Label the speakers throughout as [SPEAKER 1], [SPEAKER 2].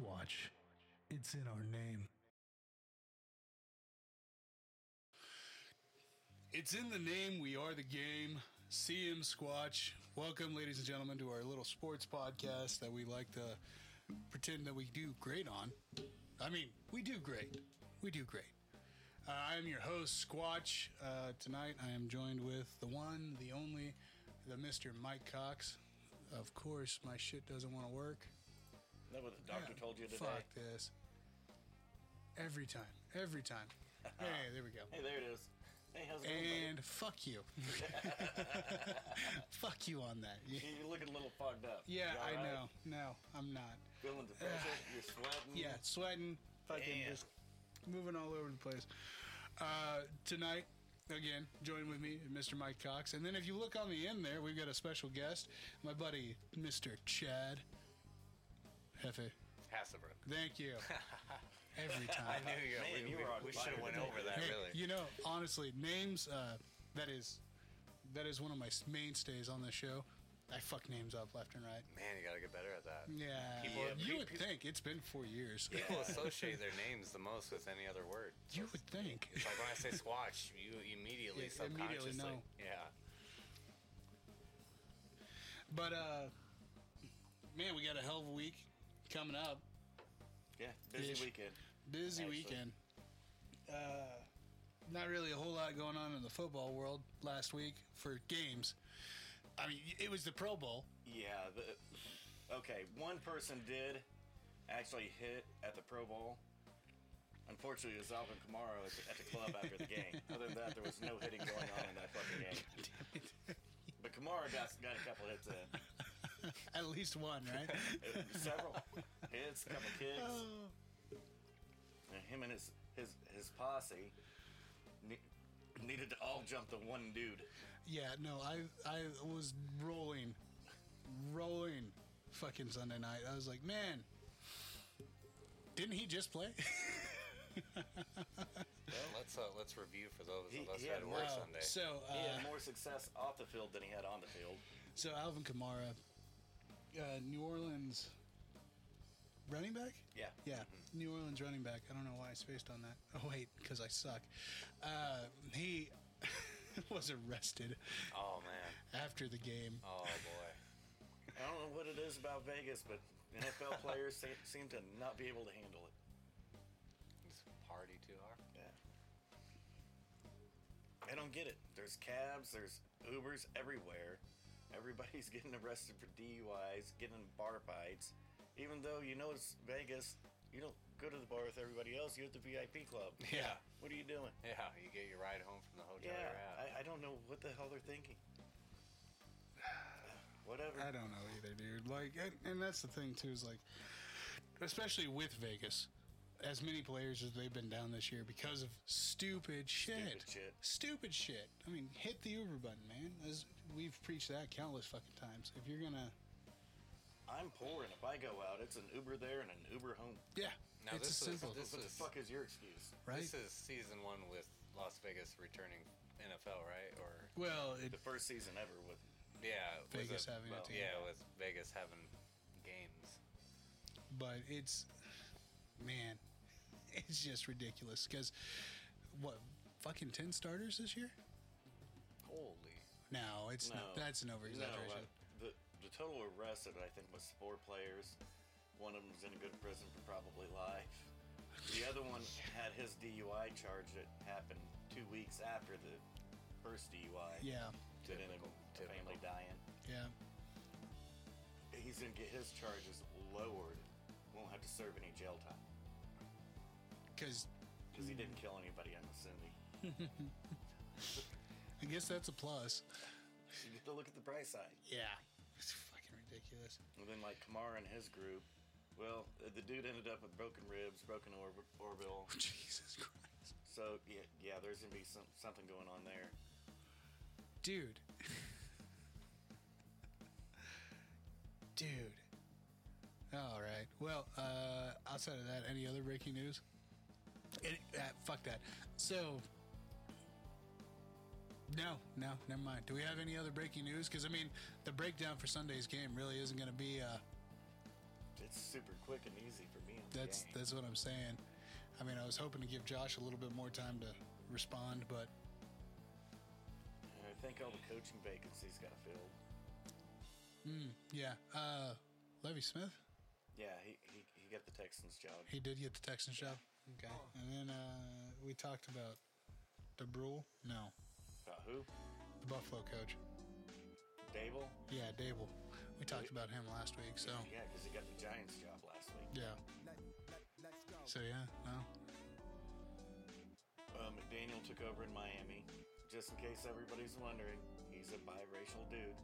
[SPEAKER 1] watch. It's in our name.
[SPEAKER 2] It's in the name. We are the game. CM Squatch. Welcome, ladies and gentlemen, to our little sports podcast that we like to pretend that we do great on. I mean, we do great. We do great. Uh, I am your host, Squatch. Uh, tonight, I am joined with the one, the only, the Mr. Mike Cox. Of course, my shit doesn't want to work.
[SPEAKER 3] Is that what the doctor
[SPEAKER 2] Yeah,
[SPEAKER 3] told you today?
[SPEAKER 2] Fuck this. Every time. Every time. hey, there we go.
[SPEAKER 3] Hey, there it is. Hey, how's it going?
[SPEAKER 2] And fuck you. fuck you on that. Yeah,
[SPEAKER 3] buddy? You're looking a little fogged up. You all
[SPEAKER 2] I
[SPEAKER 3] right?
[SPEAKER 2] know. No, I'm not.
[SPEAKER 3] Feeling the pressure. You're sweating.
[SPEAKER 2] Yeah, sweating, fucking
[SPEAKER 3] Mm. Damn.
[SPEAKER 2] just moving all over the place. Uh, tonight, again, join with me, Mr. Mike Cox. And then if you look on the end there, we've got a special guest, my buddy, Mr. Chad Hefe.
[SPEAKER 4] Hasselbrook.
[SPEAKER 2] Thank you. Every
[SPEAKER 4] I
[SPEAKER 2] time.
[SPEAKER 4] knew you.
[SPEAKER 3] Man,
[SPEAKER 4] we
[SPEAKER 3] you were on
[SPEAKER 4] should
[SPEAKER 3] fire
[SPEAKER 4] have went
[SPEAKER 3] today.
[SPEAKER 4] over that,
[SPEAKER 2] Hey,
[SPEAKER 4] really.
[SPEAKER 2] You know, honestly, names uh, that is that is one of my s- mainstays on this show. I fuck names up left and right.
[SPEAKER 4] Man, you gotta get better at that.
[SPEAKER 2] Yeah,
[SPEAKER 4] People-
[SPEAKER 2] you would
[SPEAKER 4] people-
[SPEAKER 2] think it's been four years.
[SPEAKER 4] People associate their names the most with any other word.
[SPEAKER 2] You would think.
[SPEAKER 4] It's like when I say Squatch, you immediately
[SPEAKER 2] Yeah, immediately
[SPEAKER 4] subconsciously.
[SPEAKER 2] know.
[SPEAKER 4] Yeah.
[SPEAKER 2] But uh, man, we got a hell of a week coming up.
[SPEAKER 3] Yeah. Busy
[SPEAKER 2] Ish.
[SPEAKER 3] weekend.
[SPEAKER 2] Busy
[SPEAKER 3] Actually.
[SPEAKER 2] weekend. Uh, not really a whole lot going on in the football world last week for games. I mean, it was the Pro Bowl.
[SPEAKER 3] Yeah. The, okay. One person did actually hit at the Pro Bowl. Unfortunately, it was Alvin Kamara at the, at the club after the game. Other than that, there was no hitting going on in that fucking game. But Kamara got, got a couple hits in. Uh,
[SPEAKER 2] At least one, right?
[SPEAKER 3] several hits, a couple kicks. And him and his his his posse ne- needed to all jump to one dude.
[SPEAKER 2] Yeah, no, I I was rolling, rolling, fucking Sunday night. I was like, man, didn't he just play?
[SPEAKER 4] Well, let's uh, let's review for those
[SPEAKER 3] He-
[SPEAKER 4] of us
[SPEAKER 3] he
[SPEAKER 4] who had
[SPEAKER 3] had
[SPEAKER 4] to work
[SPEAKER 3] one-
[SPEAKER 4] Sunday.
[SPEAKER 2] So
[SPEAKER 3] He
[SPEAKER 2] uh,
[SPEAKER 3] had more success off the field than he had on the field.
[SPEAKER 2] so Alvin Kamara, uh, New Orleans running back.
[SPEAKER 3] Yeah.
[SPEAKER 2] Yeah,
[SPEAKER 4] Mm-hmm.
[SPEAKER 2] New Orleans running back. I don't know why I spaced on that. Oh wait, because I suck. Uh, he was arrested
[SPEAKER 4] Oh man.
[SPEAKER 2] after the game.
[SPEAKER 4] Oh boy.
[SPEAKER 3] I don't know what it is about Vegas, but NFL players se- seem to not be able to handle it.
[SPEAKER 4] Just party too hard.
[SPEAKER 3] Yeah. I don't get it. There's cabs, there's Ubers everywhere. Everybody's getting arrested for DUIs, getting in bar fights. Even though you know it's Vegas, you don't go to the bar with everybody else. You're at the VIP club.
[SPEAKER 4] Yeah.
[SPEAKER 3] What are you doing?
[SPEAKER 4] Yeah. You get your ride home from the hotel you're
[SPEAKER 3] Yeah,
[SPEAKER 4] at.
[SPEAKER 3] I, I don't know what the hell they're thinking. Whatever.
[SPEAKER 2] I don't know either, dude. Like, and, and that's the thing too is like, especially with Vegas, as many players as they've been down this year because of stupid shit.
[SPEAKER 3] Stupid shit.
[SPEAKER 2] Stupid shit. I mean, hit the Uber button, man. As we've preached that countless fucking times. If you're gonna,
[SPEAKER 3] I'm poor, and if I go out, it's an Uber there and an Uber home.
[SPEAKER 2] yeah,
[SPEAKER 4] Now,
[SPEAKER 2] it's
[SPEAKER 4] this
[SPEAKER 2] as
[SPEAKER 4] is-
[SPEAKER 2] simple,
[SPEAKER 4] this
[SPEAKER 3] what the
[SPEAKER 4] is-
[SPEAKER 3] fuck is your excuse?
[SPEAKER 2] right?
[SPEAKER 4] This is season one with Las Vegas returning NFL, right? Or
[SPEAKER 2] well, it,
[SPEAKER 3] The first season ever with
[SPEAKER 4] yeah, was
[SPEAKER 2] Vegas
[SPEAKER 4] it-
[SPEAKER 2] having a
[SPEAKER 3] well,
[SPEAKER 2] team,
[SPEAKER 4] yeah, with Vegas having games.
[SPEAKER 2] but it's, man, it's just ridiculous because what fucking ten starters this year?
[SPEAKER 4] Holy.
[SPEAKER 2] No, it's not. That's an over exaggeration.
[SPEAKER 3] No, uh, the, the total arrested, I think, was four players. One of them was in a good prison for probably life. The other one had his DUI charge that happened two weeks after the first DUI.
[SPEAKER 2] yeah,
[SPEAKER 3] That ended
[SPEAKER 4] Typical,
[SPEAKER 3] the family
[SPEAKER 4] typical.
[SPEAKER 3] dying.
[SPEAKER 2] yeah.
[SPEAKER 3] He's going to get his charges lowered. Won't have to serve any jail time.
[SPEAKER 2] Because
[SPEAKER 3] Because he didn't kill anybody, I'm assuming.
[SPEAKER 2] I guess that's a plus.
[SPEAKER 3] You get to look at the price side.
[SPEAKER 2] Yeah. It's fucking ridiculous.
[SPEAKER 3] And then like Kamara and his group. Well, uh, the dude ended up with broken ribs, broken or- orbital,
[SPEAKER 2] Jesus Christ.
[SPEAKER 3] So yeah, yeah, there's gonna be some, something going on there.
[SPEAKER 2] Dude. Dude. All right. Well, uh, outside of that, any other breaking news? It, uh, fuck that. So, no, no, never mind. Do we have any other breaking news? Because, I mean, the breakdown for Sunday's game really isn't going to be uh,
[SPEAKER 3] it's super quick and easy for me. On
[SPEAKER 2] That's
[SPEAKER 3] the game.
[SPEAKER 2] that's what I'm saying. I mean, I was hoping to give Josh a little bit more time to respond, but
[SPEAKER 3] And I think all the coaching vacancies got filled.
[SPEAKER 2] yeah. Uh, Levy Smith,
[SPEAKER 3] Yeah, he, he, he got the Texans job.
[SPEAKER 2] he did get the Texans job. Okay. And then uh, we talked about the Brule. No,
[SPEAKER 3] About who?
[SPEAKER 2] the Buffalo coach.
[SPEAKER 3] Dable?
[SPEAKER 2] Yeah, Dable. We talked about him last week. So
[SPEAKER 3] Yeah, because he got the Giants job last week.
[SPEAKER 2] yeah. So yeah, no.
[SPEAKER 3] Uh, McDaniel took over in Miami. Just in case everybody's wondering, he's a biracial dude.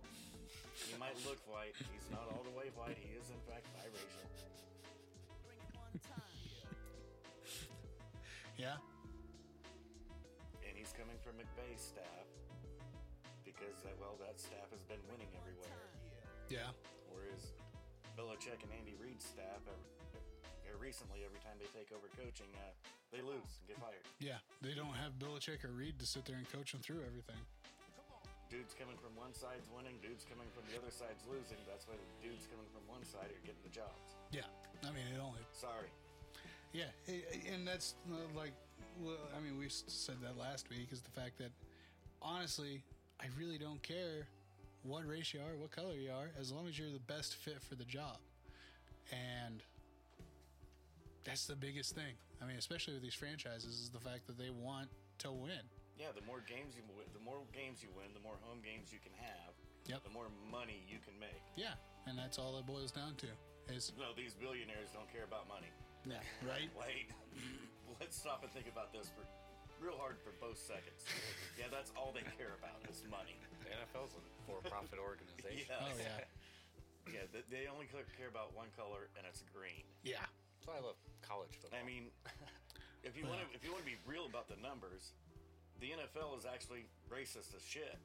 [SPEAKER 3] He might look white. He's not all the way white. He is, in fact, biracial.
[SPEAKER 2] Yeah.
[SPEAKER 3] And he's coming from McVay's staff because, uh, well, that staff has been winning everywhere.
[SPEAKER 2] Yeah.
[SPEAKER 3] Whereas Belichick and Andy Reid's staff, every, recently, every time they take over coaching, uh, they lose and get fired.
[SPEAKER 2] Yeah. They don't have Belichick or Reed to sit there and coach them through everything.
[SPEAKER 3] dudes coming from one side's winning, dudes coming from the other side's losing. That's why the dudes coming from one side are getting the jobs.
[SPEAKER 2] Yeah. I mean, it only
[SPEAKER 3] Sorry.
[SPEAKER 2] Yeah, i- i- and that's uh, like, well, I mean, we s- said that last week is the fact that honestly, I really don't care what race you are, what color you are, as long as you're the best fit for the job. And that's the biggest thing. I mean, especially with these franchises, is the fact that they want to win.
[SPEAKER 3] Yeah, the more games you win, the more games you win, the more home games you can have.
[SPEAKER 2] Yep.
[SPEAKER 3] The more money you can make.
[SPEAKER 2] Yeah, and that's all it boils down to is
[SPEAKER 3] No, these billionaires don't care about money.
[SPEAKER 2] yeah, right?
[SPEAKER 3] Wait, let's stop and think about this for real hard for both seconds. yeah, that's all they care about is money.
[SPEAKER 4] The NFL's a for-profit organization.
[SPEAKER 3] Yeah.
[SPEAKER 2] Oh yeah,
[SPEAKER 3] Yeah, th- they only c- care about one color, and it's green.
[SPEAKER 2] yeah,
[SPEAKER 4] That's why I love college football.
[SPEAKER 3] I mean, if you want to, if you want to be real about the numbers, the NFL is actually racist as shit.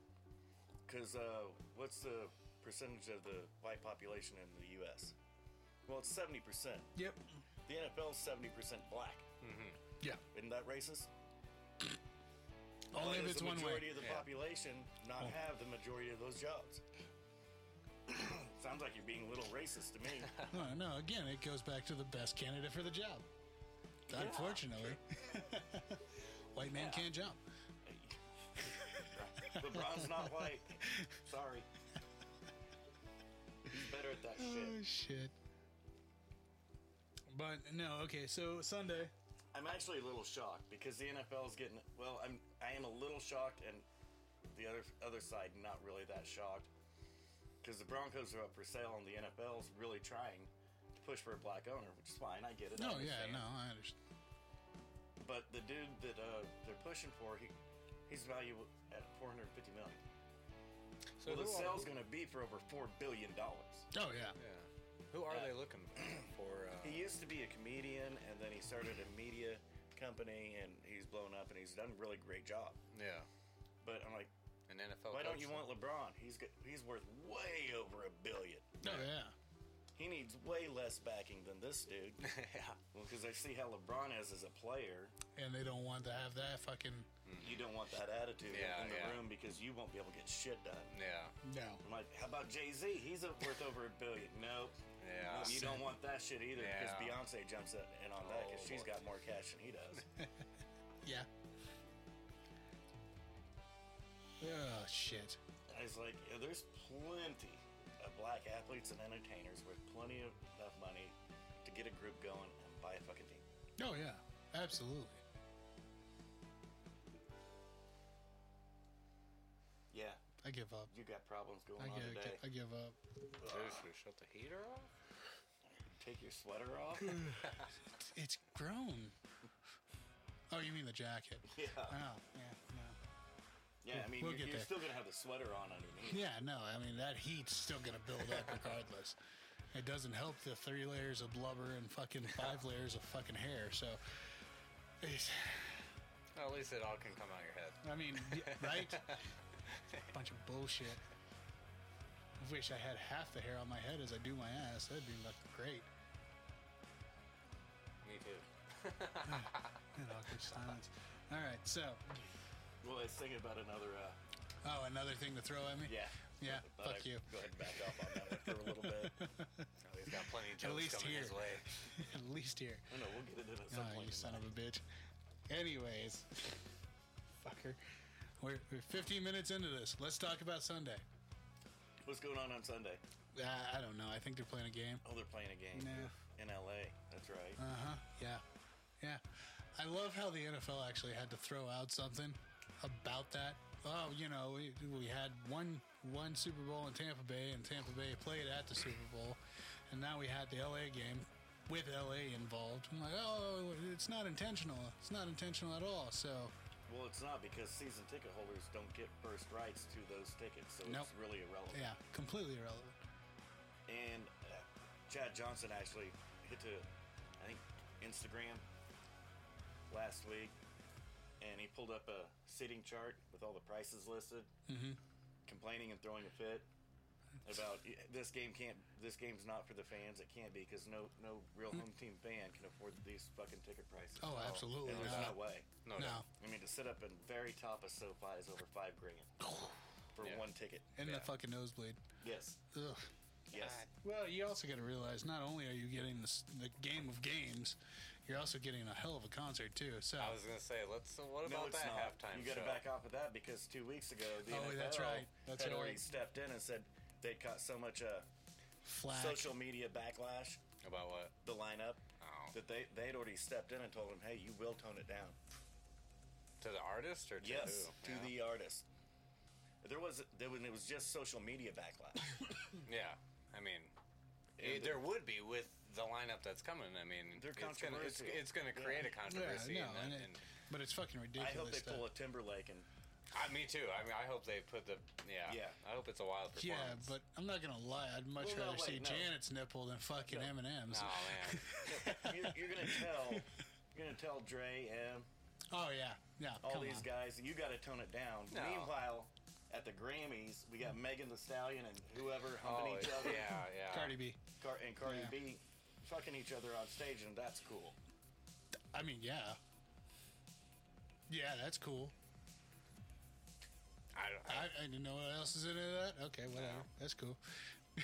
[SPEAKER 3] Because uh, what's the percentage of the white population in the U.S.? Well, it's seventy percent.
[SPEAKER 2] yep,
[SPEAKER 3] The NFL is seventy percent black.
[SPEAKER 2] yeah.
[SPEAKER 3] Isn't that racist?
[SPEAKER 2] Only
[SPEAKER 3] Why
[SPEAKER 2] if
[SPEAKER 3] does
[SPEAKER 2] it's
[SPEAKER 3] the
[SPEAKER 2] one way. Oh.
[SPEAKER 3] majority of the
[SPEAKER 4] Yeah.
[SPEAKER 3] population not have the majority of those jobs. Sounds like you're being a little racist to me.
[SPEAKER 2] No, no, again, it goes back to the best candidate for the job. Unfortunately, white man can't jump.
[SPEAKER 3] LeBron's not white. Sorry. He's better at that
[SPEAKER 2] Oh,
[SPEAKER 3] shit.
[SPEAKER 2] shit. But no, okay, so Sunday.
[SPEAKER 3] I'm actually a little shocked because the NFL is getting well. I'm I am a little shocked, and the other other side not really that shocked because the Broncos are up for sale, and the NFL's really trying to push for a black owner, which is fine. I get it. I
[SPEAKER 2] No, yeah,
[SPEAKER 3] understand.
[SPEAKER 2] no, I understand.
[SPEAKER 3] But the dude that uh, they're pushing for, he he's valued at 450 million.
[SPEAKER 4] so
[SPEAKER 3] well, the
[SPEAKER 4] who are-
[SPEAKER 3] sale's going to be for over four billion dollars.
[SPEAKER 2] Oh, yeah.
[SPEAKER 4] Yeah. Who are they looking for? Uh,
[SPEAKER 3] He used to be a comedian, and then he started a media company, and he's blown up, and he's done a really great job.
[SPEAKER 4] yeah.
[SPEAKER 3] But I'm like,
[SPEAKER 4] An NFL.
[SPEAKER 3] why don't
[SPEAKER 4] Oh, coach
[SPEAKER 3] you want
[SPEAKER 4] then.
[SPEAKER 3] LeBron? He's got, he's worth way over a billion.
[SPEAKER 2] Oh, yeah.
[SPEAKER 3] He needs way less backing than this dude.
[SPEAKER 4] yeah.
[SPEAKER 3] well, because I see how LeBron is as a player.
[SPEAKER 2] And they don't want to have that fucking.
[SPEAKER 3] You don't want that attitude
[SPEAKER 4] Mm-hmm. Yeah,
[SPEAKER 3] in the
[SPEAKER 4] yeah.
[SPEAKER 3] room because you won't be able to get shit done.
[SPEAKER 4] Yeah.
[SPEAKER 2] No.
[SPEAKER 3] I'm like, how about Jay Z? He's up worth over a billion. Nope.
[SPEAKER 4] Yeah.
[SPEAKER 3] Nope, you don't want that shit either because
[SPEAKER 4] Yeah.
[SPEAKER 3] Beyonce jumps in in on that because
[SPEAKER 4] Oh,
[SPEAKER 3] she's
[SPEAKER 4] boy.
[SPEAKER 3] got more cash than he does.
[SPEAKER 2] Yeah. Oh, shit.
[SPEAKER 3] I was like, yeah, there's plenty of black athletes and entertainers with plenty of enough money to get a group going and buy a fucking team.
[SPEAKER 2] Oh, yeah. Absolutely.
[SPEAKER 3] Yeah,
[SPEAKER 2] I give up.
[SPEAKER 3] you got problems going
[SPEAKER 2] I
[SPEAKER 3] on
[SPEAKER 2] give,
[SPEAKER 3] today.
[SPEAKER 2] I give up.
[SPEAKER 4] Seriously, shut the heater off.
[SPEAKER 3] Take your sweater off.
[SPEAKER 2] It's grown. Oh, you mean the jacket?
[SPEAKER 3] yeah,
[SPEAKER 2] Oh, yeah, no.
[SPEAKER 3] yeah. I mean,
[SPEAKER 2] We'll
[SPEAKER 3] you're,
[SPEAKER 2] get
[SPEAKER 3] you're
[SPEAKER 2] there.
[SPEAKER 3] still gonna have the sweater on underneath.
[SPEAKER 2] Yeah, no. I mean, that heat's still going to build up regardless. It doesn't help the three layers of blubber and fucking five layers of fucking hair. So, it's,
[SPEAKER 4] Well, at least it all can come out of your head.
[SPEAKER 2] I mean, y- right? Bunch of bullshit. I wish I had half the hair on my head as I do my ass. That'd be fucking great.
[SPEAKER 4] Me too.
[SPEAKER 2] That awkward silence. All right, so
[SPEAKER 3] Well, let's think about another. Uh,
[SPEAKER 2] oh, another thing to throw at me.
[SPEAKER 3] yeah.
[SPEAKER 2] Yeah,
[SPEAKER 3] Thought
[SPEAKER 2] fuck
[SPEAKER 3] I'd
[SPEAKER 2] you.
[SPEAKER 3] Go ahead and back off on that one for a little bit.
[SPEAKER 4] At least got plenty toes
[SPEAKER 2] least
[SPEAKER 4] coming his
[SPEAKER 2] here.
[SPEAKER 4] way.
[SPEAKER 2] At least here.
[SPEAKER 3] I don't know. We'll get into it at
[SPEAKER 2] Oh,
[SPEAKER 3] some point.
[SPEAKER 2] you son of a bitch. Anyways, fucker. We're, we're 15 minutes into this. Let's talk about Sunday.
[SPEAKER 3] What's going on on Sunday?
[SPEAKER 2] Uh, I don't know. I think they're playing a game.
[SPEAKER 3] Oh, they're playing a game
[SPEAKER 2] No.
[SPEAKER 3] in LA. That's right.
[SPEAKER 2] Uh huh. Yeah. Yeah. I love how the NFL actually had to throw out something about that. Oh, you know, we, we had one one Super Bowl in Tampa Bay, and Tampa Bay played at the Super Bowl, and now we had the LA game with LA involved. I'm like, oh, it's not intentional. It's not intentional at all. So,
[SPEAKER 3] Well, it's not because season ticket holders don't get first rights to those tickets, so
[SPEAKER 2] Nope.
[SPEAKER 3] it's really irrelevant.
[SPEAKER 2] yeah, completely irrelevant.
[SPEAKER 3] And uh, Chad Johnson actually hit to, I think, Instagram last week, and he pulled up a seating chart with all the prices listed,
[SPEAKER 2] Mm-hmm.
[SPEAKER 3] complaining and throwing a fit about "Y- this game can't, this game's not for the fans. It can't be because no, no real home team fan can afford these fucking ticket prices.
[SPEAKER 2] Hmm. Oh, absolutely
[SPEAKER 3] And there's
[SPEAKER 2] not.
[SPEAKER 3] no way.
[SPEAKER 4] No,
[SPEAKER 2] Oh, no.
[SPEAKER 4] doubt.
[SPEAKER 3] I mean, to sit up in very top of SoFi is over five grand for
[SPEAKER 4] Yeah.
[SPEAKER 3] one ticket.
[SPEAKER 2] In the
[SPEAKER 4] Yeah.
[SPEAKER 2] fucking nosebleed.
[SPEAKER 3] Yes,
[SPEAKER 2] Ugh.
[SPEAKER 3] yes.
[SPEAKER 2] Well, you also got to realize not only are you getting this, the game of games, you're also getting a hell of a concert too. So
[SPEAKER 4] I was gonna say, let's. uh, What about that halftime
[SPEAKER 3] You got to
[SPEAKER 4] show?
[SPEAKER 3] back off of that because two weeks ago the
[SPEAKER 2] Oh,
[SPEAKER 3] NFL
[SPEAKER 2] that's right. That's
[SPEAKER 3] had already
[SPEAKER 2] right.
[SPEAKER 3] stepped in and said they caught so much uh,
[SPEAKER 2] flack.
[SPEAKER 3] social media backlash
[SPEAKER 4] About what?
[SPEAKER 3] the lineup
[SPEAKER 4] Oh.
[SPEAKER 3] that they they'd already stepped in and told them, hey, you will tone it down.
[SPEAKER 4] To the artist or to
[SPEAKER 3] Yes,
[SPEAKER 4] who?
[SPEAKER 3] to the artist. There was there was, it was just social media backlash.
[SPEAKER 4] the. Yeah, I mean,
[SPEAKER 3] And
[SPEAKER 4] it- there would be with the lineup that's coming. I mean,
[SPEAKER 3] They're
[SPEAKER 4] it's gonna it's,
[SPEAKER 3] controversial.
[SPEAKER 4] it's gonna create a
[SPEAKER 2] yeah,
[SPEAKER 4] controversy.
[SPEAKER 2] no,
[SPEAKER 4] and,
[SPEAKER 2] and
[SPEAKER 4] that-
[SPEAKER 2] it-
[SPEAKER 4] and,
[SPEAKER 2] but it's fucking
[SPEAKER 3] I
[SPEAKER 2] ridiculous.
[SPEAKER 3] hope they
[SPEAKER 2] that-
[SPEAKER 3] pull a Timberlake and
[SPEAKER 4] I, uh, me too. I mean, I hope they put the yeah.
[SPEAKER 3] Yeah.
[SPEAKER 4] I hope it's a wild
[SPEAKER 2] yeah,
[SPEAKER 4] performance.
[SPEAKER 2] but I'm not gonna lie. I'd much
[SPEAKER 3] Well, no,
[SPEAKER 2] rather see
[SPEAKER 3] wait, no.
[SPEAKER 2] Janet's nipple than fucking
[SPEAKER 3] No.
[SPEAKER 2] Eminem's.
[SPEAKER 4] Oh man,
[SPEAKER 3] you're, you're gonna tell you're gonna tell Dre and
[SPEAKER 2] Oh yeah, yeah.
[SPEAKER 3] all
[SPEAKER 2] come
[SPEAKER 3] these
[SPEAKER 2] on.
[SPEAKER 3] guys, you got to tone it down.
[SPEAKER 4] No.
[SPEAKER 3] Meanwhile, at the Grammys, we got Megan the Stallion and whoever humping
[SPEAKER 4] oh
[SPEAKER 3] each other,
[SPEAKER 4] yeah, yeah.
[SPEAKER 2] Cardi B.
[SPEAKER 3] Car- and Cardi
[SPEAKER 2] Yeah.
[SPEAKER 3] B fucking each other on stage, and that's cool.
[SPEAKER 2] I mean, yeah. Yeah, that's cool.
[SPEAKER 4] I don't, I,
[SPEAKER 2] I, I didn't know what else is in that. Okay, whatever.
[SPEAKER 4] No.
[SPEAKER 2] That's cool.
[SPEAKER 4] I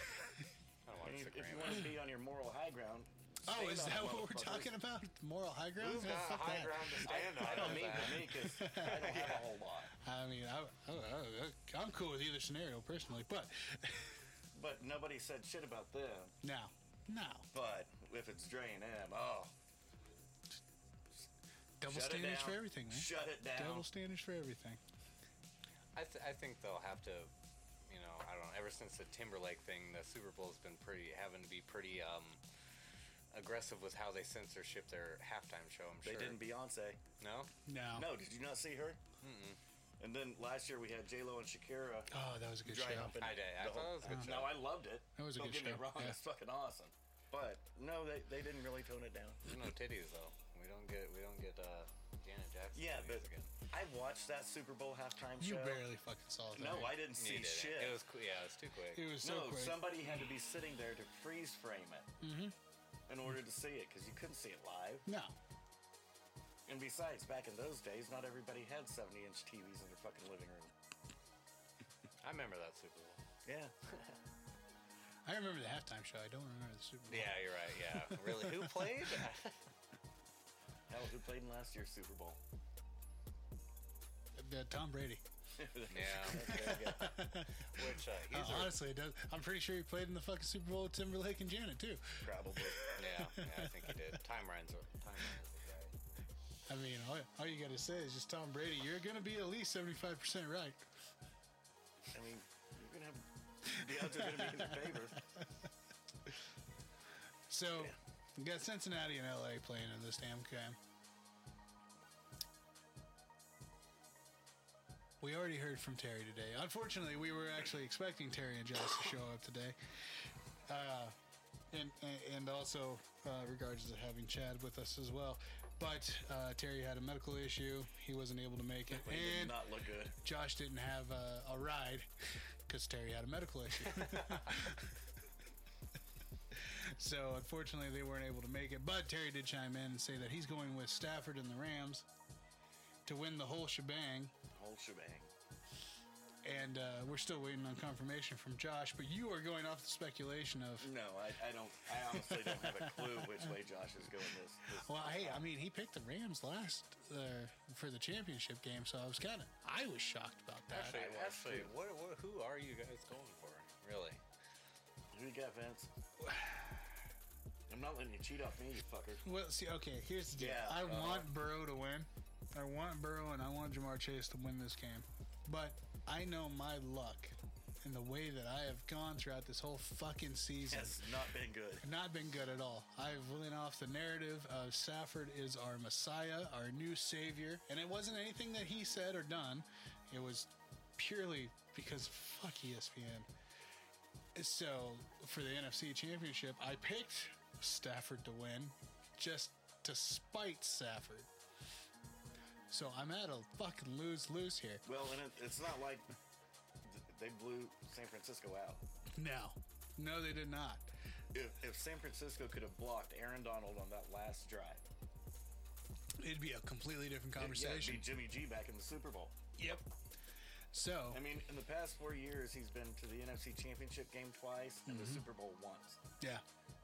[SPEAKER 4] don't
[SPEAKER 3] I
[SPEAKER 4] watch
[SPEAKER 3] mean,
[SPEAKER 4] the
[SPEAKER 3] if you
[SPEAKER 4] Grammys.
[SPEAKER 3] want to be on your moral high ground,
[SPEAKER 2] Oh,
[SPEAKER 3] stand
[SPEAKER 2] is
[SPEAKER 3] on it,
[SPEAKER 2] that what we're
[SPEAKER 3] motherfuckers.
[SPEAKER 2] talking about? Moral high ground?
[SPEAKER 4] Who's
[SPEAKER 2] Yeah,
[SPEAKER 4] got
[SPEAKER 2] fuck
[SPEAKER 4] high
[SPEAKER 2] that.
[SPEAKER 4] ground to stand on?
[SPEAKER 3] I don't
[SPEAKER 4] is
[SPEAKER 3] mean
[SPEAKER 4] that?
[SPEAKER 3] for me because I don't have a whole lot.
[SPEAKER 2] I mean, I, I, I, I'm cool with either scenario personally, but
[SPEAKER 3] But nobody said shit about them.
[SPEAKER 2] now, now,
[SPEAKER 3] But if it's Dre and M, oh,
[SPEAKER 2] double
[SPEAKER 3] shut it down.
[SPEAKER 2] standards for everything, man.
[SPEAKER 3] Shut it down.
[SPEAKER 2] double standards for everything.
[SPEAKER 4] I, th- I think they'll have to, you know, I don't know. Ever since the Timberlake thing, the Super Bowl's been pretty having to be pretty um, aggressive with how they censorship their halftime show. I'm
[SPEAKER 3] they
[SPEAKER 4] sure
[SPEAKER 3] didn't Beyonce.
[SPEAKER 4] No,
[SPEAKER 2] No.
[SPEAKER 3] No, did you not see her? And then last year we had J Lo and Shakira.
[SPEAKER 2] Oh, that was a good
[SPEAKER 3] dry
[SPEAKER 2] show.
[SPEAKER 3] humping.
[SPEAKER 4] I did- I
[SPEAKER 3] the
[SPEAKER 4] thought
[SPEAKER 3] whole-
[SPEAKER 4] it was a good
[SPEAKER 3] No, I loved it.
[SPEAKER 2] Uh-huh. That was a
[SPEAKER 3] Don't
[SPEAKER 2] good
[SPEAKER 3] get
[SPEAKER 2] show,
[SPEAKER 3] me wrong,
[SPEAKER 2] yeah.
[SPEAKER 3] it's fucking awesome. But no, they, they didn't really tone it down.
[SPEAKER 4] there's no titties though. We don't get we don't get uh, Janet Jackson.
[SPEAKER 3] Yeah,
[SPEAKER 4] titties
[SPEAKER 3] but
[SPEAKER 4] again.
[SPEAKER 3] I watched that Super Bowl halftime
[SPEAKER 2] You
[SPEAKER 3] show.
[SPEAKER 2] barely fucking saw that.
[SPEAKER 3] no, I didn't see
[SPEAKER 4] You didn't.
[SPEAKER 3] shit.
[SPEAKER 4] It was cool. Yeah, it was too quick.
[SPEAKER 2] It was so
[SPEAKER 3] no,
[SPEAKER 2] quick.
[SPEAKER 3] somebody had to be sitting there to freeze frame it
[SPEAKER 2] Mm-hmm.
[SPEAKER 3] in order to see it because you couldn't see it live.
[SPEAKER 2] no.
[SPEAKER 3] And besides, back in those days, not everybody had 70 inch TVs in their fucking living room.
[SPEAKER 4] I remember that Super Bowl.
[SPEAKER 3] Yeah.
[SPEAKER 2] I remember the halftime show. I don't remember the Super Bowl.
[SPEAKER 4] Yeah, you're right. Yeah, really. Who played?
[SPEAKER 3] Hell, who played in last year's Super Bowl?
[SPEAKER 2] The Uh, Tom Brady.
[SPEAKER 4] yeah,
[SPEAKER 3] There you go.
[SPEAKER 4] which uh,
[SPEAKER 2] Uh,
[SPEAKER 4] he's a-
[SPEAKER 2] honestly, it does. I'm pretty sure he played in the fucking Super Bowl with Timberlake and Janet too.
[SPEAKER 3] Probably.
[SPEAKER 4] yeah, yeah, I think he did. Time runs. uh, Time runs. the guy.
[SPEAKER 2] I mean, all, all you gotta say is just Tom Brady. You're gonna be at least 75 percent right.
[SPEAKER 3] I mean, you're gonna have the odds are gonna be in your favor.
[SPEAKER 2] So, you got Cincinnati and LA playing in this damn game. We already heard from Terry today. Unfortunately, we were actually expecting Terry and Josh to show up today. Uh, and, and- and also, uh, regards to having Chad with us as well. But uh, Terry had a medical issue. He wasn't able to make it.
[SPEAKER 3] He did
[SPEAKER 2] And
[SPEAKER 3] not look good.
[SPEAKER 2] Josh didn't have a, a ride because Terry had a medical issue. so unfortunately, they weren't able to make it. But Terry did chime in and say that he's going with Stafford and the Rams to win the whole shebang.
[SPEAKER 3] Whole shebang.
[SPEAKER 2] and uh, we're still waiting on confirmation from Josh. But you are going off the speculation of
[SPEAKER 3] No, I, I don't. I honestly don't have a clue which way Josh is going this. this
[SPEAKER 2] Well, hey, I mean, he picked the Rams last uh, for the championship game, so I was kind of I was shocked about that.
[SPEAKER 3] I
[SPEAKER 4] Actually,
[SPEAKER 3] was
[SPEAKER 4] actually,
[SPEAKER 3] too.
[SPEAKER 4] what, what, who are you guys going for? Really?
[SPEAKER 3] Who you got, Vince? I'm not letting you cheat off me, you fucker.
[SPEAKER 2] Well, see, okay, here's the deal.
[SPEAKER 3] Yeah,
[SPEAKER 2] I want
[SPEAKER 3] uh-huh.
[SPEAKER 2] Burrow to win. I want Burrow and I want Jamar Chase to win this game. But I know my luck and the way that I have gone throughout this whole fucking season.
[SPEAKER 3] Has not been good.
[SPEAKER 2] Not been good at all. I've went off the narrative of Safford is our Messiah, our new savior, and it wasn't anything that he said or done. It was purely because fuck E ESPN. So for the NFC Championship, I picked Stafford to win, just to spite Safford. So I'm at a fucking lose lose here.
[SPEAKER 3] Well, and it, it's not like th- they blew San Francisco out.
[SPEAKER 2] No, no, they did not.
[SPEAKER 3] If, if San Francisco could have blocked Aaron Donald on that last drive,
[SPEAKER 2] It'd be a completely different
[SPEAKER 3] it- yeah, it'd
[SPEAKER 2] conversation.
[SPEAKER 3] be Jimmy G back in the Super Bowl.
[SPEAKER 2] Yep. So
[SPEAKER 3] I mean, in the past four years, he's been to the NFC Championship game twice and
[SPEAKER 2] Mm-hmm.
[SPEAKER 3] the Super Bowl once.
[SPEAKER 2] yeah.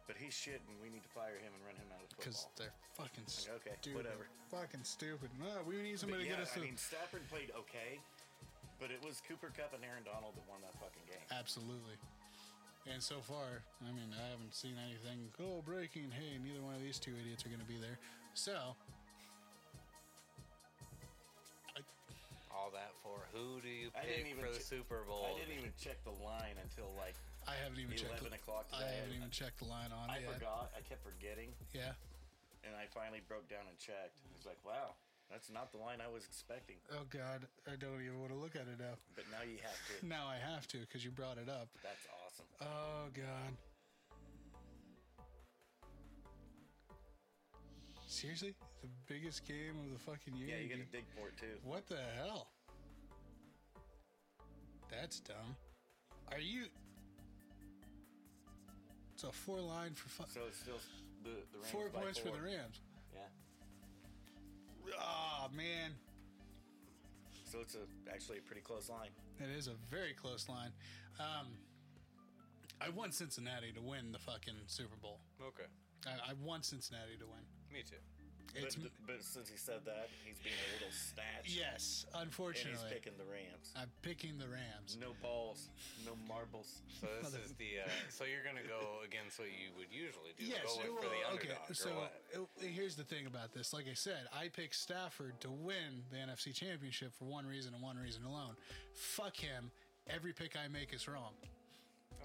[SPEAKER 3] But he's shit, and we need to fire him and run him out of
[SPEAKER 2] Because
[SPEAKER 3] football.
[SPEAKER 2] they're fucking
[SPEAKER 3] Like, okay,
[SPEAKER 2] stupid.
[SPEAKER 3] whatever.
[SPEAKER 2] Fucking stupid. No, we need
[SPEAKER 3] But
[SPEAKER 2] somebody to
[SPEAKER 3] yeah,
[SPEAKER 2] get us
[SPEAKER 3] I
[SPEAKER 2] the.
[SPEAKER 3] mean, Stafford played okay, but it was Cooper Cup and Aaron Donald that won that fucking game.
[SPEAKER 2] Absolutely. And so far, I mean, I haven't seen anything. Oh, breaking. Hey, neither one of these two idiots are going to be there. So,
[SPEAKER 4] All that for who do you
[SPEAKER 3] I
[SPEAKER 4] pick
[SPEAKER 3] didn't even
[SPEAKER 4] for the
[SPEAKER 3] ch-
[SPEAKER 4] Super Bowl?
[SPEAKER 3] I didn't even check the line until like
[SPEAKER 2] I haven't even checked.
[SPEAKER 3] 11 o'clock
[SPEAKER 2] I
[SPEAKER 3] today.
[SPEAKER 2] haven't even checked the line on
[SPEAKER 3] I
[SPEAKER 2] it yet.
[SPEAKER 3] forgot. I kept forgetting,
[SPEAKER 2] Yeah.
[SPEAKER 3] and I finally broke down and checked. I was like, wow, that's not the line I was expecting.
[SPEAKER 2] Oh, God. I don't even want to look at it now.
[SPEAKER 3] But now you have to.
[SPEAKER 2] Now I have to because you brought it up.
[SPEAKER 3] That's awesome.
[SPEAKER 2] Oh, God. Seriously? The biggest game of the fucking year?
[SPEAKER 3] Yeah, you
[SPEAKER 2] You
[SPEAKER 3] get
[SPEAKER 2] can-
[SPEAKER 3] a dig for it too.
[SPEAKER 2] What the hell? That's dumb. Are you? It's a four line for fu-
[SPEAKER 3] So it's still s- the the Rams
[SPEAKER 2] four
[SPEAKER 3] by
[SPEAKER 2] points
[SPEAKER 3] four.
[SPEAKER 2] for the Rams.
[SPEAKER 3] Yeah.
[SPEAKER 2] Ah man,
[SPEAKER 3] So it's a, actually a pretty close line.
[SPEAKER 2] it is a very close line. Um, I want Cincinnati to win the fucking Super Bowl.
[SPEAKER 3] e-,
[SPEAKER 4] Okay,
[SPEAKER 2] I, I want Cincinnati to win.
[SPEAKER 4] me too.
[SPEAKER 2] It's
[SPEAKER 3] but, but since he said that, he's being a little snatch.
[SPEAKER 2] yes,
[SPEAKER 3] And he's
[SPEAKER 2] unfortunately,
[SPEAKER 3] picking the Rams.
[SPEAKER 2] I'm picking the Rams.
[SPEAKER 3] No balls, no marbles.
[SPEAKER 4] So this is the. Uh, so you're gonna go against what you would usually do.
[SPEAKER 2] Yes,
[SPEAKER 4] go with
[SPEAKER 2] well,
[SPEAKER 4] for the
[SPEAKER 2] okay.
[SPEAKER 4] underdog.
[SPEAKER 2] So
[SPEAKER 4] or what?
[SPEAKER 2] it- here's the thing about this. Like I said, I picked Stafford to win the NFC Championship for one reason and one reason alone. Fuck him. Every pick I make is wrong.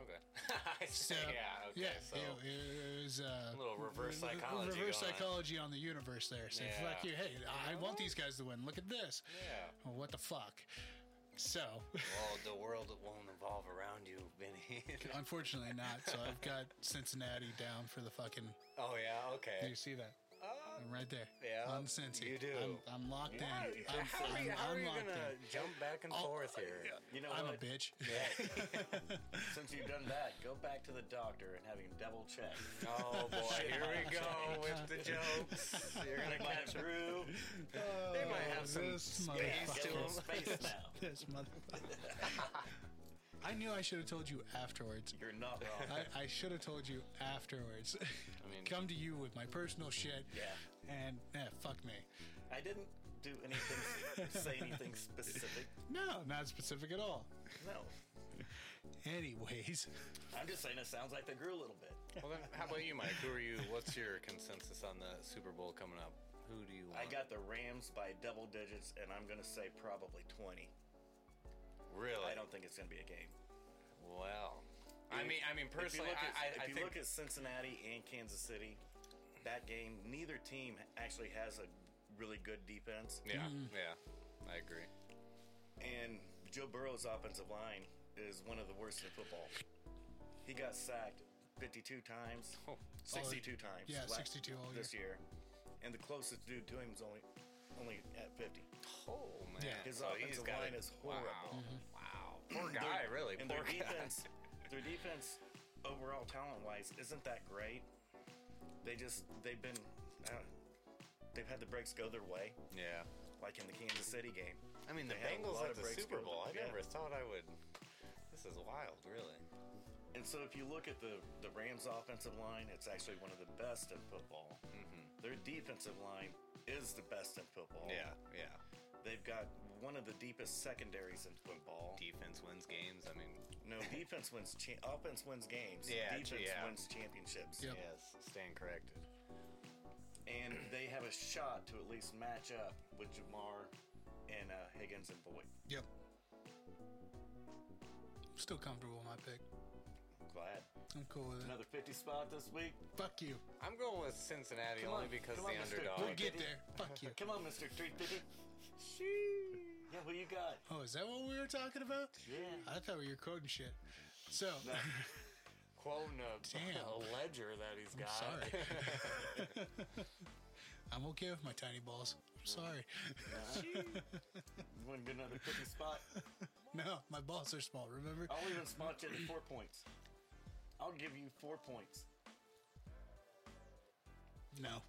[SPEAKER 4] Okay. I
[SPEAKER 2] So,
[SPEAKER 4] see, yeah. Okay.
[SPEAKER 2] yeah,
[SPEAKER 4] so
[SPEAKER 2] it, it was uh,
[SPEAKER 4] a little reverse
[SPEAKER 2] re-
[SPEAKER 4] psychology.
[SPEAKER 2] Reverse
[SPEAKER 4] going on.
[SPEAKER 2] psychology on the universe there. So
[SPEAKER 4] Yeah.
[SPEAKER 2] fuck you. Hey, I want these guys to win. Look at this.
[SPEAKER 4] Yeah.
[SPEAKER 2] Well, what the fuck? So,
[SPEAKER 4] Well, the world won't evolve around you, Benny.
[SPEAKER 2] unfortunately, not. So I've got Cincinnati down for the fucking.
[SPEAKER 4] oh yeah.
[SPEAKER 2] Do
[SPEAKER 4] Okay.
[SPEAKER 2] you see that?
[SPEAKER 4] Uh,
[SPEAKER 2] I'm right there.
[SPEAKER 4] Yeah,
[SPEAKER 2] On Cincy.
[SPEAKER 4] you do.
[SPEAKER 2] I'm, I'm locked in.
[SPEAKER 4] how are you,
[SPEAKER 2] I'm,
[SPEAKER 4] how are
[SPEAKER 2] I'm-
[SPEAKER 4] you, how are
[SPEAKER 2] I'm
[SPEAKER 4] you
[SPEAKER 2] locked
[SPEAKER 4] gonna
[SPEAKER 2] in.
[SPEAKER 4] jump back and forth here?
[SPEAKER 3] You know
[SPEAKER 2] Oh, I'm a
[SPEAKER 3] what?
[SPEAKER 2] bitch.
[SPEAKER 3] Since you've done that, go back to the doctor and have him double check.
[SPEAKER 4] Oh boy, here we go with the jokes. You're gonna
[SPEAKER 3] Might
[SPEAKER 4] catch
[SPEAKER 3] have grew.
[SPEAKER 4] They might have some
[SPEAKER 2] This
[SPEAKER 4] space
[SPEAKER 3] Get a
[SPEAKER 4] to
[SPEAKER 3] little
[SPEAKER 4] him.
[SPEAKER 2] motherfucker.
[SPEAKER 3] space now.
[SPEAKER 2] This motherfucker. I knew I should have told you afterwards.
[SPEAKER 3] You're not wrong.
[SPEAKER 2] I, I should have told you afterwards.
[SPEAKER 4] mean-
[SPEAKER 2] Come to you with my personal shit.
[SPEAKER 3] Yeah.
[SPEAKER 2] And eh, fuck me.
[SPEAKER 3] I didn't do anything, say anything specific.
[SPEAKER 2] No, not specific at all.
[SPEAKER 3] No.
[SPEAKER 2] Anyways,
[SPEAKER 3] I'm just saying it sounds like they grew a little bit.
[SPEAKER 4] Well then, how about you, Mike? Who are you? What's your consensus on the Super Bowl coming up? Who do you want?
[SPEAKER 3] I got the Rams by double digits, and I'm going to say probably 20.
[SPEAKER 4] really.
[SPEAKER 3] I don't think it's going to be a game.
[SPEAKER 4] Well, I mean, I mean
[SPEAKER 3] If you
[SPEAKER 4] personally,
[SPEAKER 3] look at,
[SPEAKER 4] I, I, I
[SPEAKER 3] if you
[SPEAKER 4] think
[SPEAKER 3] look at Cincinnati and Kansas City, that game, neither team actually has a really good defense.
[SPEAKER 4] yeah,
[SPEAKER 2] Mm.
[SPEAKER 4] yeah, I agree.
[SPEAKER 3] And Joe Burrow's offensive line is one of the worst in football. He got sacked 52 times,
[SPEAKER 4] Oh.
[SPEAKER 3] 62 times.
[SPEAKER 2] yeah,
[SPEAKER 3] la-
[SPEAKER 2] 62 all
[SPEAKER 3] this year. And the closest dude to him was only only at 50.
[SPEAKER 4] Oh man,
[SPEAKER 2] Yeah.
[SPEAKER 3] His
[SPEAKER 4] So he's
[SPEAKER 3] offensive
[SPEAKER 4] got
[SPEAKER 3] line
[SPEAKER 4] it.
[SPEAKER 3] is horrible.
[SPEAKER 4] Wow, wow. poor guy, really.
[SPEAKER 3] And
[SPEAKER 4] poor
[SPEAKER 3] their
[SPEAKER 4] guy.
[SPEAKER 3] defense, their defense overall talent wise isn't that great. uh, They just they've been I don't, they've had the breaks go their way.
[SPEAKER 4] Yeah,
[SPEAKER 3] like in the Kansas City game.
[SPEAKER 4] I mean, the
[SPEAKER 3] They had a
[SPEAKER 4] Bengals
[SPEAKER 3] lot of
[SPEAKER 4] at the
[SPEAKER 3] breaks going
[SPEAKER 4] Super Bowl. I
[SPEAKER 3] on, yeah.
[SPEAKER 4] never thought I would. This is wild, really.
[SPEAKER 3] And so if you look at the, the Rams' offensive line, it's actually one of the best in football.
[SPEAKER 4] Mm-hmm.
[SPEAKER 3] Their defensive line is the best in football.
[SPEAKER 4] Yeah, yeah.
[SPEAKER 3] They've got one of the deepest secondaries in football.
[SPEAKER 4] Defense wins games. I mean,
[SPEAKER 3] No, defense wins, cha- offense wins games.
[SPEAKER 4] Yeah, ch-
[SPEAKER 3] defense
[SPEAKER 4] yeah.
[SPEAKER 3] wins championships.
[SPEAKER 2] Yep.
[SPEAKER 4] yes, stand corrected.
[SPEAKER 3] And they have a shot to at least match up with Jamar and uh, Higgins and Boyd.
[SPEAKER 2] Yep. Still comfortable with my pick.
[SPEAKER 3] Glad.
[SPEAKER 2] I'm cool with it.
[SPEAKER 3] Another 50 spot this week.
[SPEAKER 2] Fuck you.
[SPEAKER 4] I'm going with Cincinnati
[SPEAKER 3] Come
[SPEAKER 4] only
[SPEAKER 3] on,
[SPEAKER 4] because
[SPEAKER 3] come
[SPEAKER 4] the
[SPEAKER 3] on, Mr.
[SPEAKER 4] underdog.
[SPEAKER 2] We'll
[SPEAKER 3] Okay.
[SPEAKER 2] get there. Fuck you.
[SPEAKER 3] Come on, Mr. 350. Yeah, who you got?
[SPEAKER 2] Oh, is that what we were talking about?
[SPEAKER 3] Yeah.
[SPEAKER 2] I thought we were quoting shit. So,
[SPEAKER 3] No,
[SPEAKER 4] Quoting a,
[SPEAKER 2] Damn.
[SPEAKER 4] a ledger that he's got.
[SPEAKER 2] sorry. I'm okay with my tiny balls. I'm sorry.
[SPEAKER 3] you want to get another 50 spot?
[SPEAKER 2] No, my balls are small, remember?
[SPEAKER 3] I'll even spot you at four points. I'll give you four points.
[SPEAKER 2] No.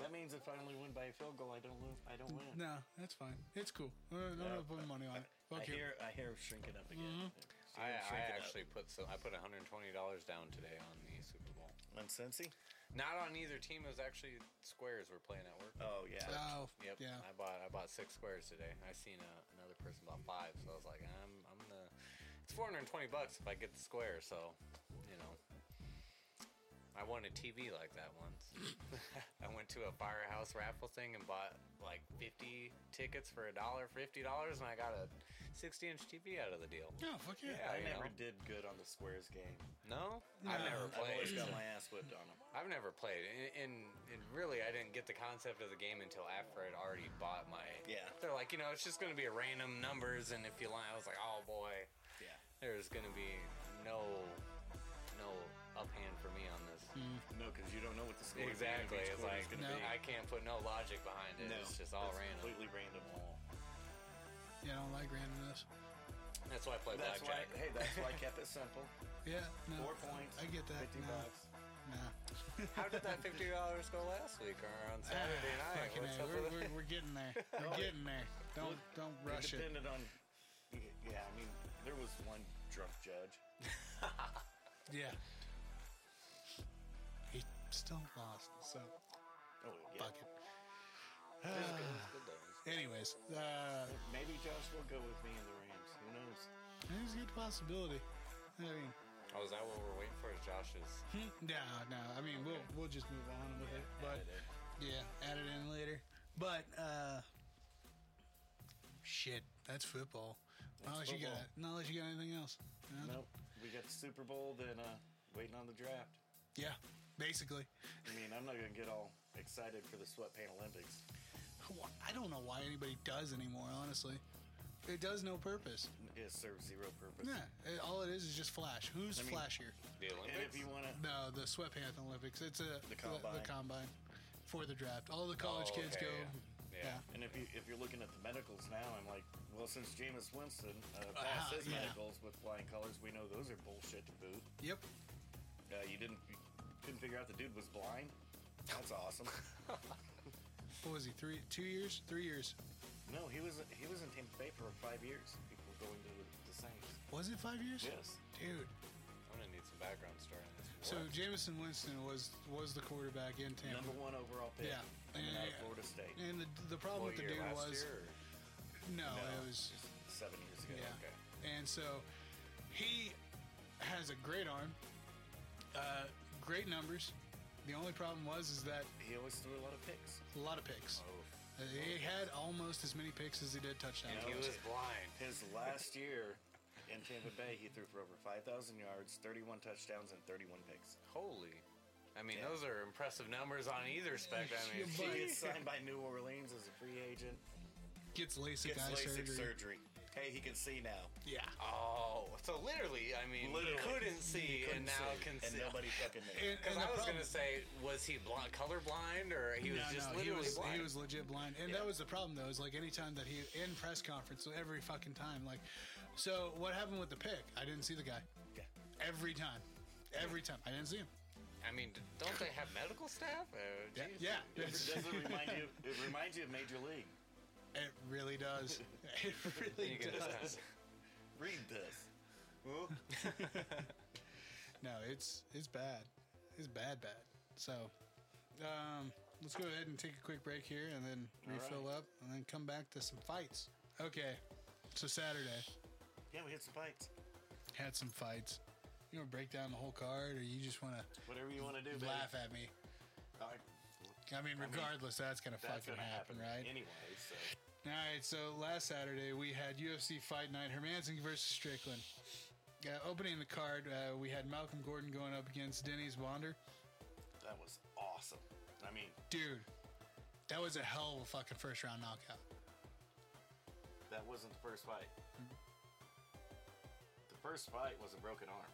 [SPEAKER 3] That means if I only win by a field goal, I don't lose. I don't win.
[SPEAKER 2] No, that's fine. It's cool. I don't I don't put money on it.
[SPEAKER 3] I
[SPEAKER 2] Fuck you. Mm-hmm.
[SPEAKER 3] hear, I hear him shrinking up again.
[SPEAKER 4] I,
[SPEAKER 3] See him
[SPEAKER 4] I
[SPEAKER 3] shrinking up.
[SPEAKER 4] actually put some. I put 120 dollars down today on the Super Bowl.
[SPEAKER 3] on Cincy.
[SPEAKER 4] Not on either team. It was actually squares we're playing at work.
[SPEAKER 3] Oh yeah.
[SPEAKER 2] Oh,
[SPEAKER 4] Yep.
[SPEAKER 2] yeah.
[SPEAKER 4] I bought I bought six squares today. I seen uh another person bought five, so I was like, I'm I'm gonna. It's 420 bucks if I get the square. So, you know, I won a TV like that once. I went to a firehouse raffle thing and bought like 50 tickets for a dollar, fifty dollars, and I got a 60 inch TV out of the deal.
[SPEAKER 2] No, fuck yeah.
[SPEAKER 4] Yeah.
[SPEAKER 3] I
[SPEAKER 4] you
[SPEAKER 3] never
[SPEAKER 4] know.
[SPEAKER 3] did good on the squares game.
[SPEAKER 4] No, I've never
[SPEAKER 3] I've always
[SPEAKER 4] played.
[SPEAKER 3] got my ass whipped on them.
[SPEAKER 4] I've never played, and, and, and really, I didn't get the concept of the game until after I'd already bought my.
[SPEAKER 3] Yeah.
[SPEAKER 4] They're like, you know, it's just going to be random numbers, and if you line, I was like, oh boy,
[SPEAKER 3] Yeah.
[SPEAKER 4] there's going to be no, no uphand for me on
[SPEAKER 2] Mm.
[SPEAKER 4] this.
[SPEAKER 3] No, because you don't know what the score
[SPEAKER 4] Exactly.
[SPEAKER 3] Is
[SPEAKER 4] It's like
[SPEAKER 3] going to
[SPEAKER 2] No.
[SPEAKER 4] I can't put no logic behind
[SPEAKER 3] be.
[SPEAKER 4] it. It's just all random.
[SPEAKER 3] Completely random.
[SPEAKER 2] Yeah, I don't like randomness.
[SPEAKER 4] That's why I play
[SPEAKER 3] That's why.
[SPEAKER 4] blackjack.
[SPEAKER 3] Hey, that's why I kept it simple.
[SPEAKER 2] Yeah, no.
[SPEAKER 3] Four points.
[SPEAKER 2] I get that.
[SPEAKER 3] Fifty
[SPEAKER 2] no,
[SPEAKER 3] bucks.
[SPEAKER 2] no.
[SPEAKER 4] How did that fifty dollars go last week or on Saturday
[SPEAKER 2] Ah,
[SPEAKER 4] night?
[SPEAKER 2] fucking
[SPEAKER 4] What's
[SPEAKER 2] A,
[SPEAKER 4] up
[SPEAKER 2] we're,
[SPEAKER 4] with
[SPEAKER 2] we're, we're getting there.
[SPEAKER 3] Oh,
[SPEAKER 2] We're getting there. Don't don't rush
[SPEAKER 3] it
[SPEAKER 2] it.
[SPEAKER 3] depended on. Yeah, I mean, there was one drunk judge.
[SPEAKER 2] Yeah. He still lost. So
[SPEAKER 3] Oh, yeah.
[SPEAKER 2] fuck it. Uh,
[SPEAKER 4] It was good- it was good though.
[SPEAKER 2] Anyways, uh,
[SPEAKER 3] Maybe Josh will go with me in the Rams. Who knows?
[SPEAKER 2] it's a good possibility. I mean,
[SPEAKER 4] Oh, is that what we're waiting for? Is Josh's?
[SPEAKER 2] hmm, no, no. I mean, we'll we'll just move on with it. But yeah, add it in later. But uh, shit, that's football. Not unless you got
[SPEAKER 3] football.
[SPEAKER 2] not unless you got anything else. No?
[SPEAKER 3] Nope. We got the Super Bowl, then uh, waiting on the draft.
[SPEAKER 2] Yeah, basically.
[SPEAKER 3] I mean, I'm not gonna get all excited for the sweatpants Olympics.
[SPEAKER 2] I don't know why anybody does anymore. Honestly, it does no purpose.
[SPEAKER 3] It serves zero purpose.
[SPEAKER 2] Yeah, it, all it is is just flash. Who's
[SPEAKER 3] I mean-
[SPEAKER 2] flashier?
[SPEAKER 4] The
[SPEAKER 3] And if
[SPEAKER 4] Olympics.
[SPEAKER 3] you wanna,
[SPEAKER 2] No, the sweatpants Olympics. It's a
[SPEAKER 3] The combine.
[SPEAKER 2] the, combine for the draft. All the college
[SPEAKER 4] Oh,
[SPEAKER 2] kids
[SPEAKER 4] okay,
[SPEAKER 2] go.
[SPEAKER 4] yeah.
[SPEAKER 2] Yeah.
[SPEAKER 4] Yeah.
[SPEAKER 3] and if you if you're looking at the medicals now, I'm like, well, since Jameis Winston uh,
[SPEAKER 2] Ah,
[SPEAKER 3] passed his
[SPEAKER 2] yeah.
[SPEAKER 3] medicals with flying colors, we know those are bullshit to boot.
[SPEAKER 2] Yep.
[SPEAKER 3] Uh, you didn't you couldn't figure out the dude was blind. That's awesome.
[SPEAKER 2] What was he? Three, two years, three years.
[SPEAKER 3] no, he was he was in Tampa Bay for five years. People going to the, the Saints.
[SPEAKER 2] Was it five years?
[SPEAKER 3] Yes.
[SPEAKER 2] Dude.
[SPEAKER 4] I'm gonna need some background story on this.
[SPEAKER 2] So
[SPEAKER 4] What?
[SPEAKER 2] Jamison Winston was was the quarterback in Tampa.
[SPEAKER 3] Number one overall pick.
[SPEAKER 2] Yeah.
[SPEAKER 3] coming out of
[SPEAKER 2] Yeah.
[SPEAKER 3] Florida State.
[SPEAKER 2] And the, the problem
[SPEAKER 4] What
[SPEAKER 2] with the
[SPEAKER 4] year,
[SPEAKER 2] dude
[SPEAKER 4] last
[SPEAKER 2] was
[SPEAKER 4] year or-
[SPEAKER 2] no,
[SPEAKER 3] No.
[SPEAKER 2] it was
[SPEAKER 3] Seven years ago.
[SPEAKER 2] yeah. And so he has a great arm, uh, great numbers. The only problem was is that
[SPEAKER 3] He always threw a lot of picks.
[SPEAKER 2] a lot of picks.
[SPEAKER 4] Oh.
[SPEAKER 2] Uh, He had almost as many picks as he did touchdowns.
[SPEAKER 4] And he was blind.
[SPEAKER 3] His last year in Tampa Bay, he threw for over 5,000 yards, 31 touchdowns, and 31 picks.
[SPEAKER 4] Holy. I mean,
[SPEAKER 3] Yeah.
[SPEAKER 4] those are impressive numbers on either spectrum. I mean,
[SPEAKER 2] Yeah,
[SPEAKER 3] He
[SPEAKER 2] but-
[SPEAKER 4] shit.
[SPEAKER 3] gets signed by New Orleans as a free agent.
[SPEAKER 2] Gets LASIK
[SPEAKER 3] Gets
[SPEAKER 2] eye
[SPEAKER 3] LASIK
[SPEAKER 2] surgery.
[SPEAKER 3] surgery. Hey, he can see now.
[SPEAKER 2] Yeah.
[SPEAKER 4] oh, so literally, I mean,
[SPEAKER 3] Literally.
[SPEAKER 4] couldn't see
[SPEAKER 3] Couldn't
[SPEAKER 4] and now
[SPEAKER 3] see,
[SPEAKER 4] can
[SPEAKER 3] And
[SPEAKER 4] see.
[SPEAKER 3] nobody fucking knew.
[SPEAKER 2] And,
[SPEAKER 4] Because
[SPEAKER 2] and the
[SPEAKER 4] I was
[SPEAKER 2] problem-
[SPEAKER 4] gonna say, was he blind, colorblind, or he was
[SPEAKER 2] no,
[SPEAKER 4] just
[SPEAKER 2] no, he
[SPEAKER 4] literally
[SPEAKER 2] was,
[SPEAKER 4] blind?
[SPEAKER 2] he was legit blind, and
[SPEAKER 3] Yeah.
[SPEAKER 2] that was the problem though. Is like any time that he in press conference, so every fucking time. Like, so what happened with the pick? I didn't see the guy
[SPEAKER 3] Yeah.
[SPEAKER 2] every time, every time I didn't see him.
[SPEAKER 4] I mean, d- don't they have medical staff? Oh,
[SPEAKER 2] Yeah,
[SPEAKER 4] jeez.
[SPEAKER 2] yeah.
[SPEAKER 3] It doesn't remind you. It reminds you of Major League.
[SPEAKER 2] It really does. It really
[SPEAKER 4] You can just
[SPEAKER 2] does.
[SPEAKER 4] kind of,
[SPEAKER 3] Read this. Huh?
[SPEAKER 2] No, it's it's bad. It's bad, bad. So, um, let's go ahead and take a quick break here, and then
[SPEAKER 3] All
[SPEAKER 2] refill
[SPEAKER 3] right.
[SPEAKER 2] up, and then come back to some fights. Okay, so Saturday
[SPEAKER 3] Yeah, we hit some bites.
[SPEAKER 2] had some fights. You want to break down the whole card, or you just want to
[SPEAKER 3] Whatever you want to do, baby.
[SPEAKER 2] laugh at me?
[SPEAKER 3] All right.
[SPEAKER 2] I mean, regardless, that's gonna
[SPEAKER 3] That's
[SPEAKER 2] fucking
[SPEAKER 3] gonna happen,
[SPEAKER 2] happen, right?
[SPEAKER 3] Anyway, so
[SPEAKER 2] All right, so last Saturday we had UFC Fight Night Hermanson versus Strickland. Uh, opening the card, uh, we had Malcolm Gordon going up against Denny's Wander.
[SPEAKER 3] that was awesome. I mean,
[SPEAKER 2] Dude, that was a hell of a fucking first round knockout.
[SPEAKER 3] that wasn't the first fight. The first fight was a broken arm.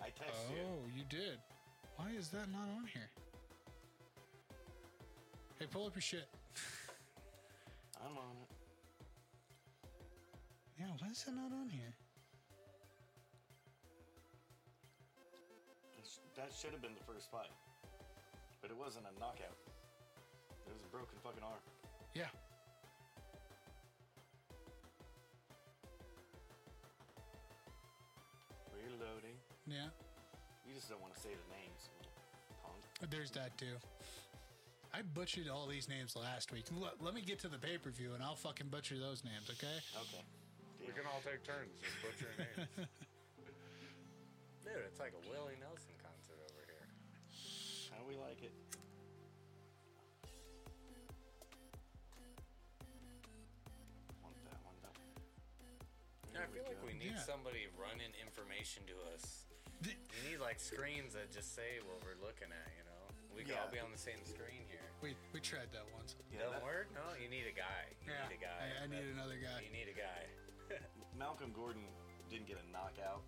[SPEAKER 3] I text you.
[SPEAKER 2] Oh, you did. Why is that not on here? Hey, pull up your shit.
[SPEAKER 3] I'm on it.
[SPEAKER 2] Yeah, why is that not on here?
[SPEAKER 3] That sh- That should have been the first fight, but it wasn't a knockout. It was a broken fucking arm.
[SPEAKER 2] Yeah.
[SPEAKER 3] Reloading.
[SPEAKER 2] Yeah.
[SPEAKER 3] You just don't want to say the names. Punk.
[SPEAKER 2] There's that too. I butchered all these names last week. Let, let me get to the pay per view and I'll fucking butcher those names, okay?
[SPEAKER 3] Okay.
[SPEAKER 4] we can all take turns and butcher names. Dude, it's like a Willie Nelson concert over here.
[SPEAKER 3] How we like it. Want that one though. There
[SPEAKER 4] Yeah, I
[SPEAKER 3] we
[SPEAKER 4] feel like
[SPEAKER 3] go.
[SPEAKER 4] we need
[SPEAKER 2] Yeah.
[SPEAKER 4] somebody running information to us.
[SPEAKER 2] Th-
[SPEAKER 4] We need like screens that just say what we're looking at, you know? We could all
[SPEAKER 3] Yeah.
[SPEAKER 4] be on the same screen here.
[SPEAKER 2] We, we tried that once.
[SPEAKER 3] Yeah,
[SPEAKER 4] Dumb
[SPEAKER 3] that-
[SPEAKER 4] word? No, you need a guy. You need a guy.
[SPEAKER 2] I, I need
[SPEAKER 4] That-
[SPEAKER 2] another guy.
[SPEAKER 4] You need a guy.
[SPEAKER 3] Malcolm Gordon didn't get a knockout.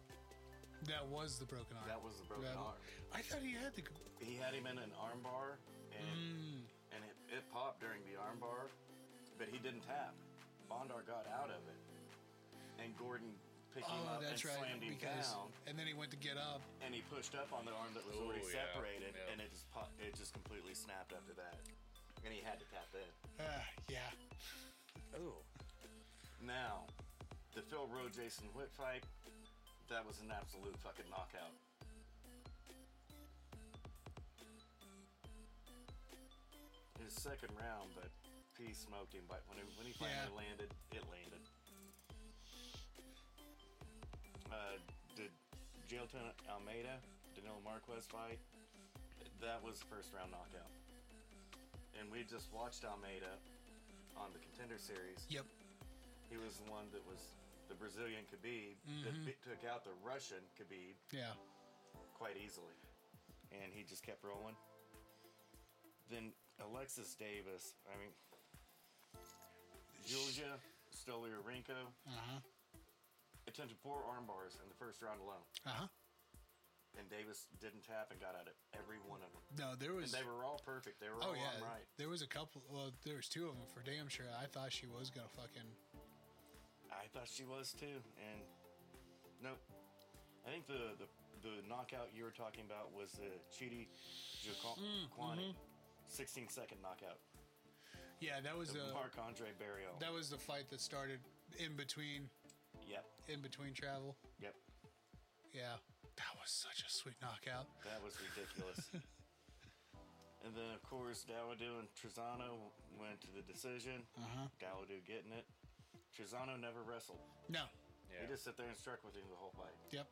[SPEAKER 2] That was the broken arm.
[SPEAKER 3] That was the broken
[SPEAKER 2] That-
[SPEAKER 3] arm.
[SPEAKER 2] I thought he had the.
[SPEAKER 3] He had him in an armbar,
[SPEAKER 2] Mm.
[SPEAKER 3] and and it, it popped during the armbar, but he didn't tap. Bondar got out of it, and Gordon picked him
[SPEAKER 2] Oh,
[SPEAKER 3] up
[SPEAKER 2] that's
[SPEAKER 3] and
[SPEAKER 2] right.
[SPEAKER 3] slammed him
[SPEAKER 2] Because
[SPEAKER 3] down,
[SPEAKER 2] and then he went to get up.
[SPEAKER 3] and he pushed up on the arm that was
[SPEAKER 4] Oh,
[SPEAKER 3] already
[SPEAKER 4] yeah,
[SPEAKER 3] separated,
[SPEAKER 4] yeah.
[SPEAKER 3] and it just pop, it just completely snapped after that, and he had to tap in.
[SPEAKER 2] Ah, yeah.
[SPEAKER 4] Ooh.
[SPEAKER 3] Now, the Phil Rowe Jason Witt fight, that was an absolute fucking knockout. His second round, but he smoked him. But when he, when he finally
[SPEAKER 2] Yeah.
[SPEAKER 3] landed, it landed. Uh, the Jailton Almeida, Danilo Marquez fight, that was the first round knockout. And we just watched Almeida on the Contender Series.
[SPEAKER 2] Yep.
[SPEAKER 3] He was the one that was the Brazilian Khabib that
[SPEAKER 2] Mm-hmm.
[SPEAKER 3] bit, took out the Russian Khabib
[SPEAKER 2] Yeah.
[SPEAKER 3] quite easily, and he just kept rolling. Then Alexis Davis, I mean, Julia Stolyarenko
[SPEAKER 2] Uh huh.
[SPEAKER 3] attempted four arm bars in the first round alone,
[SPEAKER 2] Uh huh.
[SPEAKER 3] and Davis didn't tap and got out of every one of them.
[SPEAKER 2] No, there
[SPEAKER 3] And
[SPEAKER 2] was.
[SPEAKER 3] they were all perfect. They were
[SPEAKER 2] Oh
[SPEAKER 3] all
[SPEAKER 2] yeah.
[SPEAKER 3] on right.
[SPEAKER 2] There was a couple. Well, there was two of them for damn sure. I thought she was gonna fucking.
[SPEAKER 3] I thought she was too, and nope. I think the the, the knockout you were talking about was the Chidi
[SPEAKER 2] Hmm, mm-hmm.
[SPEAKER 3] Jukwani, sixteen second knockout.
[SPEAKER 2] Yeah, that was
[SPEAKER 3] The
[SPEAKER 2] the.
[SPEAKER 3] Marc Andre Barrio.
[SPEAKER 2] That was the fight that started in between
[SPEAKER 3] yep,
[SPEAKER 2] in between travel.
[SPEAKER 3] yep.
[SPEAKER 2] Yeah. That was such a sweet knockout.
[SPEAKER 3] That was ridiculous. and then of course Dawoodu and Trezano went to the decision.
[SPEAKER 2] Uh-huh.
[SPEAKER 3] Dawoodu getting it. Trezano never wrestled.
[SPEAKER 2] No.
[SPEAKER 4] Yeah.
[SPEAKER 3] He just sat there and struck with him the whole fight.
[SPEAKER 2] Yep.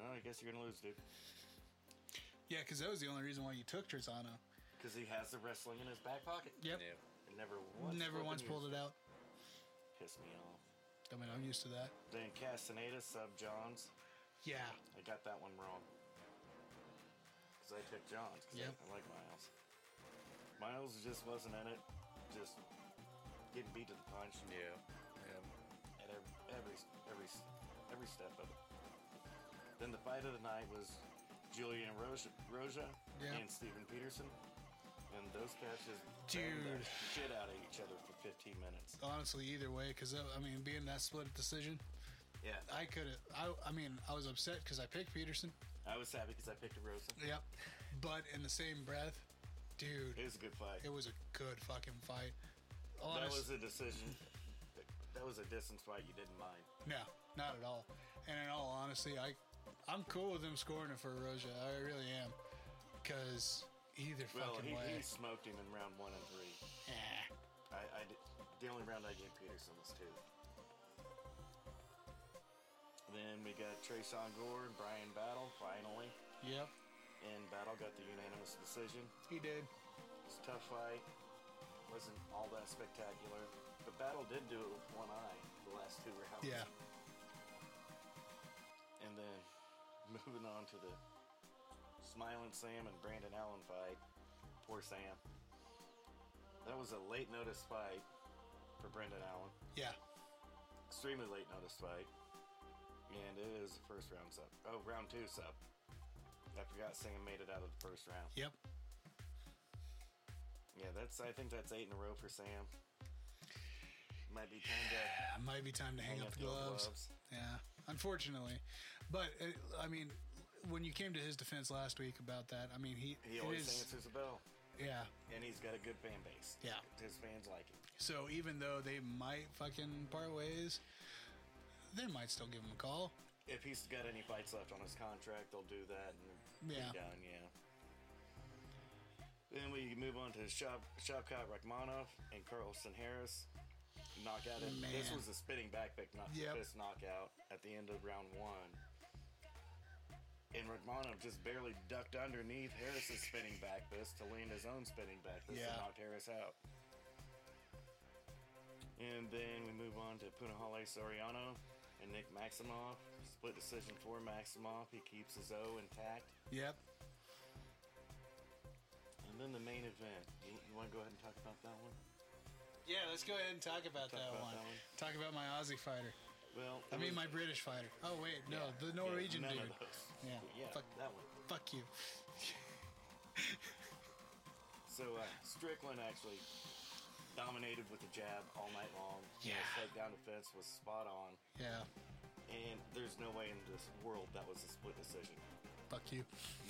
[SPEAKER 3] Oh, I guess you're gonna lose, dude,
[SPEAKER 2] Yeah, because that was the only reason why you took Trezano.
[SPEAKER 3] because he has the wrestling in his back pocket.
[SPEAKER 2] Yep.
[SPEAKER 4] Yeah.
[SPEAKER 3] And never once.
[SPEAKER 2] Never once
[SPEAKER 3] flipping used
[SPEAKER 2] pulled it out.
[SPEAKER 3] Pissed me off.
[SPEAKER 2] I mean, I'm used to that.
[SPEAKER 3] Then Castaneda sub Johns.
[SPEAKER 2] Yeah.
[SPEAKER 3] I got that one wrong. Because I took Johns. 'cause I-
[SPEAKER 2] Yep.
[SPEAKER 3] I, like Miles. Miles just wasn't in it. Just getting beat to the punch
[SPEAKER 4] Yeah.
[SPEAKER 3] at every, every every every step of it. Then the fight of the night was Julian Roja, Roja
[SPEAKER 2] Yeah.
[SPEAKER 3] and Steven Peterson. And those cats just
[SPEAKER 2] Dude.
[SPEAKER 3] banged the shit out of each other for 15 minutes.
[SPEAKER 2] Honestly, either way, because I mean, being that split decision,
[SPEAKER 3] Yeah.
[SPEAKER 2] I could have. I, I mean, I was upset because I picked Peterson.
[SPEAKER 3] I was happy because I picked a Rosen.
[SPEAKER 2] Yep. But in the same breath, dude,
[SPEAKER 3] It was a good fight.
[SPEAKER 2] it was a good fucking fight.
[SPEAKER 3] That
[SPEAKER 2] honest,
[SPEAKER 3] was a decision. that- That was a distance fight you didn't mind.
[SPEAKER 2] no, not at all. And in all honesty, I, I'm cool with him scoring it for Roja. I really am, because either
[SPEAKER 3] Well,
[SPEAKER 2] fucking
[SPEAKER 3] he,
[SPEAKER 2] way.
[SPEAKER 3] he smoked him in round one and three.
[SPEAKER 2] eh.
[SPEAKER 3] I, I did, the only round I gave Peterson was two. Then we got Trayshawn Gore and Brian Battle finally,
[SPEAKER 2] Yep,
[SPEAKER 3] and Battle got the unanimous decision.
[SPEAKER 2] he did.
[SPEAKER 3] It's a tough fight. Wasn't all that spectacular. But Battle did do it with one eye the last two rounds.
[SPEAKER 2] Yeah.
[SPEAKER 3] And then moving on to the Smiling Sam and Brandon Allen fight. Poor Sam. That was a late notice fight for Brandon Allen.
[SPEAKER 2] Yeah.
[SPEAKER 3] Extremely late notice fight. And it is the first round sub. Oh, round two sub. I forgot Sam made it out of the first round.
[SPEAKER 2] Yep.
[SPEAKER 3] Yeah, that's. I think that's eight in a row for Sam. Might be time to
[SPEAKER 2] It Ah, might be time to hang, up the
[SPEAKER 3] old
[SPEAKER 2] gloves. Yeah, unfortunately, but uh, I mean, when you came to his defense last week about that, I mean, he
[SPEAKER 3] He
[SPEAKER 2] it
[SPEAKER 3] always
[SPEAKER 2] is-
[SPEAKER 3] answers the bell,
[SPEAKER 2] yeah.
[SPEAKER 3] and he's got a good fan base.
[SPEAKER 2] Yeah.
[SPEAKER 3] his fans like him.
[SPEAKER 2] So even though they might fucking part ways, they might still give him a call.
[SPEAKER 3] If he's got any fights left on his contract, they'll do that and be
[SPEAKER 2] Yeah.
[SPEAKER 3] done. Yeah. Then we move on to Shop Shopcott Rachmanov and Carlson Harris. Knockout. And this
[SPEAKER 2] Man.
[SPEAKER 3] was a spinning back pick, not
[SPEAKER 2] Yep.
[SPEAKER 3] fist knockout at the end of round one. And Rachmanov just barely ducked underneath Harris's spinning back fist to land his own spinning back fist
[SPEAKER 2] Yeah.
[SPEAKER 3] and knocked Harris out. And then we move on to Punahale Soriano and Nick Maximoff. Split decision for Maximoff. He keeps his O intact.
[SPEAKER 2] Yep.
[SPEAKER 3] And then the main event. You, you want to go ahead and talk about that one?
[SPEAKER 2] Yeah, let's go ahead and talk about, that,
[SPEAKER 3] about
[SPEAKER 2] one.
[SPEAKER 3] that one.
[SPEAKER 2] Talk about my Aussie fighter.
[SPEAKER 3] Well,
[SPEAKER 2] I
[SPEAKER 3] it
[SPEAKER 2] mean,
[SPEAKER 3] was-
[SPEAKER 2] my British fighter. Oh wait, no,
[SPEAKER 3] yeah,
[SPEAKER 2] the Norwegian
[SPEAKER 3] yeah, none
[SPEAKER 2] dude.
[SPEAKER 3] Of those.
[SPEAKER 2] Yeah,
[SPEAKER 3] yeah,
[SPEAKER 2] fuck.
[SPEAKER 3] that one.
[SPEAKER 2] Fuck you.
[SPEAKER 3] So uh, Strickland actually dominated with the jab all night long.
[SPEAKER 2] Yeah.
[SPEAKER 3] His takedown defense was spot on,
[SPEAKER 2] Yeah,
[SPEAKER 3] and there's no way in this world that was a split decision.
[SPEAKER 2] fuck you.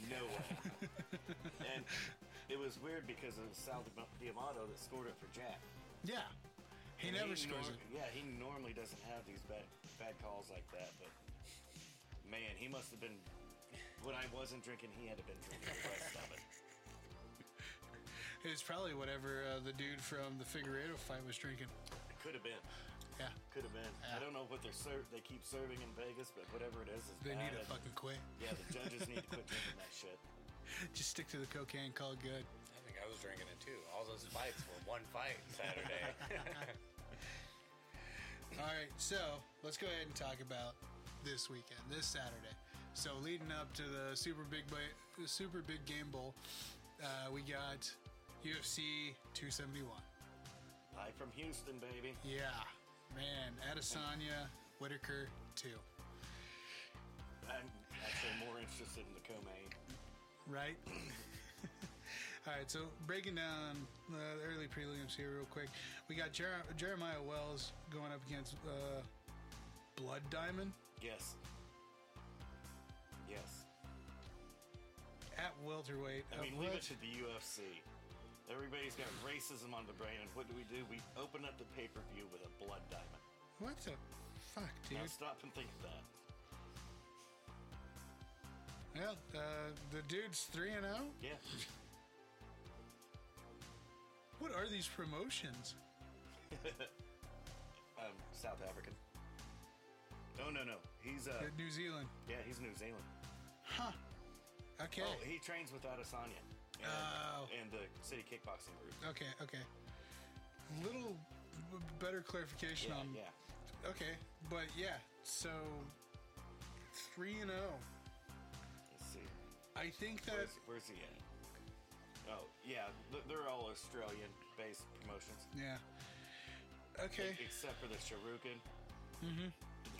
[SPEAKER 3] No way. and it was weird because it was Sal Di- Diamato that scored it for Jack.
[SPEAKER 2] Yeah, he
[SPEAKER 3] And
[SPEAKER 2] never scores
[SPEAKER 3] nor-
[SPEAKER 2] it.
[SPEAKER 3] Yeah, he normally doesn't have these bad bad calls like that, but man, he must have been. When I wasn't drinking, he had to been drinking the rest of it.
[SPEAKER 2] It's probably whatever uh, the dude from the Figueredo fight was drinking.
[SPEAKER 3] It could have been.
[SPEAKER 2] Yeah,
[SPEAKER 3] Could have been.
[SPEAKER 2] Yeah.
[SPEAKER 3] I don't know what they're ser- they keep serving in Vegas, but whatever it is, is
[SPEAKER 2] they
[SPEAKER 3] bad.
[SPEAKER 2] need to
[SPEAKER 3] and-
[SPEAKER 2] fucking quit.
[SPEAKER 3] Yeah, the judges need to quit drinking that shit.
[SPEAKER 2] Just stick to the cocaine, call it good.
[SPEAKER 4] I think I was drinking it too. All those fights were one fight Saturday.
[SPEAKER 2] All right, so let's go ahead and talk about this weekend, this Saturday. So leading up to the Super Big Ba- the Super Big Game Bowl, uh, we got UFC 271.
[SPEAKER 3] Hi from Houston, baby.
[SPEAKER 2] Yeah, man, Adesanya, Whitaker, two.
[SPEAKER 3] I'm actually more interested in the co-main.
[SPEAKER 2] Right. All right, so breaking down uh, the early prelims here real quick, we got Jer- Jeremiah Wells going up against uh, Blood Diamond.
[SPEAKER 3] Yes. Yes.
[SPEAKER 2] at welterweight. Uh,
[SPEAKER 3] I
[SPEAKER 2] of
[SPEAKER 3] mean, leave it
[SPEAKER 2] which-
[SPEAKER 3] to the UFC. Everybody's got racism on the brain, and what do we do? We open up the pay-per-view with a blood diamond.
[SPEAKER 2] what the fuck, dude?
[SPEAKER 3] Now stop and think of that.
[SPEAKER 2] Well, uh, the dude's three and oh? zero.
[SPEAKER 3] Yeah.
[SPEAKER 2] What are these promotions?
[SPEAKER 3] Um, South African. Oh no no, he's uh,
[SPEAKER 2] Uh, New Zealand,
[SPEAKER 3] yeah, he's New Zealand.
[SPEAKER 2] huh? Okay,
[SPEAKER 3] Oh, he trains with Adesanya. And,
[SPEAKER 2] Oh.
[SPEAKER 3] and the city kickboxing group.
[SPEAKER 2] okay, okay. Little b- better clarification
[SPEAKER 3] Yeah,
[SPEAKER 2] on.
[SPEAKER 3] yeah.
[SPEAKER 2] Okay, but yeah, so three and zero.
[SPEAKER 3] Let's see.
[SPEAKER 2] I think that
[SPEAKER 3] Where's, where's he at? Oh yeah, th- they're all Australian-based promotions,
[SPEAKER 2] yeah. Okay.
[SPEAKER 3] except for the Shuriken. Mm-hmm.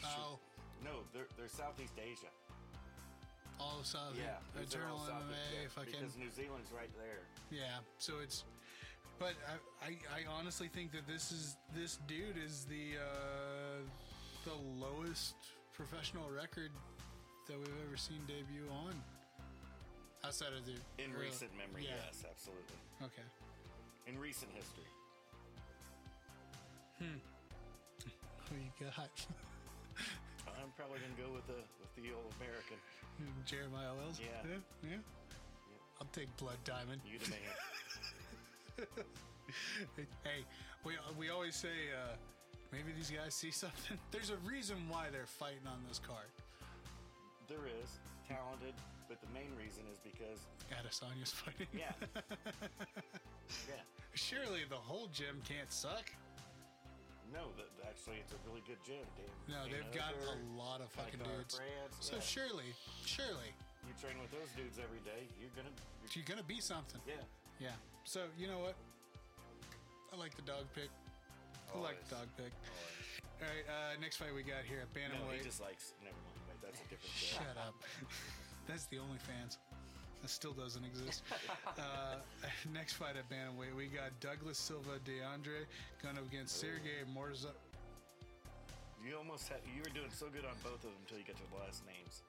[SPEAKER 2] Oh,
[SPEAKER 3] No, they're they're Southeast Asia.
[SPEAKER 2] all of South.
[SPEAKER 3] Yeah, they're
[SPEAKER 2] Eternal
[SPEAKER 3] all Southeast
[SPEAKER 2] MMA.
[SPEAKER 3] Asia,
[SPEAKER 2] Fucking.
[SPEAKER 3] because New Zealand's right there.
[SPEAKER 2] Yeah, so it's, but I, I, I honestly think that this is this dude is the uh, the lowest professional record that we've ever seen debut on. Outside of the
[SPEAKER 3] In
[SPEAKER 2] uh,
[SPEAKER 3] recent memory,
[SPEAKER 2] yeah,
[SPEAKER 3] yes, absolutely.
[SPEAKER 2] Okay.
[SPEAKER 3] In recent history.
[SPEAKER 2] Who you got?
[SPEAKER 3] I'm probably gonna go with the with the old American.
[SPEAKER 2] Jeremiah Wells?
[SPEAKER 3] Yeah.
[SPEAKER 2] yeah. yeah. I'll take Blood Diamond.
[SPEAKER 3] You the man.
[SPEAKER 2] hey, we, we always say uh, maybe these guys see something. There's a reason why they're fighting on this card.
[SPEAKER 3] there is talented, but the main reason is because
[SPEAKER 2] Adesanya's fighting.
[SPEAKER 3] yeah, yeah.
[SPEAKER 2] Surely the whole gym can't suck.
[SPEAKER 3] No, th th- actually, it's a really good gym, Dan.
[SPEAKER 2] No,
[SPEAKER 3] Dan
[SPEAKER 2] they've got
[SPEAKER 3] Oger,
[SPEAKER 2] a lot of fucking
[SPEAKER 3] Tyler
[SPEAKER 2] dudes.
[SPEAKER 3] France,
[SPEAKER 2] So
[SPEAKER 3] uh, yeah.
[SPEAKER 2] surely, surely,
[SPEAKER 3] You train with those dudes every day. You're gonna. You're,
[SPEAKER 2] you're gonna be something.
[SPEAKER 3] yeah.
[SPEAKER 2] Yeah. So you know what? I like the dog pick. I like the dog pick.
[SPEAKER 4] Always.
[SPEAKER 2] All right. Uh, next fight we got here at
[SPEAKER 3] No,
[SPEAKER 2] bantamweight.
[SPEAKER 3] he just likes. Never mind. Wait, that's a different show.
[SPEAKER 2] Shut up. That's the only fans. That still doesn't exist. Uh, next fight at bantamweight, we got Douglas Silva, DeAndre going up against Sergey Morza.
[SPEAKER 3] You almost had. You were doing so good on both of them until you got to the last names.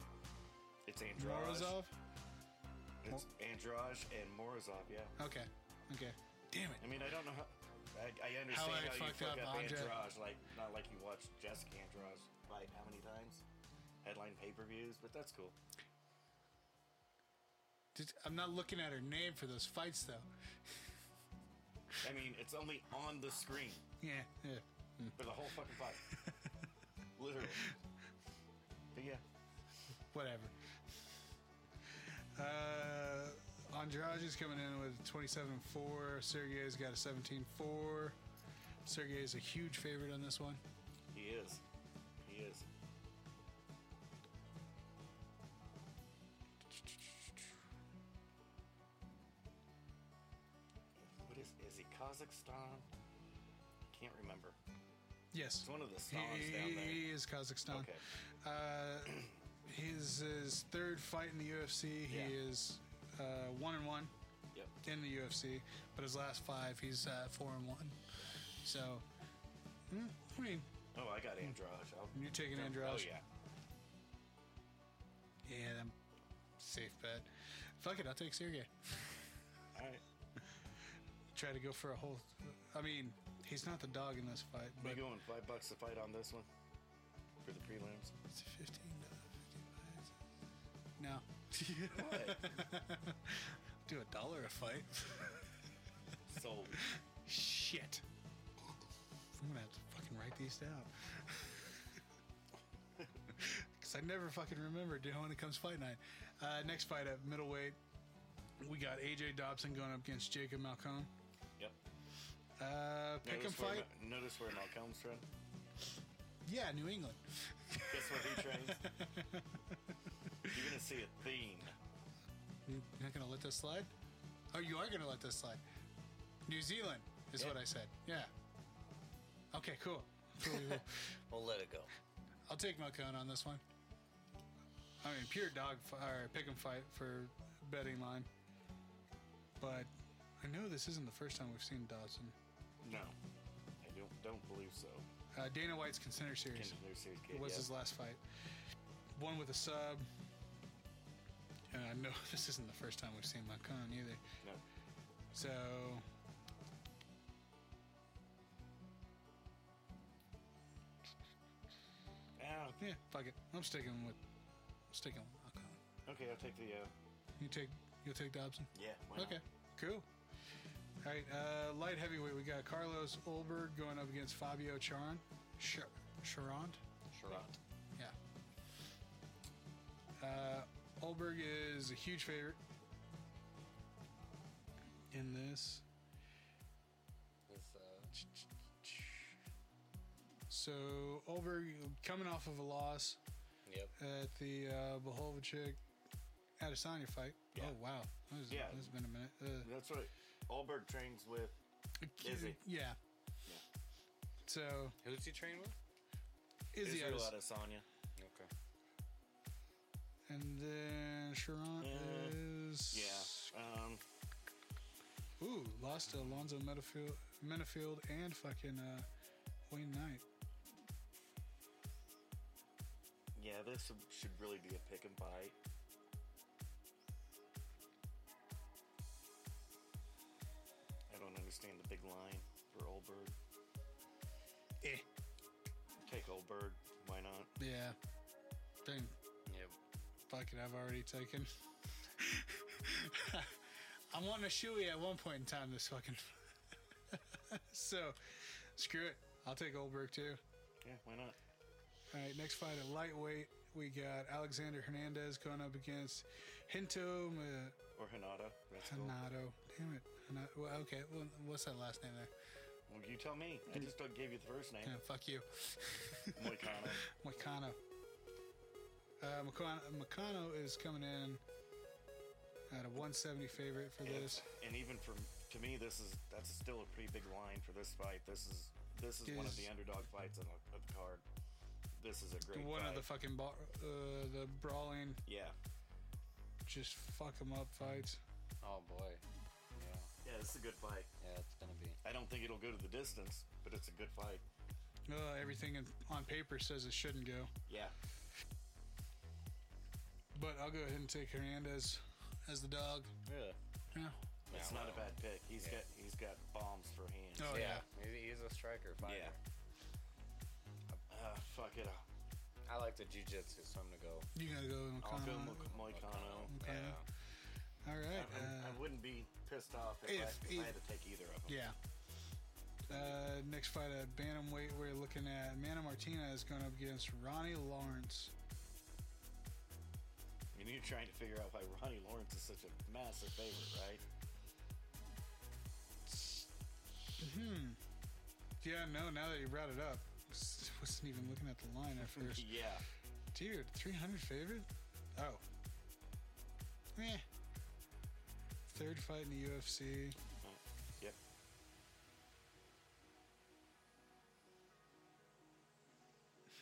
[SPEAKER 3] It's Andraj.
[SPEAKER 2] Morozov.
[SPEAKER 3] It's Andraj and Morozov. Yeah.
[SPEAKER 2] Okay. Okay. Damn it.
[SPEAKER 3] I mean, I don't know how. I, I understand
[SPEAKER 2] I
[SPEAKER 3] how, you
[SPEAKER 2] fucked
[SPEAKER 3] fuck
[SPEAKER 2] up
[SPEAKER 3] up,
[SPEAKER 2] Andre.
[SPEAKER 3] Andraj, like not like you watched Jessica Andraj fight how many times? Headline pay-per-views, but that's cool.
[SPEAKER 2] Just- I'm not looking at her name for those fights, though.
[SPEAKER 3] I mean, it's only on the screen
[SPEAKER 2] Yeah. yeah.
[SPEAKER 3] for the whole fucking fight, literally. But yeah,
[SPEAKER 2] Whatever. Uh, Andrade is coming in with 27-4. Sergey's got a 17-4. Sergey's a huge favorite on this one.
[SPEAKER 3] he is, he is. What is is he Kazakhstan? Can't remember.
[SPEAKER 2] Yes.
[SPEAKER 3] It's one of the
[SPEAKER 2] He,
[SPEAKER 3] songs down there.
[SPEAKER 2] he- he is Kazakhstan.
[SPEAKER 3] Okay.
[SPEAKER 2] Uh, his his third fight in the UFC. He
[SPEAKER 3] Yeah.
[SPEAKER 2] is uh, one and one
[SPEAKER 3] Yep.
[SPEAKER 2] in the UFC, but his last five, he's uh, four and one. So, mm, I mean,
[SPEAKER 3] Oh, I got Andraj. I'll,
[SPEAKER 2] you're taking
[SPEAKER 3] Oh
[SPEAKER 2] Andrade.
[SPEAKER 3] yeah.
[SPEAKER 2] Yeah, I'm safe bet. Fuck it, I'll take Sergey.
[SPEAKER 3] All right.
[SPEAKER 2] Try to go for a whole. I mean, he's not the dog in this fight,
[SPEAKER 3] We
[SPEAKER 2] but
[SPEAKER 3] going five bucks to fight on this one for the prelims.
[SPEAKER 2] it's a fifteen. $15. No,
[SPEAKER 3] What?
[SPEAKER 2] do a dollar a fight.
[SPEAKER 3] Sold.
[SPEAKER 2] Shit. I'm gonna have to fucking write these down. Because I never fucking remember dude, when it comes fight night. Uh, next fight at middleweight, we got AJ Dobson going up against Jacob Malcone.
[SPEAKER 3] Yep.
[SPEAKER 2] Uh, pick 'em
[SPEAKER 3] Notice where,
[SPEAKER 2] fight?
[SPEAKER 3] Ma- notice where Malcolm's from.
[SPEAKER 2] Yeah, New England.
[SPEAKER 3] Guess where he trains. You're gonna see a theme.
[SPEAKER 2] You're not gonna let this slide? Oh, you are gonna let this slide. New Zealand is
[SPEAKER 3] Yeah.
[SPEAKER 2] what I said. Yeah. Okay, cool. Cool, cool.
[SPEAKER 4] We'll let it go.
[SPEAKER 2] I'll take Malcone on this one. I mean, pure dog fi- or pick 'em fight for betting line. But I know this isn't the first time we've seen Dodson.
[SPEAKER 3] No, I don't don't believe so.
[SPEAKER 2] Uh, Dana White's contender series
[SPEAKER 3] Kendall New Series kid.
[SPEAKER 2] was
[SPEAKER 3] yeah.
[SPEAKER 2] his last fight. One with a sub. And I know this isn't the first time we've seen Malcone either.
[SPEAKER 3] No.
[SPEAKER 2] So
[SPEAKER 3] Ah,
[SPEAKER 2] yeah, fuck it. I'm sticking with sticking with Malcone.
[SPEAKER 3] okay, I'll take the. Uh,
[SPEAKER 2] You take you'll take Dobson.
[SPEAKER 3] yeah. why not?
[SPEAKER 2] Okay, cool. All right, uh, light heavyweight, we got Carlos Olberg going up against Fabio Charon. Ch- Charant?
[SPEAKER 4] Sherrod.
[SPEAKER 2] Yeah. Uh, Olberg is a huge favorite in this.
[SPEAKER 4] It's, uh,
[SPEAKER 2] So, Olberg coming off of a loss
[SPEAKER 4] yep.
[SPEAKER 2] at the uh, Bohovichik Adesanya fight.
[SPEAKER 3] Yeah.
[SPEAKER 2] Oh, wow. That was,
[SPEAKER 3] Yeah.
[SPEAKER 2] That's been a minute. Uh,
[SPEAKER 3] That's what Allberg trains with. Izzy.
[SPEAKER 2] Yeah.
[SPEAKER 3] Yeah.
[SPEAKER 2] So,
[SPEAKER 4] Who's he trained with?
[SPEAKER 2] Izzy
[SPEAKER 3] Israel
[SPEAKER 2] Ades-
[SPEAKER 3] Adesanya.
[SPEAKER 4] Okay.
[SPEAKER 2] And then Sharon
[SPEAKER 3] Uh,
[SPEAKER 2] is.
[SPEAKER 3] Yeah. Um.
[SPEAKER 2] Ooh, lost to Alonzo Metafield, Metafield and fucking uh, Wayne Knight.
[SPEAKER 3] Yeah, this should really be a pick and bite. I don't understand the big line for Olberg.
[SPEAKER 2] Eh.
[SPEAKER 3] Take Goldberg. Why not?
[SPEAKER 2] Yeah. Then
[SPEAKER 4] Yep.
[SPEAKER 2] fucking I've already taken. I'm wanting a shoey at one point in time this fucking. so, screw it. I'll take Goldberg too.
[SPEAKER 3] Yeah, why not?
[SPEAKER 2] All right, next fight at lightweight, we got Alexander Hernandez going up against Hinto Ma-
[SPEAKER 3] Or Hinata. That's cool.
[SPEAKER 2] Hanato. Damn it. Hana- well, okay, well, what's that last name there?
[SPEAKER 3] Well, you tell me. I just don't give you the first name.
[SPEAKER 2] Yeah, fuck you.
[SPEAKER 3] Moicano.
[SPEAKER 2] Makano. Uh, Makano, Makano is coming in at a 170 favorite for this.
[SPEAKER 3] and even for to me, this is that's still a pretty big line for this fight. This is this is one of
[SPEAKER 2] Is-
[SPEAKER 3] the underdog fights on the, of the card. This is a great
[SPEAKER 2] One
[SPEAKER 3] fight.
[SPEAKER 2] of the fucking ba- uh, the brawling,
[SPEAKER 3] yeah,
[SPEAKER 2] just fuck 'em up fights.
[SPEAKER 4] Oh boy. Yeah.
[SPEAKER 3] yeah, this is a good fight.
[SPEAKER 4] Yeah, it's gonna be.
[SPEAKER 3] I don't think it'll go to the distance, but it's a good fight.
[SPEAKER 2] Uh, everything in, on paper says it shouldn't go,
[SPEAKER 3] Yeah,
[SPEAKER 2] but I'll go ahead and take Hernandez as the dog.
[SPEAKER 3] yeah.
[SPEAKER 2] Yeah.
[SPEAKER 3] It's
[SPEAKER 4] Yeah,
[SPEAKER 3] not a
[SPEAKER 4] well,
[SPEAKER 3] bad pick. He's got he's got bombs for hands.
[SPEAKER 2] Oh, yeah.
[SPEAKER 4] yeah. He, he's a striker fighter.
[SPEAKER 3] yeah.
[SPEAKER 2] Oh.
[SPEAKER 3] Uh, fuck it. I'll-
[SPEAKER 4] I like the jujitsu, so I'm gonna go.
[SPEAKER 2] You gotta go with
[SPEAKER 3] I'll go
[SPEAKER 2] Makano.
[SPEAKER 3] Mo- Moicano.
[SPEAKER 2] Okay.
[SPEAKER 4] Yeah.
[SPEAKER 2] All
[SPEAKER 3] I,
[SPEAKER 2] right.
[SPEAKER 3] I- I
[SPEAKER 2] uh,
[SPEAKER 3] wouldn't be pissed off if, I,
[SPEAKER 2] if-
[SPEAKER 3] if I
[SPEAKER 2] if-
[SPEAKER 3] had to take either of them.
[SPEAKER 2] Yeah. Uh, next fight at bantamweight, we're looking at Manny Martinez going up against Ronnie Lawrence.
[SPEAKER 3] And you're trying to figure out why Ronnie Lawrence is such a massive favorite, right?
[SPEAKER 2] Hmm. Yeah, no, now that you brought it up, s- wasn't even looking at the line at first.
[SPEAKER 3] Yeah.
[SPEAKER 2] Dude, 300 favorite? Oh. Meh. Third fight in the UFC.
[SPEAKER 3] Oh, Yep.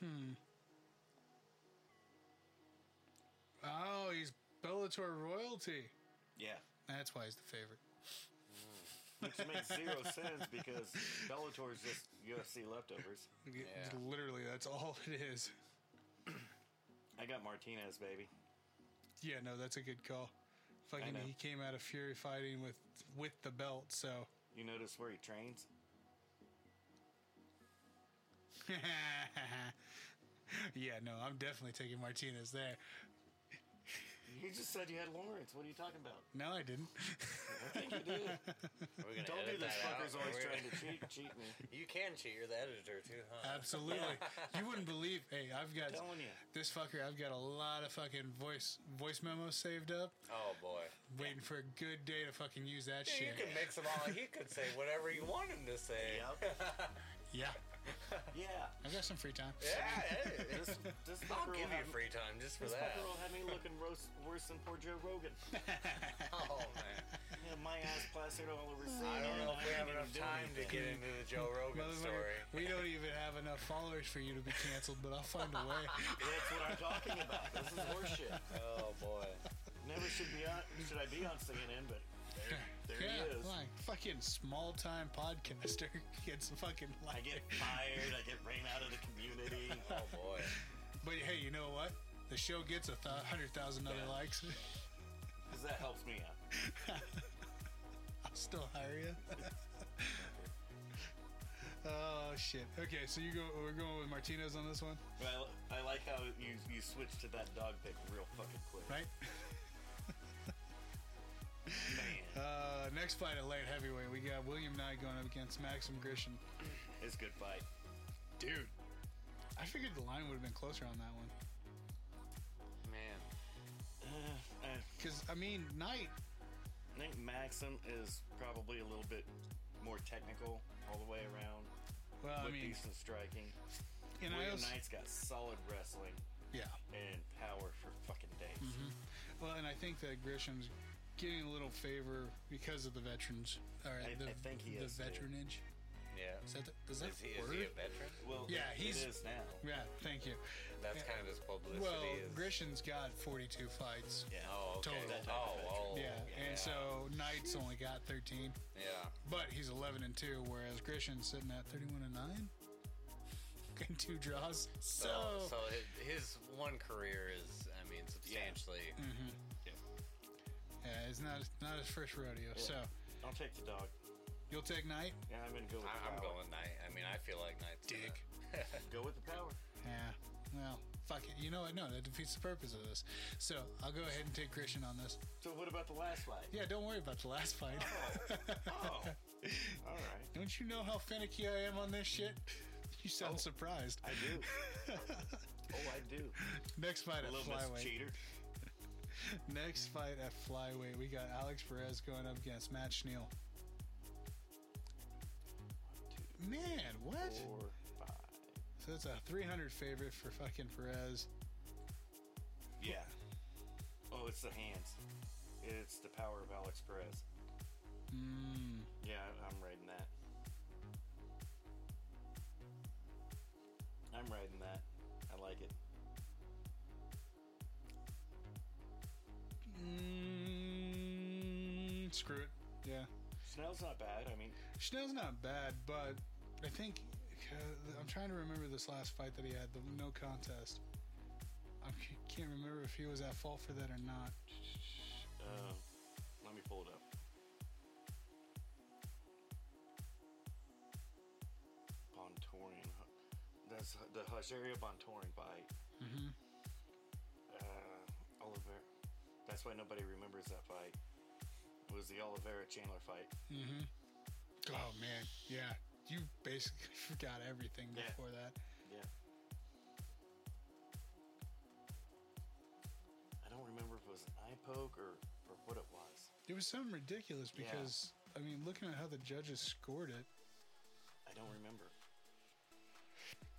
[SPEAKER 2] Hmm. Oh, he's Bellator royalty.
[SPEAKER 3] Yeah.
[SPEAKER 2] That's why he's the favorite.
[SPEAKER 3] Which makes zero sense because Bellator is just UFC leftovers.
[SPEAKER 2] Y-
[SPEAKER 4] Yeah.
[SPEAKER 2] Literally, that's all it is.
[SPEAKER 3] I got Martinez, baby.
[SPEAKER 2] Yeah, no, that's a good call. Fucking,
[SPEAKER 3] know.
[SPEAKER 2] he came out of Fury fighting with with the belt, so.
[SPEAKER 3] You notice where he trains?
[SPEAKER 2] yeah, no, I'm definitely taking Martinez there.
[SPEAKER 3] You just said you had Lawrence. What are you talking about?
[SPEAKER 2] No, I didn't.
[SPEAKER 4] Are we gonna
[SPEAKER 3] Don't do
[SPEAKER 4] edit
[SPEAKER 3] this.
[SPEAKER 4] that out?
[SPEAKER 3] Fucker's always
[SPEAKER 4] Are we-
[SPEAKER 3] trying to cheat, cheat me.
[SPEAKER 4] You can cheat. You're the editor too, huh?
[SPEAKER 2] Absolutely. You wouldn't believe. Hey, I've got
[SPEAKER 3] Telling you.
[SPEAKER 2] this fucker. I've got a lot of fucking voice voice memos saved up,
[SPEAKER 4] oh boy.
[SPEAKER 2] waiting for a good day to fucking use that
[SPEAKER 4] Yeah, you
[SPEAKER 2] shit.
[SPEAKER 4] can mix them all. He could say whatever you want him to say.
[SPEAKER 3] Yep.
[SPEAKER 2] Yeah,
[SPEAKER 3] Yeah.
[SPEAKER 2] I've got some free time.
[SPEAKER 4] Yeah. Hey,
[SPEAKER 3] This this
[SPEAKER 4] I'll
[SPEAKER 3] fucker will
[SPEAKER 4] give you
[SPEAKER 3] have,
[SPEAKER 4] free time just for
[SPEAKER 3] this
[SPEAKER 4] that.
[SPEAKER 3] fucker will have me looking worse, worse than poor Joe Rogan.
[SPEAKER 4] Oh man.
[SPEAKER 3] Yeah, my ass plastered all over.
[SPEAKER 4] I don't know if we have
[SPEAKER 3] CNN.
[SPEAKER 4] enough time to get into the Joe Rogan
[SPEAKER 2] Motherfucker,
[SPEAKER 4] story.
[SPEAKER 2] we don't even have enough followers for you to be canceled, but I'll find a way.
[SPEAKER 3] That's what I'm talking about. This is horseshit.
[SPEAKER 4] Oh boy.
[SPEAKER 3] Never should be on. Should I be on CNN? But there, there
[SPEAKER 2] yeah,
[SPEAKER 3] he is.
[SPEAKER 2] like fucking small time podcaster gets fucking
[SPEAKER 3] I
[SPEAKER 2] like.
[SPEAKER 3] get fired. I get ran out of the community.
[SPEAKER 4] Oh boy.
[SPEAKER 2] But hey, you know what? The show gets a th- hundred thousand other
[SPEAKER 3] Yeah.
[SPEAKER 2] likes.
[SPEAKER 3] Because that helps me out.
[SPEAKER 2] I'll still hire you. oh shit. Okay, so you go. We're going with Martinez on this one,
[SPEAKER 3] But I, I like how you you switch to that dog pick real fucking quick.
[SPEAKER 2] right?
[SPEAKER 3] Man,
[SPEAKER 2] Uh, next fight at light heavyweight, we got William Knight going up against Maxim Grishin.
[SPEAKER 3] it's a good fight.
[SPEAKER 2] Dude, I figured the line would have been closer on that one.
[SPEAKER 4] Man.
[SPEAKER 3] Uh,
[SPEAKER 2] Cause I mean, Knight.
[SPEAKER 3] I think Maxim is probably a little bit more technical all the way around
[SPEAKER 2] Well, I
[SPEAKER 3] with
[SPEAKER 2] mean,
[SPEAKER 3] decent striking.
[SPEAKER 2] and I
[SPEAKER 3] William
[SPEAKER 2] also,
[SPEAKER 3] Knight's got solid wrestling
[SPEAKER 2] yeah.
[SPEAKER 3] and power for fucking days.
[SPEAKER 2] Mm-hmm. Well, and I think that Grisham's getting a little favor because of the veterans. All right,
[SPEAKER 3] I-
[SPEAKER 2] the,
[SPEAKER 3] I think he
[SPEAKER 2] the
[SPEAKER 3] is, too.
[SPEAKER 2] veteranage.
[SPEAKER 4] Yeah.
[SPEAKER 2] Is that the, does that
[SPEAKER 4] Is he, is
[SPEAKER 2] word?
[SPEAKER 4] he a veteran?
[SPEAKER 3] Well,
[SPEAKER 2] Yeah,
[SPEAKER 3] it-
[SPEAKER 2] he's-
[SPEAKER 3] it is now.
[SPEAKER 2] yeah, thank you.
[SPEAKER 4] That's kind of his publicity.
[SPEAKER 2] Well,
[SPEAKER 4] is,
[SPEAKER 2] Grisham's got 42 fights.
[SPEAKER 3] Yeah.
[SPEAKER 4] Oh, okay.
[SPEAKER 2] Total.
[SPEAKER 3] That type of
[SPEAKER 4] Oh,
[SPEAKER 3] veteran.
[SPEAKER 4] oh,
[SPEAKER 2] Yeah, and so Knight's only got 13,
[SPEAKER 4] yeah.
[SPEAKER 2] but he's 11 and 2, whereas Grisham's sitting at 31 and 9 and two draws. So,
[SPEAKER 4] So, Oh, so hi- his one career is, I mean, substantially.
[SPEAKER 2] yeah, it's not not his first rodeo. So,
[SPEAKER 3] I'll take the dog.
[SPEAKER 2] You'll take night?
[SPEAKER 3] Yeah, I'm gonna go with the
[SPEAKER 4] I, I'm
[SPEAKER 3] power.
[SPEAKER 4] going night. I mean, I feel like night's gonna-
[SPEAKER 2] Dick.
[SPEAKER 3] Go with the power.
[SPEAKER 2] Yeah. Well, fuck it. You know what? No, that defeats the purpose of this. So I'll go ahead and take Christian on this.
[SPEAKER 3] So what about the last fight?
[SPEAKER 2] Yeah, don't worry about the last fight.
[SPEAKER 3] Oh, all right.
[SPEAKER 2] don't you know how finicky I am on this shit? You
[SPEAKER 4] Oh.
[SPEAKER 2] sound surprised.
[SPEAKER 3] I do. oh, I do.
[SPEAKER 2] Next fight at
[SPEAKER 3] Little Miss
[SPEAKER 2] flyweight.
[SPEAKER 3] Cheater.
[SPEAKER 2] Next fight at flyweight, we got Alex Perez going up against Matt Schneal. Man, what?
[SPEAKER 3] Four, five.
[SPEAKER 2] So that's a 300 favorite for fucking Perez.
[SPEAKER 3] Yeah. Oh, it's the hands. It's the power of Alex Perez.
[SPEAKER 2] Mm,
[SPEAKER 3] Yeah, I- I'm riding that. I'm riding that. I like it.
[SPEAKER 2] mm, screw it. Yeah.
[SPEAKER 3] Snell's not bad. I mean,
[SPEAKER 2] Schnell's not bad, but I think uh, I'm trying to remember this last fight that he had, the no contest. I c- can't remember if he was at fault for that or not.
[SPEAKER 3] uh, let me pull it up. Bontorian. Hu- That's hu- the Hazaria Bontorian fight.
[SPEAKER 2] Mhm.
[SPEAKER 3] Uh, Oliver. That's why nobody remembers that fight. It was the Oliveira Chandler fight.
[SPEAKER 2] Mm-hmm. Oh man, yeah. You basically forgot everything
[SPEAKER 3] Yeah.
[SPEAKER 2] before that.
[SPEAKER 3] Yeah. I don't remember if it was an eye poke or, or what it was.
[SPEAKER 2] It was something ridiculous
[SPEAKER 3] Yeah.
[SPEAKER 2] because I mean, looking at how the judges scored it,
[SPEAKER 3] I don't remember.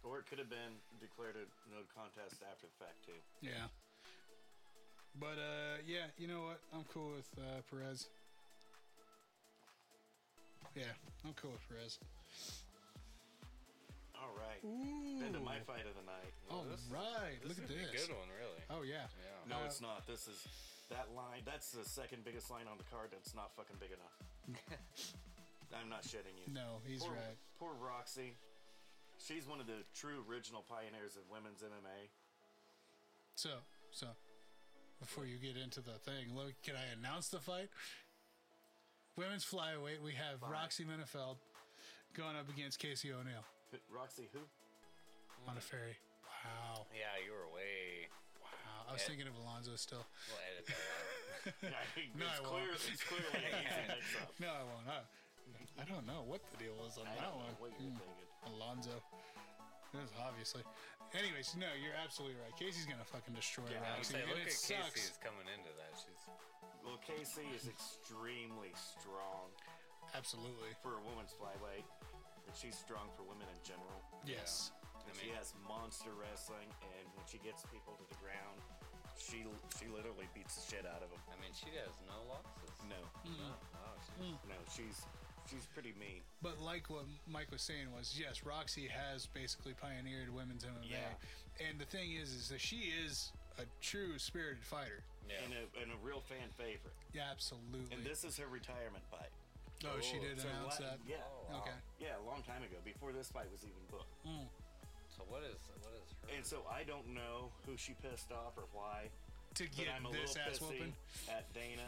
[SPEAKER 3] Or it could have been declared a no contest after the fact too.
[SPEAKER 2] Yeah. But uh, yeah, you know what? I'm cool with uh, Perez. Yeah, I'm cool with Perez.
[SPEAKER 3] All right.
[SPEAKER 2] Ooh.
[SPEAKER 3] Then to my fight of the night.
[SPEAKER 2] All
[SPEAKER 4] this is-
[SPEAKER 2] right, look
[SPEAKER 4] This
[SPEAKER 2] at
[SPEAKER 4] is
[SPEAKER 2] this.
[SPEAKER 4] a good one, really.
[SPEAKER 2] Oh yeah.
[SPEAKER 4] Yeah.
[SPEAKER 3] No,
[SPEAKER 2] Uh,
[SPEAKER 3] it's not. This is that line. That's the second biggest line on the card. That's not fucking big enough. I'm not shitting you.
[SPEAKER 2] No, he's
[SPEAKER 3] poor,
[SPEAKER 2] right.
[SPEAKER 3] Poor Roxy. She's one of the true original pioneers of women's MMA.
[SPEAKER 2] So, so before you get into the thing, look, can I announce the fight? Women's flyweight, we have Roxy Minifeld going up against Casey O'Neill
[SPEAKER 3] Who- Roxy, who?
[SPEAKER 2] on a
[SPEAKER 3] Mm.
[SPEAKER 2] ferry. Wow,
[SPEAKER 4] Yeah, you were way.
[SPEAKER 2] wow. I was thinking of Alonzo still.
[SPEAKER 4] We'll edit that out.
[SPEAKER 3] Yeah, I think
[SPEAKER 2] No,
[SPEAKER 3] it's,
[SPEAKER 2] I
[SPEAKER 3] clear,
[SPEAKER 2] won't.
[SPEAKER 3] it's clearly an easy mix-up.
[SPEAKER 2] No, I won't. I, I don't know what the deal was on
[SPEAKER 3] I
[SPEAKER 2] that
[SPEAKER 3] don't
[SPEAKER 2] one.
[SPEAKER 3] know what you're
[SPEAKER 2] Mm.
[SPEAKER 3] thinking.
[SPEAKER 2] Alonzo. That's obviously. Anyways, no, you're absolutely right. Casey's gonna fucking destroy
[SPEAKER 3] Yeah,
[SPEAKER 4] I would
[SPEAKER 2] Roxy,
[SPEAKER 4] say,
[SPEAKER 2] and
[SPEAKER 4] look
[SPEAKER 2] it
[SPEAKER 4] at
[SPEAKER 2] sucks.
[SPEAKER 4] Casey's coming into that. She's
[SPEAKER 3] Well, Casey is extremely strong
[SPEAKER 2] Absolutely.
[SPEAKER 3] for a woman's flyweight, and she's strong for women in general.
[SPEAKER 2] Yes.
[SPEAKER 3] And she
[SPEAKER 4] mean-
[SPEAKER 3] has monster wrestling, and when she gets people to the ground, she she literally beats the shit out of them.
[SPEAKER 4] I mean, she has no losses.
[SPEAKER 2] Mm.
[SPEAKER 4] Oh,
[SPEAKER 3] No,
[SPEAKER 4] Wow, she's
[SPEAKER 3] no, she's she's pretty mean.
[SPEAKER 2] But like what Mike was saying was, yes, Roxy has basically pioneered women's MMA.
[SPEAKER 3] Yeah.
[SPEAKER 2] And the thing is, is that she is a true spirited fighter.
[SPEAKER 4] Yeah.
[SPEAKER 3] And, a, and a real fan favorite.
[SPEAKER 2] Yeah, absolutely.
[SPEAKER 3] And this is her retirement fight.
[SPEAKER 2] oh, she did
[SPEAKER 3] So
[SPEAKER 2] announce
[SPEAKER 3] la-
[SPEAKER 2] that.
[SPEAKER 3] Yeah,
[SPEAKER 4] Oh, wow.
[SPEAKER 2] Okay.
[SPEAKER 3] yeah, a long time ago, before this fight was even booked.
[SPEAKER 4] So what is what is her?
[SPEAKER 3] And so I don't know who she pissed off or why.
[SPEAKER 2] To
[SPEAKER 3] But
[SPEAKER 2] get
[SPEAKER 3] I'm a
[SPEAKER 2] this
[SPEAKER 3] little
[SPEAKER 2] ass
[SPEAKER 3] pissy
[SPEAKER 2] whooping.
[SPEAKER 3] at Dana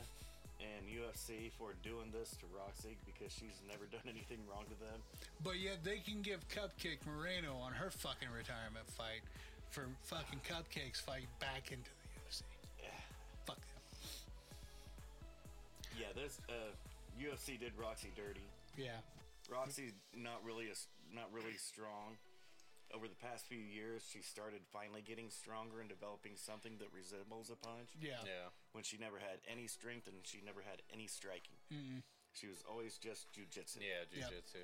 [SPEAKER 3] and UFC for doing this to Roxy because she's never done anything wrong to them.
[SPEAKER 2] But yet they can give Cupcake Moreno on her fucking retirement fight for fucking Cupcake's fight back into the UFC. Fuck them.
[SPEAKER 3] Yeah, this uh, UFC did Roxy dirty.
[SPEAKER 2] Yeah.
[SPEAKER 3] Roxy's not really as not really strong. Over the past few years, she started finally getting stronger and developing something that resembles a punch
[SPEAKER 2] Yeah.
[SPEAKER 4] yeah.
[SPEAKER 3] when she never had any strength and she never had any striking. She was always just jujitsu.
[SPEAKER 4] Yeah, jujitsu.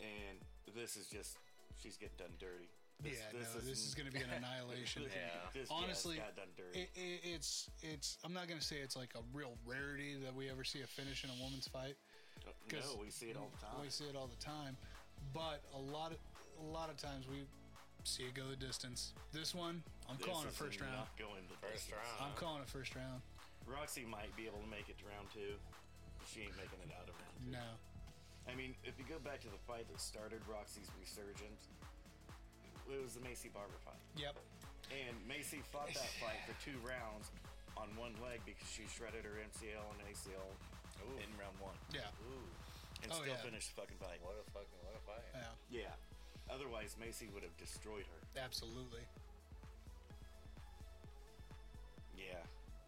[SPEAKER 3] And this is just, she's getting done dirty.
[SPEAKER 2] Yeah, no, this is going to be an annihilation.
[SPEAKER 4] Yeah.
[SPEAKER 3] This,
[SPEAKER 2] Honestly,
[SPEAKER 3] yeah, it's got done dirty.
[SPEAKER 2] it, it, it's it's. I'm not going to say it's like a real rarity that we ever see a finish in a woman's fight.
[SPEAKER 3] Uh,
[SPEAKER 2] 'Cause
[SPEAKER 3] no, we see it all the time.
[SPEAKER 2] We see it all the time, but a lot of a lot of times we see it go the distance. This one, I'm
[SPEAKER 3] This
[SPEAKER 2] calling it
[SPEAKER 3] is
[SPEAKER 2] first round.
[SPEAKER 3] Not going to
[SPEAKER 4] First
[SPEAKER 3] distance.
[SPEAKER 4] round.
[SPEAKER 2] I'm calling it first round.
[SPEAKER 3] Roxy might be able to make it to round two. She ain't making it out of round two.
[SPEAKER 2] No.
[SPEAKER 3] I mean, if you go back to the fight that started Roxy's resurgence, it was the Macy Barber fight.
[SPEAKER 2] Yep.
[SPEAKER 3] And Macy fought that fight for two rounds on one leg because she shredded her MCL and ACL in round one.
[SPEAKER 2] Yeah.
[SPEAKER 3] And and
[SPEAKER 2] Oh,
[SPEAKER 3] still
[SPEAKER 2] yeah.
[SPEAKER 3] finish the fucking fight.
[SPEAKER 4] What a fucking what a fight.
[SPEAKER 2] Yeah,
[SPEAKER 3] Yeah. Otherwise, Macy would have destroyed her.
[SPEAKER 2] absolutely.
[SPEAKER 3] Yeah.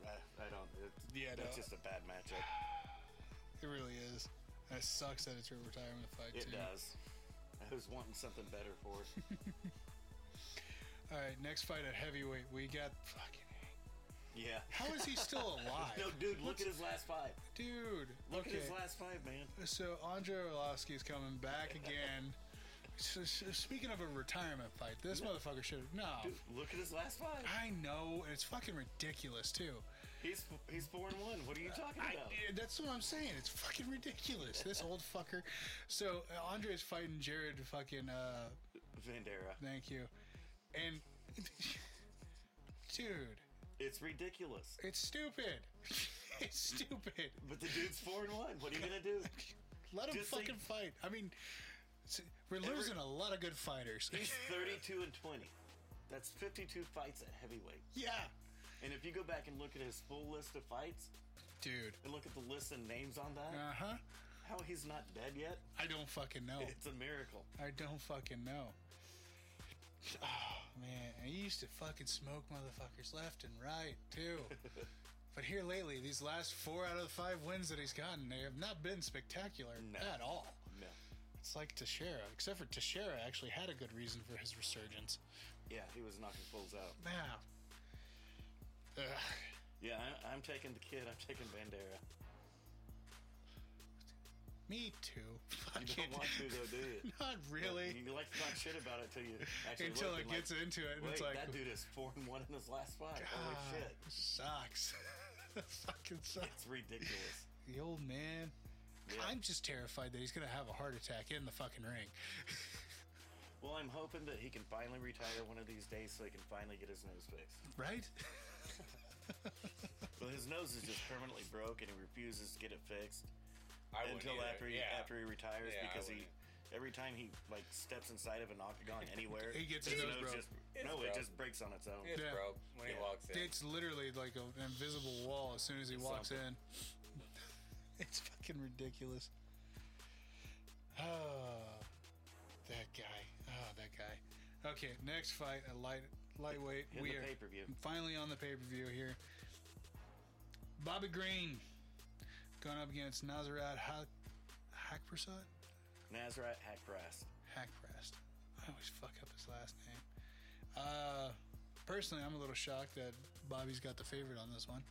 [SPEAKER 3] I, I don't. It,
[SPEAKER 2] Yeah,
[SPEAKER 3] that's
[SPEAKER 2] no.
[SPEAKER 3] just a bad matchup.
[SPEAKER 2] It really is. And it sucks that it's her retirement fight
[SPEAKER 3] It
[SPEAKER 2] too.
[SPEAKER 3] does. I was wanting something better for her.
[SPEAKER 2] All right, next fight at heavyweight, we got fucking.
[SPEAKER 3] yeah.
[SPEAKER 2] How is he still alive,
[SPEAKER 3] No, dude, look at his last five.
[SPEAKER 2] dude?
[SPEAKER 3] Look
[SPEAKER 2] okay,
[SPEAKER 3] at his last five, man.
[SPEAKER 2] so Andre Orlovsky is coming back again. so, so speaking of a retirement fight, this motherfucker should have no.
[SPEAKER 3] Dude, look at his last five.
[SPEAKER 2] I know, and it's fucking ridiculous too.
[SPEAKER 3] He's he's four and one. What are you talking
[SPEAKER 2] I,
[SPEAKER 3] about?
[SPEAKER 2] yeah, that's what I'm saying. It's fucking ridiculous. This old fucker. So uh, Andre's fighting Jared. Fucking. Uh,
[SPEAKER 3] Vandera.
[SPEAKER 2] thank you. And, dude,
[SPEAKER 3] It's ridiculous.
[SPEAKER 2] it's stupid. it's stupid.
[SPEAKER 3] But the dude's four and one. What are you gonna do?
[SPEAKER 2] Let him
[SPEAKER 3] Just like-
[SPEAKER 2] fucking fight. I mean, it's- we're losing a lot of good fighters.
[SPEAKER 3] He's thirty-two and twenty. That's fifty-two fights at heavyweight.
[SPEAKER 2] yeah,
[SPEAKER 3] And if you go back and look at his full list of fights
[SPEAKER 2] dude.
[SPEAKER 3] and look at the list and names on
[SPEAKER 2] Uh
[SPEAKER 3] that,
[SPEAKER 2] huh.
[SPEAKER 3] how he's not dead yet,
[SPEAKER 2] I don't fucking know.
[SPEAKER 3] it's a miracle.
[SPEAKER 2] I don't fucking know. Oh man, I used to fucking smoke motherfuckers left and right too. but here lately, these last four out of the five wins that he's gotten, they have not been spectacular
[SPEAKER 3] No.
[SPEAKER 2] at all.
[SPEAKER 3] No.
[SPEAKER 2] It's like Teixeira, except for Teixeira actually had a good reason for his resurgence.
[SPEAKER 3] Yeah, he was knocking fools out.
[SPEAKER 2] Wow. Ugh.
[SPEAKER 3] Yeah, I'm, I'm taking the kid. I'm taking Bandera.
[SPEAKER 2] Me too.
[SPEAKER 3] You
[SPEAKER 2] Fuck
[SPEAKER 3] don't
[SPEAKER 2] it.
[SPEAKER 3] want to though, do you?
[SPEAKER 2] Not really.
[SPEAKER 3] You like to talk shit about it till you actually
[SPEAKER 2] Until it
[SPEAKER 3] look and
[SPEAKER 2] gets
[SPEAKER 3] like,
[SPEAKER 2] into it, and
[SPEAKER 3] Wait,
[SPEAKER 2] it's like
[SPEAKER 3] that dude is four and one in his last fight. Holy
[SPEAKER 2] "Ah,
[SPEAKER 3] shit!
[SPEAKER 2] sucks. fucking sucks.
[SPEAKER 3] It's ridiculous.
[SPEAKER 2] The old man.
[SPEAKER 3] Yeah.
[SPEAKER 2] I'm just terrified that he's gonna have a heart attack in the fucking ring.
[SPEAKER 3] Well, I'm hoping that he can finally retire one of these days so he can finally get his nose fixed.
[SPEAKER 2] Right?
[SPEAKER 3] Well, his nose is just permanently broke, and he refuses to get it fixed
[SPEAKER 4] I wouldn't
[SPEAKER 3] until
[SPEAKER 4] either.
[SPEAKER 3] after he
[SPEAKER 4] yeah.
[SPEAKER 3] after he retires
[SPEAKER 4] Yeah, I
[SPEAKER 3] because he
[SPEAKER 4] wouldn't.
[SPEAKER 3] every time he like steps inside of an octagon anywhere,
[SPEAKER 2] He gets his nose broke.
[SPEAKER 3] Just,
[SPEAKER 4] It's
[SPEAKER 3] no, it
[SPEAKER 4] broke.
[SPEAKER 3] just breaks on its own.
[SPEAKER 4] it's
[SPEAKER 2] Yeah.
[SPEAKER 4] broke when
[SPEAKER 3] Yeah.
[SPEAKER 4] he walks in.
[SPEAKER 2] It's literally like a- an invisible wall as soon as he walks
[SPEAKER 3] Something.
[SPEAKER 2] in. It's fucking ridiculous. Oh, that guy. Oh, that guy. Okay, next fight at light lightweight.
[SPEAKER 3] In
[SPEAKER 2] we
[SPEAKER 3] the
[SPEAKER 2] are
[SPEAKER 3] pay-per-view.
[SPEAKER 2] finally on the pay per view here. Bobby Green going up against Nazarat Hak Hakprasad.
[SPEAKER 3] Nazarite hack brass.
[SPEAKER 2] Hackprest. I always fuck up his last name. Uh, personally, I'm a little shocked that Bobby's got the favorite on this one.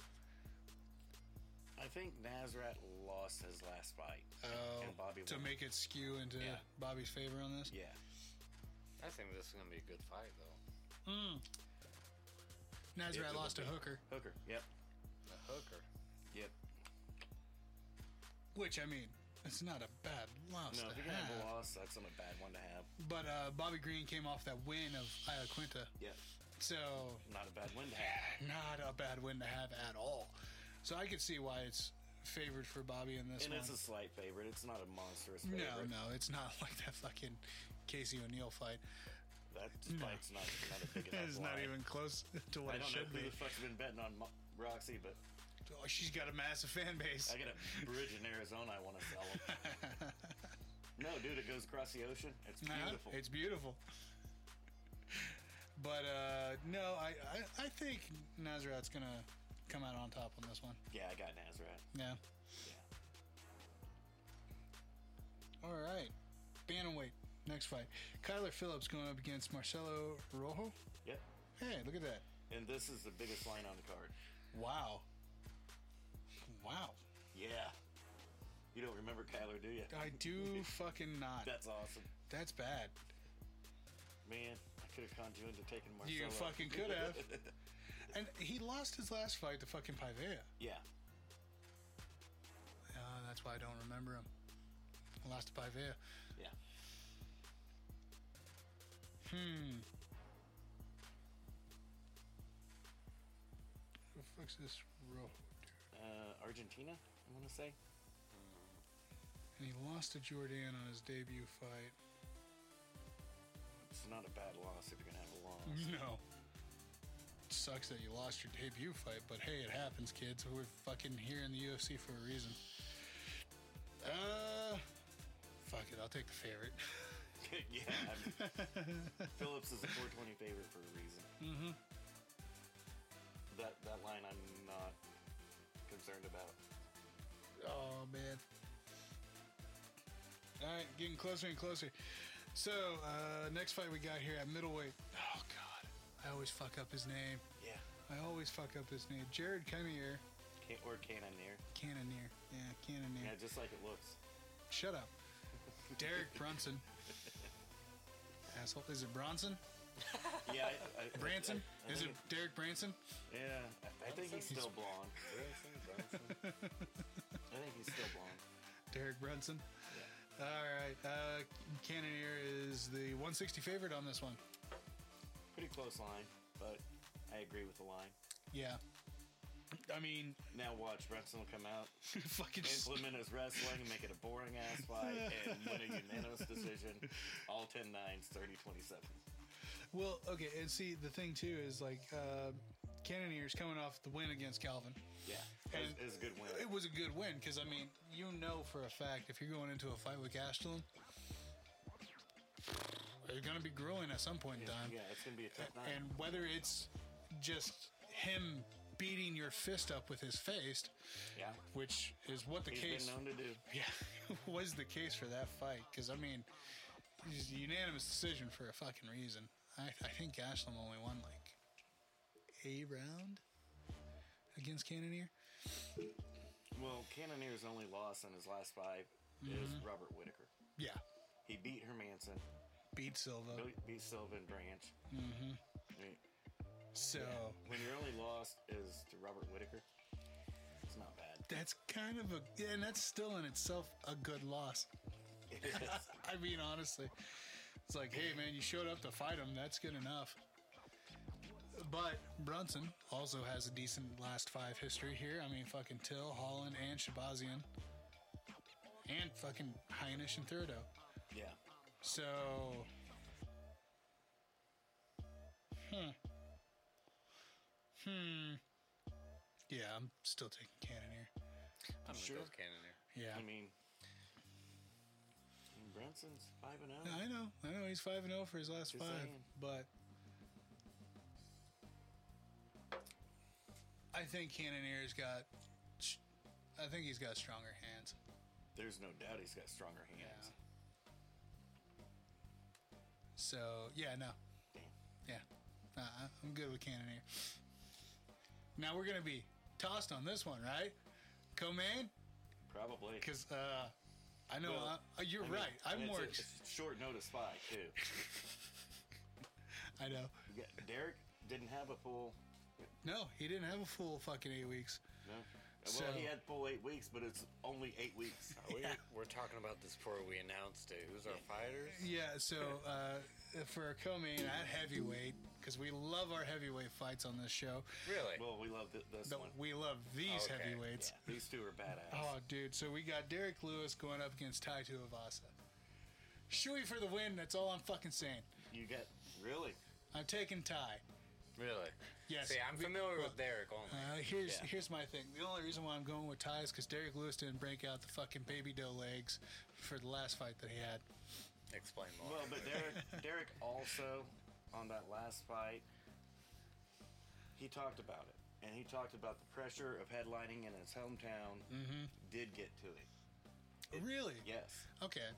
[SPEAKER 3] I think Nazarite lost his last fight.
[SPEAKER 4] Uh.
[SPEAKER 2] Oh,
[SPEAKER 3] And Bobby
[SPEAKER 2] to
[SPEAKER 3] won.
[SPEAKER 2] make it skew into
[SPEAKER 3] Yeah.
[SPEAKER 2] Bobby's favor on this.
[SPEAKER 3] Yeah.
[SPEAKER 4] I think this is gonna be a good fight though.
[SPEAKER 3] It- it
[SPEAKER 2] Nazareth
[SPEAKER 3] would
[SPEAKER 2] Hmm. lost to
[SPEAKER 3] be.
[SPEAKER 2] Hooker,
[SPEAKER 3] Hooker. Yep.
[SPEAKER 4] The hooker.
[SPEAKER 3] Yep.
[SPEAKER 2] which I mean, it's not a bad loss
[SPEAKER 3] No, if
[SPEAKER 2] to
[SPEAKER 3] you're gonna have
[SPEAKER 2] have.
[SPEAKER 3] a loss, that's not a bad one to have.
[SPEAKER 2] But uh, Bobby Green came off that win of Io Quinta,
[SPEAKER 3] Yep.
[SPEAKER 2] so
[SPEAKER 3] Not a bad one to have.
[SPEAKER 2] not a bad win to have at all. So I could see why it's favored for Bobby in this
[SPEAKER 3] And
[SPEAKER 2] one.
[SPEAKER 3] it's a slight favorite. It's not a monstrous
[SPEAKER 2] no,
[SPEAKER 3] favorite.
[SPEAKER 2] no, it's not like that fucking Casey O'Neill fight.
[SPEAKER 3] That fight's not, not a big enough
[SPEAKER 2] It's not
[SPEAKER 3] line.
[SPEAKER 2] even close to what
[SPEAKER 3] I
[SPEAKER 2] it
[SPEAKER 3] don't know
[SPEAKER 2] should
[SPEAKER 3] who
[SPEAKER 2] be.
[SPEAKER 3] the fuck's been betting on Mo- Roxy, but
[SPEAKER 2] Oh, she's got a massive fan base.
[SPEAKER 3] I got a bridge in Arizona I want to sell him. no, dude, it goes across the ocean. It's
[SPEAKER 2] Uh-huh.
[SPEAKER 3] beautiful.
[SPEAKER 2] It's beautiful. But uh, no, I, I, I think Nazareth's gonna come out on top on this one.
[SPEAKER 3] yeah, I got Nazareth.
[SPEAKER 2] Yeah.
[SPEAKER 3] Yeah.
[SPEAKER 2] All right. Bantamweight. Next fight. Kyler Phillips going up against Marcelo Rojo.
[SPEAKER 3] Yep.
[SPEAKER 2] Hey, look at that.
[SPEAKER 3] And this is the biggest line on the card.
[SPEAKER 2] Wow. Wow.
[SPEAKER 3] Yeah. You don't remember Kyler, do you?
[SPEAKER 2] I do fucking not.
[SPEAKER 3] That's awesome.
[SPEAKER 2] That's bad.
[SPEAKER 3] Man, I could have conned you into taking Marcelo.
[SPEAKER 2] You fucking could have. And he lost his last fight to fucking Pivea.
[SPEAKER 3] yeah.
[SPEAKER 2] Uh, that's why I don't remember him. I lost to Pivea.
[SPEAKER 3] Yeah.
[SPEAKER 2] Hmm. Who the fuck's this row?
[SPEAKER 3] Uh, Argentina, I want to say.
[SPEAKER 2] And he lost to Jordan on his debut fight.
[SPEAKER 3] It's not a bad loss if you're going to have a
[SPEAKER 2] No.
[SPEAKER 3] loss.
[SPEAKER 2] Sucks that you lost your debut fight, but hey, it happens, kids. We're fucking here in the UFC for a reason. Uh, I'll take the favorite.
[SPEAKER 3] yeah, I'm, Phillips is a 420 favorite for a reason.
[SPEAKER 2] Mm-hmm.
[SPEAKER 3] That that line I'm not concerned about.
[SPEAKER 2] Oh man. All right, getting closer and closer. So uh, next fight we got here at middleweight. Oh god, I always fuck up his name.
[SPEAKER 3] Yeah,
[SPEAKER 2] I always fuck up his name. Jared Cannonier.
[SPEAKER 3] can't or cannoneer.
[SPEAKER 2] Cannonier. Yeah, Cannonier.
[SPEAKER 3] Yeah, just like it looks.
[SPEAKER 2] Shut up. Derek Brunson. Asshole. Is it Bronson?
[SPEAKER 3] Yeah, I, I, I-
[SPEAKER 2] Branson?
[SPEAKER 3] I, I
[SPEAKER 2] Is it
[SPEAKER 3] think
[SPEAKER 2] Derek Branson?
[SPEAKER 3] Yeah, I, I think he's still blonde.
[SPEAKER 4] Branson, Branson.
[SPEAKER 3] I think he's still blonde.
[SPEAKER 2] Derek Brunson. All right. Uh, Cannonier is the 160 favorite on this one.
[SPEAKER 3] Pretty close line, but I agree with the line.
[SPEAKER 2] Yeah. I mean,
[SPEAKER 3] Now watch, Branson will come out,
[SPEAKER 2] fucking.
[SPEAKER 3] implement his wrestling, make it a boring ass fight, and win a unanimous decision. All 10 9s, 30 27.
[SPEAKER 2] Well, okay, and see the thing too is like uh, Cannonier's coming off the win against Calvin.
[SPEAKER 3] Yeah, it was,
[SPEAKER 2] And-
[SPEAKER 3] it was a good win.
[SPEAKER 2] It was a good win because I mean, you know for a fact if you're going into a fight with Gastelum, they're gonna be grueling at some point in time.
[SPEAKER 3] Yeah, it's gonna be a tough night.
[SPEAKER 2] And whether it's just him beating your fist up with his face,
[SPEAKER 3] yeah,
[SPEAKER 2] which is what the
[SPEAKER 3] he's
[SPEAKER 2] case
[SPEAKER 3] been known to do.
[SPEAKER 2] yeah, was the case for that fight. Because I mean, it was a unanimous decision for a fucking reason. I, I think Ashlam only won like a round against Cannoneer.
[SPEAKER 3] Well, Cannoneer's only loss in his last 5 is
[SPEAKER 2] Mm-hmm.
[SPEAKER 3] Robert Whitaker.
[SPEAKER 2] Yeah,
[SPEAKER 3] He beat Hermanson,
[SPEAKER 2] beat Silva.
[SPEAKER 3] beat- beat Sylvan Branch. Mm-hmm. I mean,
[SPEAKER 2] So
[SPEAKER 3] when your only loss is to Robert Whitaker, it's not bad.
[SPEAKER 2] that's kind of a yeah, and that's still in itself a good loss. I mean, honestly, it's like, hey man, you showed up to fight him. That's good enough. But Brunson also has a decent last five history here. I mean, fucking Till, Holland, and Shabazian, and fucking Heinisch and Thurdo.
[SPEAKER 3] yeah.
[SPEAKER 2] So, hmm, hmm, yeah, I'm still taking Cannon here.
[SPEAKER 4] I'm
[SPEAKER 3] Sure.
[SPEAKER 4] sure. Cannoneer.
[SPEAKER 2] Yeah,
[SPEAKER 3] I mean, I mean, Brunson's 5 and oh. 0.
[SPEAKER 2] I know, I know, he's five and zero for his last
[SPEAKER 3] Just
[SPEAKER 2] five,
[SPEAKER 3] saying.
[SPEAKER 2] but I think Cannonier's got, I think he's got stronger hands.
[SPEAKER 3] There's no doubt he's got stronger hands.
[SPEAKER 2] So yeah, no,
[SPEAKER 3] Damn.
[SPEAKER 2] yeah, uh, I'm good with Cannonier. Now we're gonna be tossed on this one, right? Co-main,
[SPEAKER 3] Probably.
[SPEAKER 2] because uh, I know
[SPEAKER 3] Well,
[SPEAKER 2] I, uh, you're
[SPEAKER 3] I mean,
[SPEAKER 2] right. I'm
[SPEAKER 3] and it's
[SPEAKER 2] more.
[SPEAKER 3] a-
[SPEAKER 2] ex-
[SPEAKER 3] it's a short notice fight, too.
[SPEAKER 2] I know.
[SPEAKER 3] Yeah, Derek didn't have a full.
[SPEAKER 2] No, he didn't have a full fucking eight weeks.
[SPEAKER 3] No.
[SPEAKER 2] So-
[SPEAKER 3] well, he had full eight weeks, but it's only eight weeks.
[SPEAKER 4] We, We're talking about this before we announced it. Who's our fighters?
[SPEAKER 2] Yeah, so uh, for a co-main at heavyweight, because we love our heavyweight fights on this show.
[SPEAKER 4] Really?
[SPEAKER 3] Well, we love th- this
[SPEAKER 2] But
[SPEAKER 3] one.
[SPEAKER 2] we love these
[SPEAKER 4] Okay,
[SPEAKER 2] heavyweights.
[SPEAKER 3] Yeah, these two are badass.
[SPEAKER 2] Oh, dude. So we got Derek Lewis going up against Tai Tuivasa. Shui for the win. That's all I'm fucking saying.
[SPEAKER 3] You got really?
[SPEAKER 2] I'm taking Ty.
[SPEAKER 4] really?
[SPEAKER 2] Yes.
[SPEAKER 4] See, I'm
[SPEAKER 2] we-
[SPEAKER 4] familiar
[SPEAKER 2] well,
[SPEAKER 4] with Derek only.
[SPEAKER 2] Uh, here's
[SPEAKER 3] Yeah.
[SPEAKER 2] here's my thing. The only reason why I'm going with Ty is because Derek Lewis didn't break out the fucking baby doe legs for the last fight that he had.
[SPEAKER 4] Explain more.
[SPEAKER 3] Well, but Derek, Derek also on that last fight, he talked about it, and he talked about the pressure of headlining in his hometown.
[SPEAKER 2] Mm-hmm.
[SPEAKER 3] Did get to him?
[SPEAKER 2] Really?
[SPEAKER 3] Yes.
[SPEAKER 2] Okay.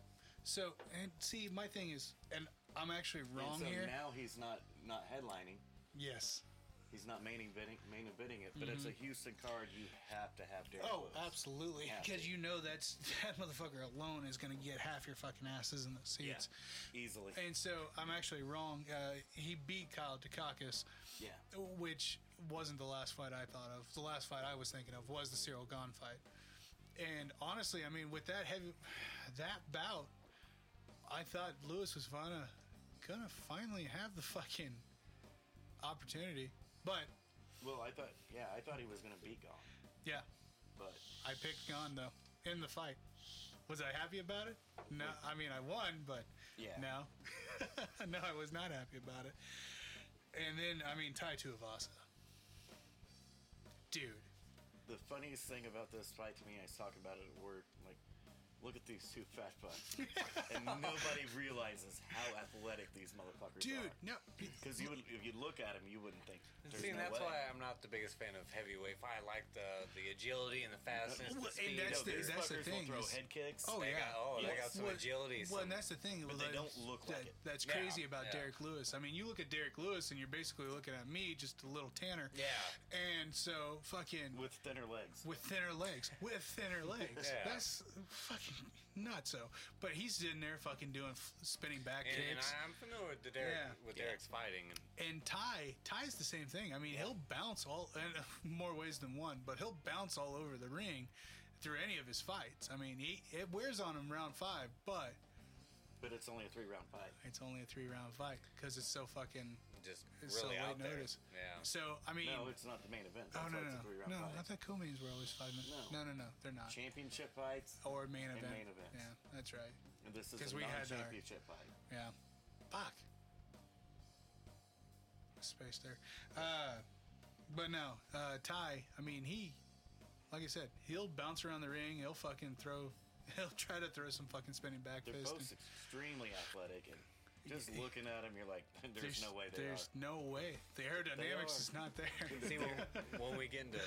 [SPEAKER 2] So and see, my thing is, and I'm actually wrong
[SPEAKER 3] and so
[SPEAKER 2] here.
[SPEAKER 3] now he's not not headlining.
[SPEAKER 2] yes.
[SPEAKER 3] He's not main eventing, main eventing it, but it's a Houston card. You have to have Derek.
[SPEAKER 2] Mm-hmm. Oh,
[SPEAKER 3] Lewis.
[SPEAKER 2] absolutely.
[SPEAKER 3] Have
[SPEAKER 2] Because
[SPEAKER 3] to.
[SPEAKER 2] you know that's that motherfucker alone is gonna get half your fucking asses in the
[SPEAKER 3] Yeah,
[SPEAKER 2] seats.
[SPEAKER 3] easily.
[SPEAKER 2] And so I'm actually wrong. Uh, he beat Kyle Dukakis,
[SPEAKER 3] yeah,
[SPEAKER 2] which wasn't the last fight I thought of. The last fight I was thinking of was the Cyril Gone fight. And honestly, I mean, with that heavy, that bout, I thought Lewis was gonna, gonna finally have the fucking opportunity. But
[SPEAKER 3] well, I thought, yeah, I thought he was gonna beat Gone,
[SPEAKER 2] yeah,
[SPEAKER 3] but
[SPEAKER 2] I picked Gone though in the fight. Was I happy about it? No, I mean I won, but
[SPEAKER 3] Yeah.
[SPEAKER 2] no, no, I was not happy about it. And then I mean Tai Tuivasa, dude.
[SPEAKER 3] the funniest thing about this fight to me, I was talking about it at work. Like, look at these two fat bucks. and nobody realizes how athletic these motherfuckers
[SPEAKER 2] Dude,
[SPEAKER 3] are.
[SPEAKER 2] no.
[SPEAKER 3] Because you would, if you look at them, you wouldn't think. There's
[SPEAKER 4] See, and
[SPEAKER 3] no
[SPEAKER 4] that's
[SPEAKER 3] way.
[SPEAKER 4] why I'm not the biggest fan of heavyweight. I like the the agility and the fastness,
[SPEAKER 2] Well, and
[SPEAKER 4] the speed.
[SPEAKER 2] that's the-
[SPEAKER 3] these
[SPEAKER 2] that's the
[SPEAKER 3] fuckers
[SPEAKER 2] thing
[SPEAKER 3] Will throw
[SPEAKER 2] is-
[SPEAKER 3] head kicks.
[SPEAKER 2] Oh,
[SPEAKER 4] They
[SPEAKER 2] yeah.
[SPEAKER 4] got- oh, they
[SPEAKER 2] Yes.
[SPEAKER 4] got some
[SPEAKER 2] Well,
[SPEAKER 4] agility,
[SPEAKER 2] Well, and
[SPEAKER 4] some-
[SPEAKER 2] that's the thing.
[SPEAKER 3] But they don't look like it.
[SPEAKER 2] That's
[SPEAKER 4] Yeah,
[SPEAKER 2] crazy about
[SPEAKER 4] yeah.
[SPEAKER 2] Derek Lewis. I mean, you look at Derek Lewis, and you're basically looking at me, just a little Tanner.
[SPEAKER 4] Yeah.
[SPEAKER 2] And so, fucking
[SPEAKER 3] with thinner legs.
[SPEAKER 2] with thinner legs. With thinner legs.
[SPEAKER 4] Yeah.
[SPEAKER 2] That's fucking nuts. So, but he's in there fucking doing f- spinning back
[SPEAKER 4] And, and
[SPEAKER 2] kicks.
[SPEAKER 4] I, I'm familiar with the Derek
[SPEAKER 2] Yeah.
[SPEAKER 4] with
[SPEAKER 3] Yeah.
[SPEAKER 4] Derek's fighting. And
[SPEAKER 2] And Ty, Ty's the same thing. I mean, he'll bounce all in more ways than one, but he'll bounce all over the ring through any of his fights. I mean, he it wears on him round five, but
[SPEAKER 3] But it's only a three round fight.
[SPEAKER 2] it's only a three round fight because it's so fucking
[SPEAKER 4] just
[SPEAKER 2] it's
[SPEAKER 4] really
[SPEAKER 2] so
[SPEAKER 4] out
[SPEAKER 2] late
[SPEAKER 4] there.
[SPEAKER 2] notice.
[SPEAKER 4] Yeah.
[SPEAKER 2] So I mean,
[SPEAKER 3] No, it's not the main event.
[SPEAKER 2] oh
[SPEAKER 3] That's
[SPEAKER 2] no
[SPEAKER 3] why
[SPEAKER 2] no
[SPEAKER 3] it's a three round
[SPEAKER 2] no, no
[SPEAKER 3] fight.
[SPEAKER 2] I thought co-mains were always five minutes.
[SPEAKER 3] No.
[SPEAKER 2] No no no, they're not.
[SPEAKER 3] Championship fights.
[SPEAKER 2] or main
[SPEAKER 3] and
[SPEAKER 2] event.
[SPEAKER 3] main events.
[SPEAKER 2] Yeah, that's right.
[SPEAKER 3] And this is
[SPEAKER 2] 'Cause
[SPEAKER 3] a
[SPEAKER 2] we had uh, our-
[SPEAKER 3] non-championship fight.
[SPEAKER 2] Yeah. Fuck. Space there. Uh, but no, uh, Ty, I mean, he, like I said, he'll bounce around the ring. He'll fucking throw, he'll try to throw some fucking spinning back
[SPEAKER 3] They're
[SPEAKER 2] fist.
[SPEAKER 3] both
[SPEAKER 2] and
[SPEAKER 3] extremely athletic, and just looking at them, you're like, there's, no way they
[SPEAKER 2] There's
[SPEAKER 3] are.
[SPEAKER 2] no way. The aerodynamics
[SPEAKER 3] are.
[SPEAKER 2] is not there.
[SPEAKER 4] See, when, when we get into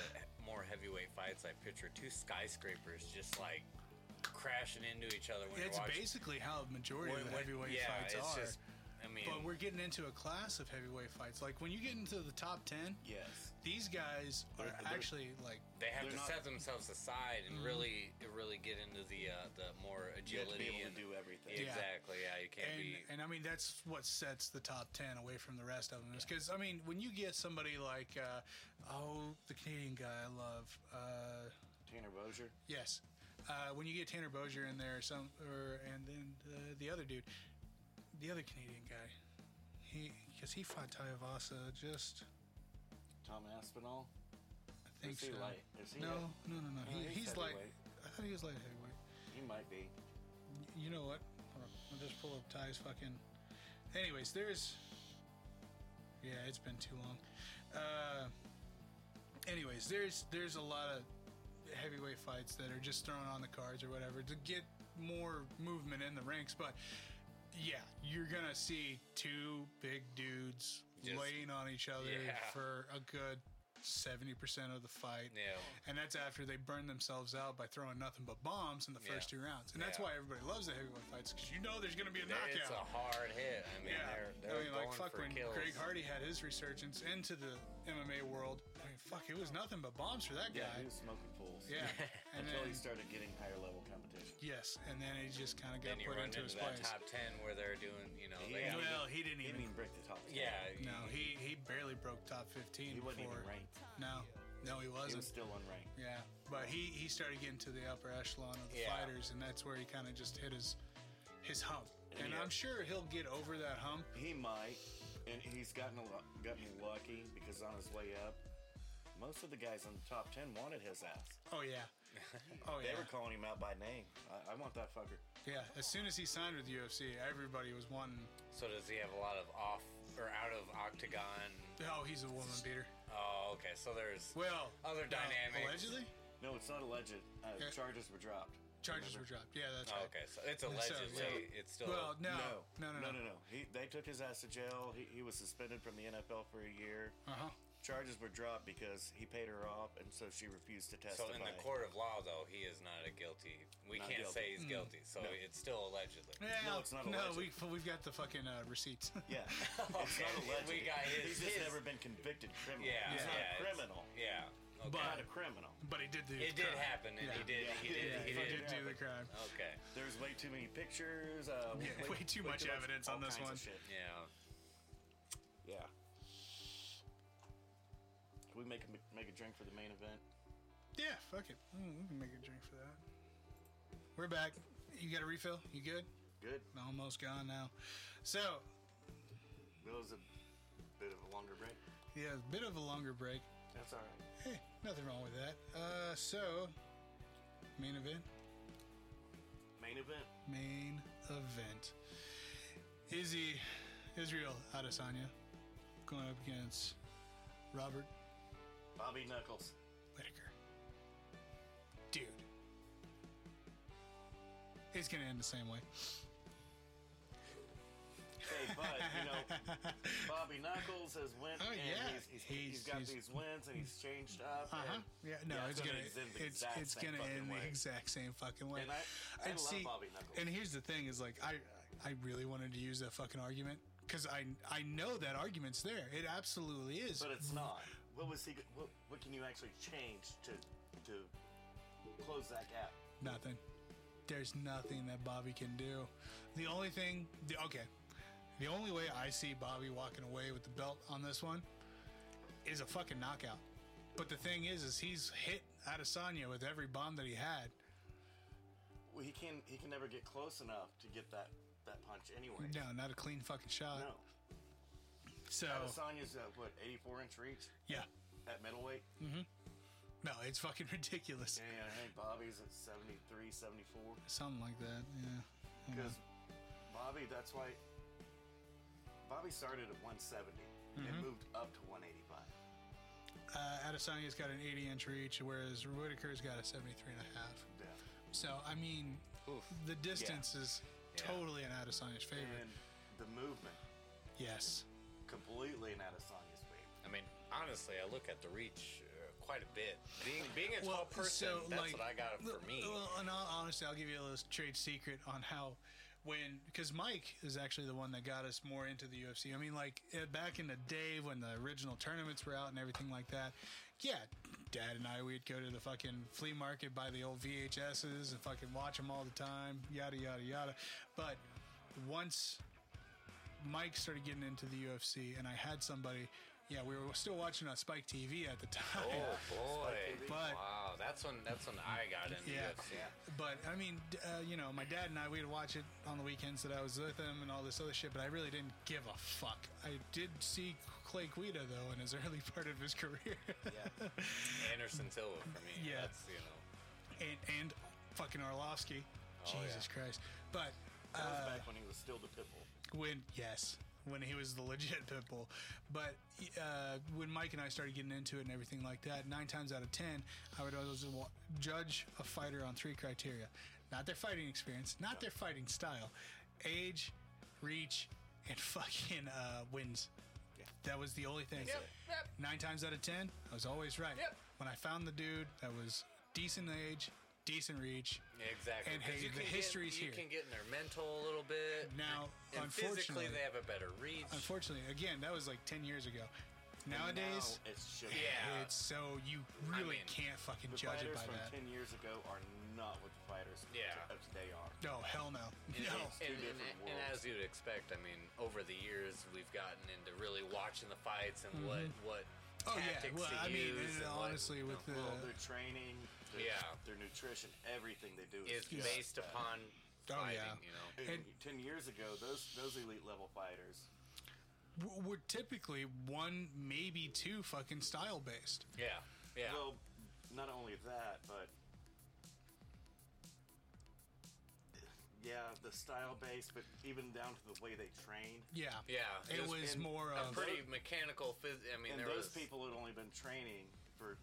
[SPEAKER 4] more heavyweight fights, I picture two skyscrapers just like crashing into each other when
[SPEAKER 2] it's
[SPEAKER 4] you're watching.
[SPEAKER 2] basically how the majority
[SPEAKER 4] when-
[SPEAKER 2] of the
[SPEAKER 4] when-
[SPEAKER 2] heavyweight
[SPEAKER 4] yeah,
[SPEAKER 2] fights
[SPEAKER 4] it's
[SPEAKER 2] are.
[SPEAKER 4] Just, I mean,
[SPEAKER 2] but we're getting into a class of heavyweight fights. Like when you get into the top ten,
[SPEAKER 3] Yes.
[SPEAKER 2] these guys are
[SPEAKER 3] They're- they're-
[SPEAKER 2] actually like
[SPEAKER 4] they have
[SPEAKER 3] they're
[SPEAKER 4] to
[SPEAKER 3] not- Mm-hmm.
[SPEAKER 4] set themselves aside and really, really get into the uh, the more
[SPEAKER 3] You have to be
[SPEAKER 4] agility
[SPEAKER 3] able
[SPEAKER 4] and
[SPEAKER 3] to do everything.
[SPEAKER 2] Yeah.
[SPEAKER 4] exactly. Yeah, you can't
[SPEAKER 2] and,
[SPEAKER 4] be.
[SPEAKER 2] and I mean that's what sets the top ten away from the rest of them. Is because I mean when you get somebody like uh, oh the Canadian guy I love uh,
[SPEAKER 3] Tanner Bozier.
[SPEAKER 2] yes uh, when you get Tanner Bozier in there some or and then uh, the other dude the other Canadian guy he because he fought Tyavasa just
[SPEAKER 3] Tom Aspinall.
[SPEAKER 2] I think
[SPEAKER 3] Is he
[SPEAKER 2] so
[SPEAKER 3] light? Is he
[SPEAKER 2] no, no no no
[SPEAKER 3] No,
[SPEAKER 2] he,
[SPEAKER 3] he's
[SPEAKER 2] he's, like I
[SPEAKER 3] heavyweight.
[SPEAKER 2] thought he was light heavyweight
[SPEAKER 3] He might be.
[SPEAKER 2] you know what? Hold on. I'll just pull up Ty's fucking. Anyways, there's. Yeah, it's been too long. Uh, anyways, there's there's a lot of heavyweight fights that are just thrown on the cards or whatever to get more movement in the ranks, but. Yeah, you're gonna see two big dudes
[SPEAKER 4] Just-
[SPEAKER 2] laying on each other
[SPEAKER 4] Yeah.
[SPEAKER 2] for a good seventy percent of the fight.
[SPEAKER 4] Yeah.
[SPEAKER 2] And that's after they burn themselves out by throwing nothing but bombs in the first
[SPEAKER 4] Yeah.
[SPEAKER 2] two rounds. And that's
[SPEAKER 4] Yeah.
[SPEAKER 2] why everybody loves the heavyweight fights because you know there's going to be a
[SPEAKER 4] It's a
[SPEAKER 2] knockout.
[SPEAKER 4] hard hit. I mean,
[SPEAKER 2] yeah.
[SPEAKER 4] they're, they're
[SPEAKER 2] I mean,
[SPEAKER 4] going
[SPEAKER 2] like, fuck,
[SPEAKER 4] for
[SPEAKER 2] when
[SPEAKER 4] kills.
[SPEAKER 2] Greg Hardy had his resurgence into the MMA world, I mean, fuck, it was nothing but bombs for that
[SPEAKER 3] Yeah,
[SPEAKER 2] guy.
[SPEAKER 3] he was smoking fools.
[SPEAKER 2] Yeah. and
[SPEAKER 3] Until
[SPEAKER 2] then,
[SPEAKER 3] he started getting higher level competition.
[SPEAKER 2] yes. And then he just kind of got
[SPEAKER 4] and you
[SPEAKER 2] put
[SPEAKER 4] run
[SPEAKER 2] into,
[SPEAKER 4] into,
[SPEAKER 2] his
[SPEAKER 4] that
[SPEAKER 2] place.
[SPEAKER 4] top ten where they're doing, you know,
[SPEAKER 3] He
[SPEAKER 4] they
[SPEAKER 3] ain't
[SPEAKER 4] got,
[SPEAKER 2] Well, he didn't
[SPEAKER 3] He didn't
[SPEAKER 2] even.
[SPEAKER 3] even break the top. ten.
[SPEAKER 4] yeah,
[SPEAKER 2] No, he, he barely broke top 15.
[SPEAKER 3] He wasn't
[SPEAKER 2] before.
[SPEAKER 3] even ranked.
[SPEAKER 2] No. No, he
[SPEAKER 3] He
[SPEAKER 2] wasn't.
[SPEAKER 3] was still unranked.
[SPEAKER 2] yeah. But he, he started getting to the upper echelon of the
[SPEAKER 4] Yeah.
[SPEAKER 2] fighters, and that's where he kind of just hit his his hump. And
[SPEAKER 3] Yeah.
[SPEAKER 2] I'm sure he'll get over that hump.
[SPEAKER 3] He might, and he's gotten a lot, got me lucky because on his way up, most of the guys in the top ten wanted his ass.
[SPEAKER 2] Oh yeah. Oh yeah.
[SPEAKER 3] They were calling him out by name. I, I want that fucker.
[SPEAKER 2] Yeah. As soon as he signed with UFC, everybody was wanting.
[SPEAKER 4] So does he have a lot of off or out of octagon?
[SPEAKER 2] Oh, he's a woman beater.
[SPEAKER 4] Oh, okay. So there's
[SPEAKER 2] Well,
[SPEAKER 4] Other
[SPEAKER 2] uh,
[SPEAKER 4] dynamics.
[SPEAKER 2] allegedly,
[SPEAKER 3] No, it's not alleged. Uh,
[SPEAKER 2] Okay.
[SPEAKER 3] Charges were dropped.
[SPEAKER 2] charges
[SPEAKER 3] Remember?
[SPEAKER 2] were dropped. Yeah, that's
[SPEAKER 4] oh,
[SPEAKER 2] right.
[SPEAKER 4] okay. So it's
[SPEAKER 2] So,
[SPEAKER 4] allegedly
[SPEAKER 2] yeah.
[SPEAKER 4] it's still
[SPEAKER 2] Well, no, no, no,
[SPEAKER 3] no, no, no. He, they took his ass to jail. He, he was suspended from the NFL for a year.
[SPEAKER 2] Uh huh.
[SPEAKER 3] Charges were dropped because he paid her off, and so she refused to
[SPEAKER 4] So
[SPEAKER 3] testify.
[SPEAKER 4] in the court of law, though, he is not a guilty. We
[SPEAKER 3] Not
[SPEAKER 4] can't
[SPEAKER 3] guilty.
[SPEAKER 4] say he's guilty. So it's still allegedly.
[SPEAKER 2] Mm. Yeah,
[SPEAKER 3] No, it's not
[SPEAKER 2] no,
[SPEAKER 3] alleged.
[SPEAKER 2] we we've got the fucking uh, receipts.
[SPEAKER 3] Yeah, it's
[SPEAKER 4] Okay,
[SPEAKER 3] not alleged.
[SPEAKER 4] we got his-
[SPEAKER 3] He's just
[SPEAKER 4] his-
[SPEAKER 3] never been convicted criminal.
[SPEAKER 4] Yeah,
[SPEAKER 3] he's not a
[SPEAKER 4] yeah, it's-
[SPEAKER 3] criminal.
[SPEAKER 4] Yeah. Okay.
[SPEAKER 2] But-
[SPEAKER 3] Not a criminal.
[SPEAKER 2] but he did do.
[SPEAKER 4] it
[SPEAKER 2] the
[SPEAKER 4] did
[SPEAKER 2] crime.
[SPEAKER 4] happen, and he
[SPEAKER 2] Yeah.
[SPEAKER 4] did. He
[SPEAKER 2] Yeah,
[SPEAKER 3] Yeah.
[SPEAKER 4] did. He
[SPEAKER 2] he
[SPEAKER 4] did.
[SPEAKER 2] did do the crime.
[SPEAKER 4] Okay.
[SPEAKER 3] There's way too many pictures. Uh,
[SPEAKER 2] Yeah, way too much evidence on
[SPEAKER 3] all
[SPEAKER 2] this one.
[SPEAKER 3] kinds of shit.
[SPEAKER 4] Yeah.
[SPEAKER 3] Yeah. Can we make a, make a drink for the main event?
[SPEAKER 2] Yeah, fuck it. Mm, we can make a drink for that. We're back. You got a refill? You good?
[SPEAKER 3] Good.
[SPEAKER 2] Almost gone now. So
[SPEAKER 3] That was a bit of a longer break.
[SPEAKER 2] yeah, a bit of a longer break.
[SPEAKER 3] That's all right.
[SPEAKER 2] Hey, nothing wrong with that. Uh, so, main event.
[SPEAKER 3] Main event.
[SPEAKER 2] Main event. Izzy, Israel Adesanya, going up against Robert
[SPEAKER 3] Bobby Knuckles.
[SPEAKER 2] Whitaker. Dude, Today's gonna end the same way.
[SPEAKER 3] Hey, but you know, Bobby Knuckles has went
[SPEAKER 2] Oh,
[SPEAKER 3] and
[SPEAKER 2] yeah.
[SPEAKER 3] he's, he's,
[SPEAKER 2] He's-
[SPEAKER 3] he's got
[SPEAKER 2] he's-
[SPEAKER 3] these wins and he's changed up.
[SPEAKER 2] Uh huh.
[SPEAKER 3] and-
[SPEAKER 2] Yeah. No,
[SPEAKER 3] yeah,
[SPEAKER 2] it's gonna
[SPEAKER 3] end the
[SPEAKER 2] it's
[SPEAKER 3] exact
[SPEAKER 2] it's
[SPEAKER 3] same
[SPEAKER 2] gonna
[SPEAKER 3] fucking
[SPEAKER 2] end the
[SPEAKER 3] way.
[SPEAKER 2] exact same fucking way.
[SPEAKER 3] And I, I
[SPEAKER 2] And
[SPEAKER 3] love
[SPEAKER 2] see,
[SPEAKER 3] Bobby Knuckles.
[SPEAKER 2] And here's the thing: is like I, I really wanted to use that fucking argument because I, I know that argument's there. It absolutely is.
[SPEAKER 3] But it's not. What was he? go- What, what can you actually change to to close that gap?
[SPEAKER 2] nothing. There's nothing that Bobby can do. The only thing, the, okay, the only way I see Bobby walking away with the belt on this one is a fucking knockout. But the thing is, is he's hit Adesanya with every bomb that he had.
[SPEAKER 3] Well, he can he can never get close enough to get that that punch anyway.
[SPEAKER 2] No, not a clean fucking shot.
[SPEAKER 3] No.
[SPEAKER 2] So
[SPEAKER 3] Adesanya's uh, what 84 inch reach
[SPEAKER 2] yeah,
[SPEAKER 3] at middleweight.
[SPEAKER 2] no, it's fucking ridiculous.
[SPEAKER 3] And I think Bobby's at 73, 74.
[SPEAKER 2] Something like that. Yeah.
[SPEAKER 3] Because Bobby, that's why Bobby started at 170 and
[SPEAKER 2] Mm-hmm.
[SPEAKER 3] moved up to 185.
[SPEAKER 2] Uh, Adesanya's got an 80 inch reach, whereas Whitaker's got a 73 and a half.
[SPEAKER 3] Yeah.
[SPEAKER 2] So, I mean, the distance is
[SPEAKER 4] Yeah.
[SPEAKER 2] totally in Adesanya's favor.
[SPEAKER 3] And the movement
[SPEAKER 2] yes.
[SPEAKER 3] completely in Adesanya's favor.
[SPEAKER 4] I mean, honestly, I look at the reach uh, quite a bit. Being being a tall
[SPEAKER 2] Well,
[SPEAKER 4] person,
[SPEAKER 2] so,
[SPEAKER 4] that's
[SPEAKER 2] like,
[SPEAKER 4] what I got
[SPEAKER 2] l-
[SPEAKER 4] for me.
[SPEAKER 2] Well, and I'll, honestly, I'll give you a little trade secret on how when because Mike is actually the one that got us more into the UFC. I mean, like eh, back in the day when the original tournaments were out and everything like that. Yeah, Dad and I we'd go to the fucking flea market, buy the old VHSs, and fucking watch them all the time. Yada yada yada. But once Mike started getting into the UFC, and I had somebody. Yeah, we were still watching on Spike TV at the time.
[SPEAKER 4] oh boy!
[SPEAKER 2] But-
[SPEAKER 4] wow, that's when that's when I got into
[SPEAKER 2] Yeah.
[SPEAKER 4] UFC.
[SPEAKER 2] But I mean, d- uh, you know, my dad and I we'd watch it on the weekends that I was with him and all this other shit. But I really didn't give a fuck. I did see Clay Guida though in his early part of his career,
[SPEAKER 3] Yeah.
[SPEAKER 4] Anderson Silva for me.
[SPEAKER 2] Yeah.
[SPEAKER 4] that's you know.
[SPEAKER 2] and and fucking Arlovsky. Jesus Christ! But Uh,
[SPEAKER 3] Oh, That was back when he was still the pitbull.
[SPEAKER 2] when yes when he was the legit pitbull but uh, when mike and i started getting into it and everything like that nine times out of ten i would always wa- judge a fighter on three criteria not their fighting experience not their fighting style age reach and fucking uh, wins that was the only thing
[SPEAKER 4] Yep, yep.
[SPEAKER 2] nine times out of ten i was always right
[SPEAKER 4] Yep.
[SPEAKER 2] when i found the dude that was decent age decent reach
[SPEAKER 4] Exactly.
[SPEAKER 2] And
[SPEAKER 4] 'cause
[SPEAKER 2] hey,
[SPEAKER 4] you
[SPEAKER 2] the
[SPEAKER 4] can get-
[SPEAKER 2] history's here.
[SPEAKER 4] you can get in their mental a little bit.
[SPEAKER 2] Now,
[SPEAKER 4] and physically,
[SPEAKER 2] unfortunately-
[SPEAKER 4] they have a better reach.
[SPEAKER 2] unfortunately again that was like 10 years ago nowadays
[SPEAKER 3] Now it's just
[SPEAKER 4] Yeah.
[SPEAKER 2] It's so you really
[SPEAKER 4] I mean,
[SPEAKER 2] can't fucking
[SPEAKER 3] The
[SPEAKER 2] judge it by
[SPEAKER 3] fighters from
[SPEAKER 2] that.
[SPEAKER 3] 10 years ago are not what the fighters
[SPEAKER 4] Yeah.
[SPEAKER 3] of today are.
[SPEAKER 2] No, hell no. No.
[SPEAKER 4] and,
[SPEAKER 3] two
[SPEAKER 4] and,
[SPEAKER 3] different
[SPEAKER 4] and
[SPEAKER 3] worlds.
[SPEAKER 4] as you'd expect, I mean, over the years we've gotten into really watching the fights and what what
[SPEAKER 2] Oh yeah.
[SPEAKER 4] tactics
[SPEAKER 2] Well,
[SPEAKER 4] to
[SPEAKER 2] I mean,
[SPEAKER 4] use
[SPEAKER 2] and
[SPEAKER 4] and what,
[SPEAKER 2] honestly,
[SPEAKER 4] you
[SPEAKER 2] with
[SPEAKER 4] know,
[SPEAKER 2] the
[SPEAKER 3] Well, their training, their,
[SPEAKER 4] Yeah.
[SPEAKER 3] their nutrition, everything they do
[SPEAKER 4] is
[SPEAKER 3] is just
[SPEAKER 4] based
[SPEAKER 3] that.
[SPEAKER 4] upon
[SPEAKER 2] Oh,
[SPEAKER 4] fighting.
[SPEAKER 2] yeah.
[SPEAKER 4] You know,
[SPEAKER 3] And
[SPEAKER 2] and-
[SPEAKER 3] Ten years ago, those those elite level fighters,
[SPEAKER 2] w- we're typically one, maybe two, fucking style based.
[SPEAKER 4] yeah, yeah.
[SPEAKER 3] well, not only that, but yeah, the style base, but even down to the way they train.
[SPEAKER 2] Yeah.
[SPEAKER 4] Yeah,
[SPEAKER 2] It
[SPEAKER 4] just
[SPEAKER 2] was
[SPEAKER 3] and
[SPEAKER 2] more
[SPEAKER 4] a
[SPEAKER 2] of
[SPEAKER 4] pretty mechanical. Phys- I mean,
[SPEAKER 3] And
[SPEAKER 4] there
[SPEAKER 3] those
[SPEAKER 4] was
[SPEAKER 3] people had only been training for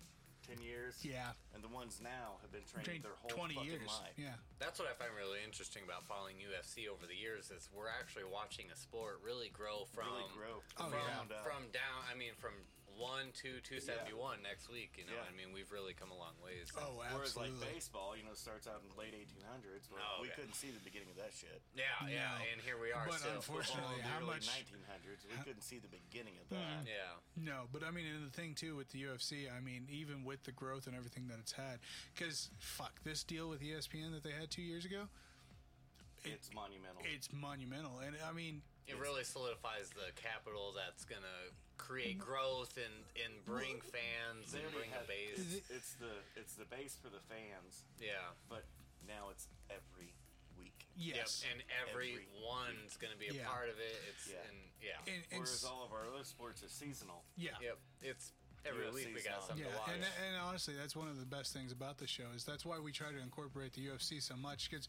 [SPEAKER 3] ten years.
[SPEAKER 2] Yeah.
[SPEAKER 3] and the ones now have been training
[SPEAKER 2] trained
[SPEAKER 3] their whole
[SPEAKER 2] 20
[SPEAKER 3] fucking
[SPEAKER 2] years.
[SPEAKER 3] life.
[SPEAKER 2] Yeah.
[SPEAKER 4] That's what I find really interesting about following UFC over the years is we're actually watching a sport really grow from
[SPEAKER 3] Really grow
[SPEAKER 2] Oh,
[SPEAKER 4] from,
[SPEAKER 2] yeah.
[SPEAKER 3] ground up.
[SPEAKER 4] from down. I mean, from one to two seventy one next week. You know,
[SPEAKER 3] Yeah.
[SPEAKER 4] I mean, we've really come a long ways.
[SPEAKER 2] Oh,
[SPEAKER 3] Whereas
[SPEAKER 2] absolutely.
[SPEAKER 3] like baseball, you know, starts out in the late 1800s. Where
[SPEAKER 4] Oh,
[SPEAKER 3] we
[SPEAKER 4] yeah.
[SPEAKER 3] couldn't see the beginning of that shit.
[SPEAKER 4] yeah, yeah,
[SPEAKER 2] No.
[SPEAKER 4] and here we are.
[SPEAKER 2] But
[SPEAKER 4] still.
[SPEAKER 2] unfortunately-
[SPEAKER 3] the
[SPEAKER 2] how
[SPEAKER 3] early
[SPEAKER 2] much-
[SPEAKER 3] 1900s? We couldn't see the beginning of that.
[SPEAKER 4] yeah,
[SPEAKER 2] No, but I mean, and the thing too with the UFC, I mean, even with the growth and everything that it's had, because fuck, this deal with E ESPN that they had two years ago, Hmm.
[SPEAKER 3] it's monumental.
[SPEAKER 2] it's monumental. And I mean,
[SPEAKER 4] it really solidifies the capital that's gonna create growth and and bring fans and
[SPEAKER 3] already
[SPEAKER 4] bring a
[SPEAKER 3] had-
[SPEAKER 4] base.
[SPEAKER 3] it's the it's the base for the fans,
[SPEAKER 4] Yeah.
[SPEAKER 3] but now it's every week.
[SPEAKER 2] yes.
[SPEAKER 4] Yep, and every
[SPEAKER 3] Every
[SPEAKER 4] one's going to be a
[SPEAKER 2] Yeah.
[SPEAKER 4] part of it. It's
[SPEAKER 3] Yeah.
[SPEAKER 4] and yeah.
[SPEAKER 2] And- and s-
[SPEAKER 3] Whereas all of our other sports are seasonal.
[SPEAKER 2] yeah.
[SPEAKER 4] yep. It's every
[SPEAKER 3] UFC
[SPEAKER 4] week we got
[SPEAKER 3] style.
[SPEAKER 4] something to watch.
[SPEAKER 2] And, and honestly, that's one of the best things about the show is that's why we try to incorporate the UFC so much because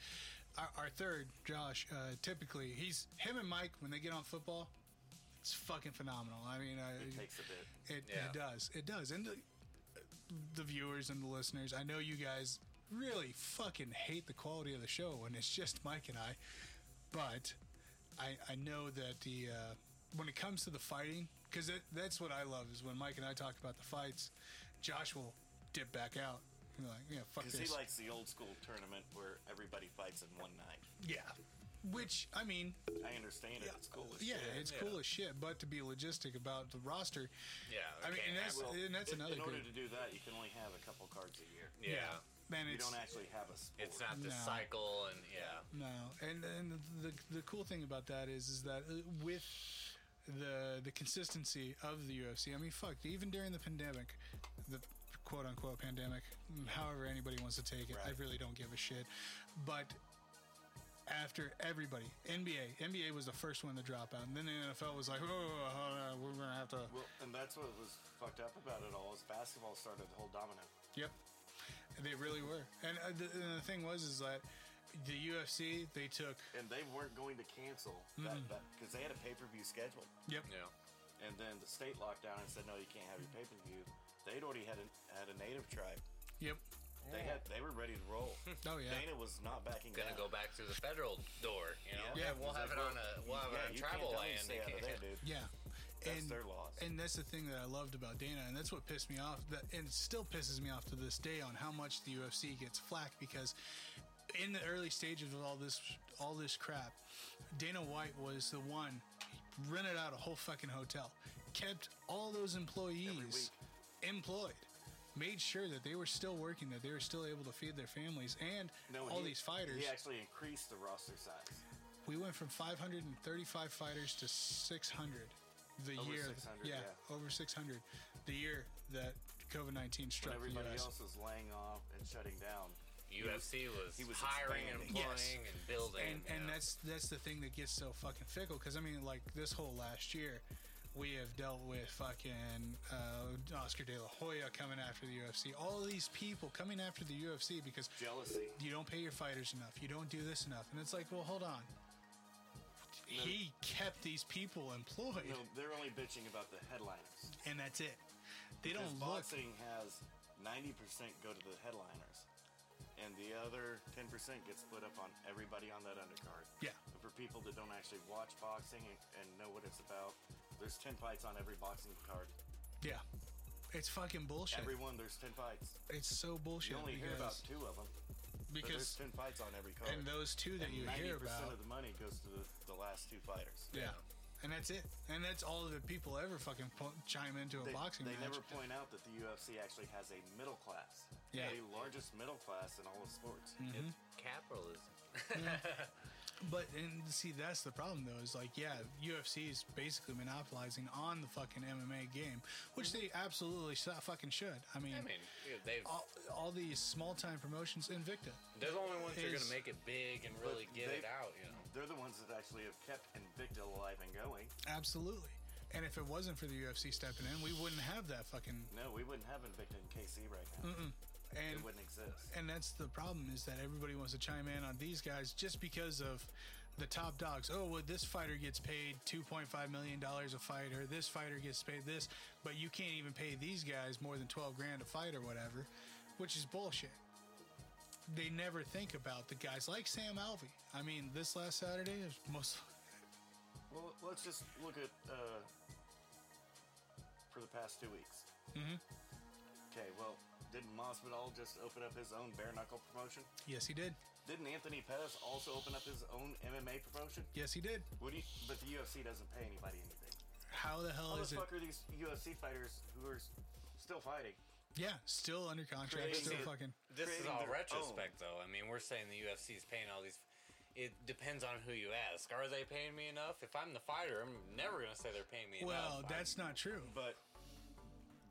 [SPEAKER 2] our, our third Josh, uh, typically he's him and Mike when they get on football, it's fucking phenomenal. I mean, I,
[SPEAKER 3] It takes a bit.
[SPEAKER 2] it,
[SPEAKER 4] Yeah.
[SPEAKER 2] it does, it does, and the, the viewers and the listeners. I know you guys really fucking hate the quality of the show when it's just Mike and I. But I, I know that the uh, when it comes to the fighting, because that, that's what I love is when Mike and I talk about the fights, Josh will dip back out. He's like, yeah, fuck
[SPEAKER 3] Because
[SPEAKER 2] this.
[SPEAKER 3] he likes the old school tournament where everybody fights in one night.
[SPEAKER 2] yeah. Which, I mean,
[SPEAKER 3] I understand it. It's cool. as
[SPEAKER 2] yeah,
[SPEAKER 3] shit.
[SPEAKER 2] it's
[SPEAKER 4] yeah.
[SPEAKER 2] cool as shit, but to be logistic about the roster,
[SPEAKER 4] Yeah.
[SPEAKER 2] I mean,
[SPEAKER 4] okay,
[SPEAKER 2] and that's,
[SPEAKER 4] well,
[SPEAKER 2] and that's
[SPEAKER 3] in,
[SPEAKER 2] another
[SPEAKER 3] In order
[SPEAKER 2] good.
[SPEAKER 3] to do that, you can only have a couple cards a year.
[SPEAKER 4] yeah.
[SPEAKER 2] Man,
[SPEAKER 3] You
[SPEAKER 2] it's,
[SPEAKER 3] don't actually have a sport.
[SPEAKER 4] It's not the
[SPEAKER 2] No.
[SPEAKER 4] cycle, and yeah.
[SPEAKER 2] No, and and the the cool thing about that is is that uh, with the the consistency of the UFC, I mean, fuck, even during the pandemic, the quote unquote pandemic, however anybody wants to take it,
[SPEAKER 3] Right.
[SPEAKER 2] I really don't give a shit. But after everybody, NBA, NBA was the first one to drop out, and then the NFL was like, oh, we're gonna have to,
[SPEAKER 3] Well, and that's what was fucked up about it all is basketball started the whole domino.
[SPEAKER 2] yep, they really were. And uh, the, and the thing was is that the UFC they took,
[SPEAKER 3] And they weren't going to cancel that
[SPEAKER 2] Mm-hmm.
[SPEAKER 3] because they had a pay per view scheduled.
[SPEAKER 2] yep,
[SPEAKER 4] Yeah.
[SPEAKER 3] And then the state locked down and said, no, you can't have your pay per view. They'd already had a, had a native tribe.
[SPEAKER 2] yep,
[SPEAKER 3] They had they were ready to roll.
[SPEAKER 2] oh yeah.
[SPEAKER 3] Dana was not backing
[SPEAKER 4] Gonna
[SPEAKER 3] down.
[SPEAKER 4] go back through the federal door, you know.
[SPEAKER 2] Yeah.
[SPEAKER 4] Yeah, we'll have it on a we'll have
[SPEAKER 3] Yeah,
[SPEAKER 4] it on
[SPEAKER 3] you can't
[SPEAKER 4] tribal
[SPEAKER 3] tell me to
[SPEAKER 4] land.
[SPEAKER 3] stay
[SPEAKER 4] You
[SPEAKER 3] out of
[SPEAKER 4] can't-
[SPEAKER 3] there, dude.
[SPEAKER 2] Yeah.
[SPEAKER 3] That's
[SPEAKER 2] and,
[SPEAKER 3] their loss.
[SPEAKER 2] And that's the thing that I loved about Dana, and that's what pissed me off. That and it still pisses me off to this day on how much the UFC gets flack because in the early stages of all this all this crap, Dana White was the one he rented out a whole fucking hotel, kept all those employees employed. Made sure that they were still working, that they were still able to feed their families, and all
[SPEAKER 3] he-
[SPEAKER 2] these fighters.
[SPEAKER 3] He actually increased the roster size.
[SPEAKER 2] We went from 535 fighters to 600 the
[SPEAKER 3] Over
[SPEAKER 2] year.
[SPEAKER 3] 600,
[SPEAKER 2] yeah,
[SPEAKER 3] yeah.
[SPEAKER 2] over 600 the year that COVID 19
[SPEAKER 3] When
[SPEAKER 2] struck the
[SPEAKER 3] everybody
[SPEAKER 2] US.
[SPEAKER 3] else was laying off and shutting down.
[SPEAKER 4] UFC was,
[SPEAKER 3] he was
[SPEAKER 4] hiring and
[SPEAKER 3] expanding.
[SPEAKER 4] employing and building.
[SPEAKER 2] and, and
[SPEAKER 4] yeah.
[SPEAKER 2] that's that's the thing that gets so fucking fickle because I mean like this whole last year we have dealt with fucking uh, Oscar De La Hoya coming after the UFC all these people coming after the UFC because
[SPEAKER 3] Jealousy.
[SPEAKER 2] you don't pay your fighters enough you don't do this enough and it's like well hold on he kept these people employed
[SPEAKER 3] No, they're only bitching about the headliners.
[SPEAKER 2] and that's it they
[SPEAKER 3] Because
[SPEAKER 2] don't look
[SPEAKER 3] boxing has 90% go to the headliners, and the other 10% gets split up on everybody on that undercard.
[SPEAKER 2] Yeah.
[SPEAKER 3] And for people that don't actually watch boxing and, and know what it's about, there's 10 fights on every boxing card.
[SPEAKER 2] Yeah. It's fucking bullshit.
[SPEAKER 3] Everyone, there's 10 fights.
[SPEAKER 2] it's so bullshit.
[SPEAKER 3] You only hear about
[SPEAKER 2] because,
[SPEAKER 3] two of them. But there's
[SPEAKER 2] because
[SPEAKER 3] 10 fights on every card.
[SPEAKER 2] and those two that
[SPEAKER 3] And
[SPEAKER 2] you hear
[SPEAKER 3] 90%
[SPEAKER 2] about.
[SPEAKER 3] of the money goes to the, the last two fighters.
[SPEAKER 2] yeah. And that's it. And that's all that people ever fucking po- chime into a
[SPEAKER 3] They,
[SPEAKER 2] boxing
[SPEAKER 3] they
[SPEAKER 2] match.
[SPEAKER 3] never point out that the UFC actually has a middle class.
[SPEAKER 2] Yeah.
[SPEAKER 3] The largest middle class in all of sports.
[SPEAKER 4] It's capitalism.
[SPEAKER 2] But and see, that's the problem though. Is like, yeah, UFC is basically monopolizing on the fucking MMA game, which they absolutely so- fucking should. I mean,
[SPEAKER 4] I mean, yeah, they've
[SPEAKER 2] all, all these small time promotions, Invicta.
[SPEAKER 4] they're the only ones that are
[SPEAKER 2] is-
[SPEAKER 4] gonna make it big and really
[SPEAKER 3] But
[SPEAKER 4] get
[SPEAKER 3] they-
[SPEAKER 4] it out, you know.
[SPEAKER 3] They're the ones that actually have kept Invicta alive and going.
[SPEAKER 2] Absolutely. And if it wasn't for the UFC stepping in, we wouldn't have that fucking.
[SPEAKER 3] No, we wouldn't have Invicta in KC right now.
[SPEAKER 2] And
[SPEAKER 3] It wouldn't exist.
[SPEAKER 2] and that's the problem is that everybody wants to chime in on these guys just because of the top dogs. Oh, well, this fighter gets paid two point five million dollars a fight, or this fighter gets paid this, but you can't even pay these guys more than twelve grand a fight or whatever, which is bullshit. They never think about the guys like Sam Alvey. I mean, this last Saturday is most.
[SPEAKER 3] Well, let's just look at uh, for the past two weeks. Mm-hmm. Okay, well, didn't Masvidal just open up his own bare knuckle promotion?
[SPEAKER 2] Yes, he did.
[SPEAKER 3] Didn't Anthony Pettis also open up his own MMA promotion?
[SPEAKER 2] Yes, he did.
[SPEAKER 3] What do you, but the UFC doesn't pay anybody anything.
[SPEAKER 2] How the hell
[SPEAKER 3] How
[SPEAKER 2] Oh,
[SPEAKER 3] the
[SPEAKER 2] is it?
[SPEAKER 3] fuck are these UFC fighters who are s- still fighting?
[SPEAKER 2] Yeah, still under contract,
[SPEAKER 3] Crazy.
[SPEAKER 2] still fucking.
[SPEAKER 4] This is
[SPEAKER 3] creating
[SPEAKER 4] all
[SPEAKER 3] their own.
[SPEAKER 4] retrospect, though. I mean, we're saying the UFC is paying all these. It depends on who you ask. Are they paying me enough? If I'm the fighter, I'm never gonna say they're paying me
[SPEAKER 2] Well,
[SPEAKER 4] enough.
[SPEAKER 2] that's not true.
[SPEAKER 3] But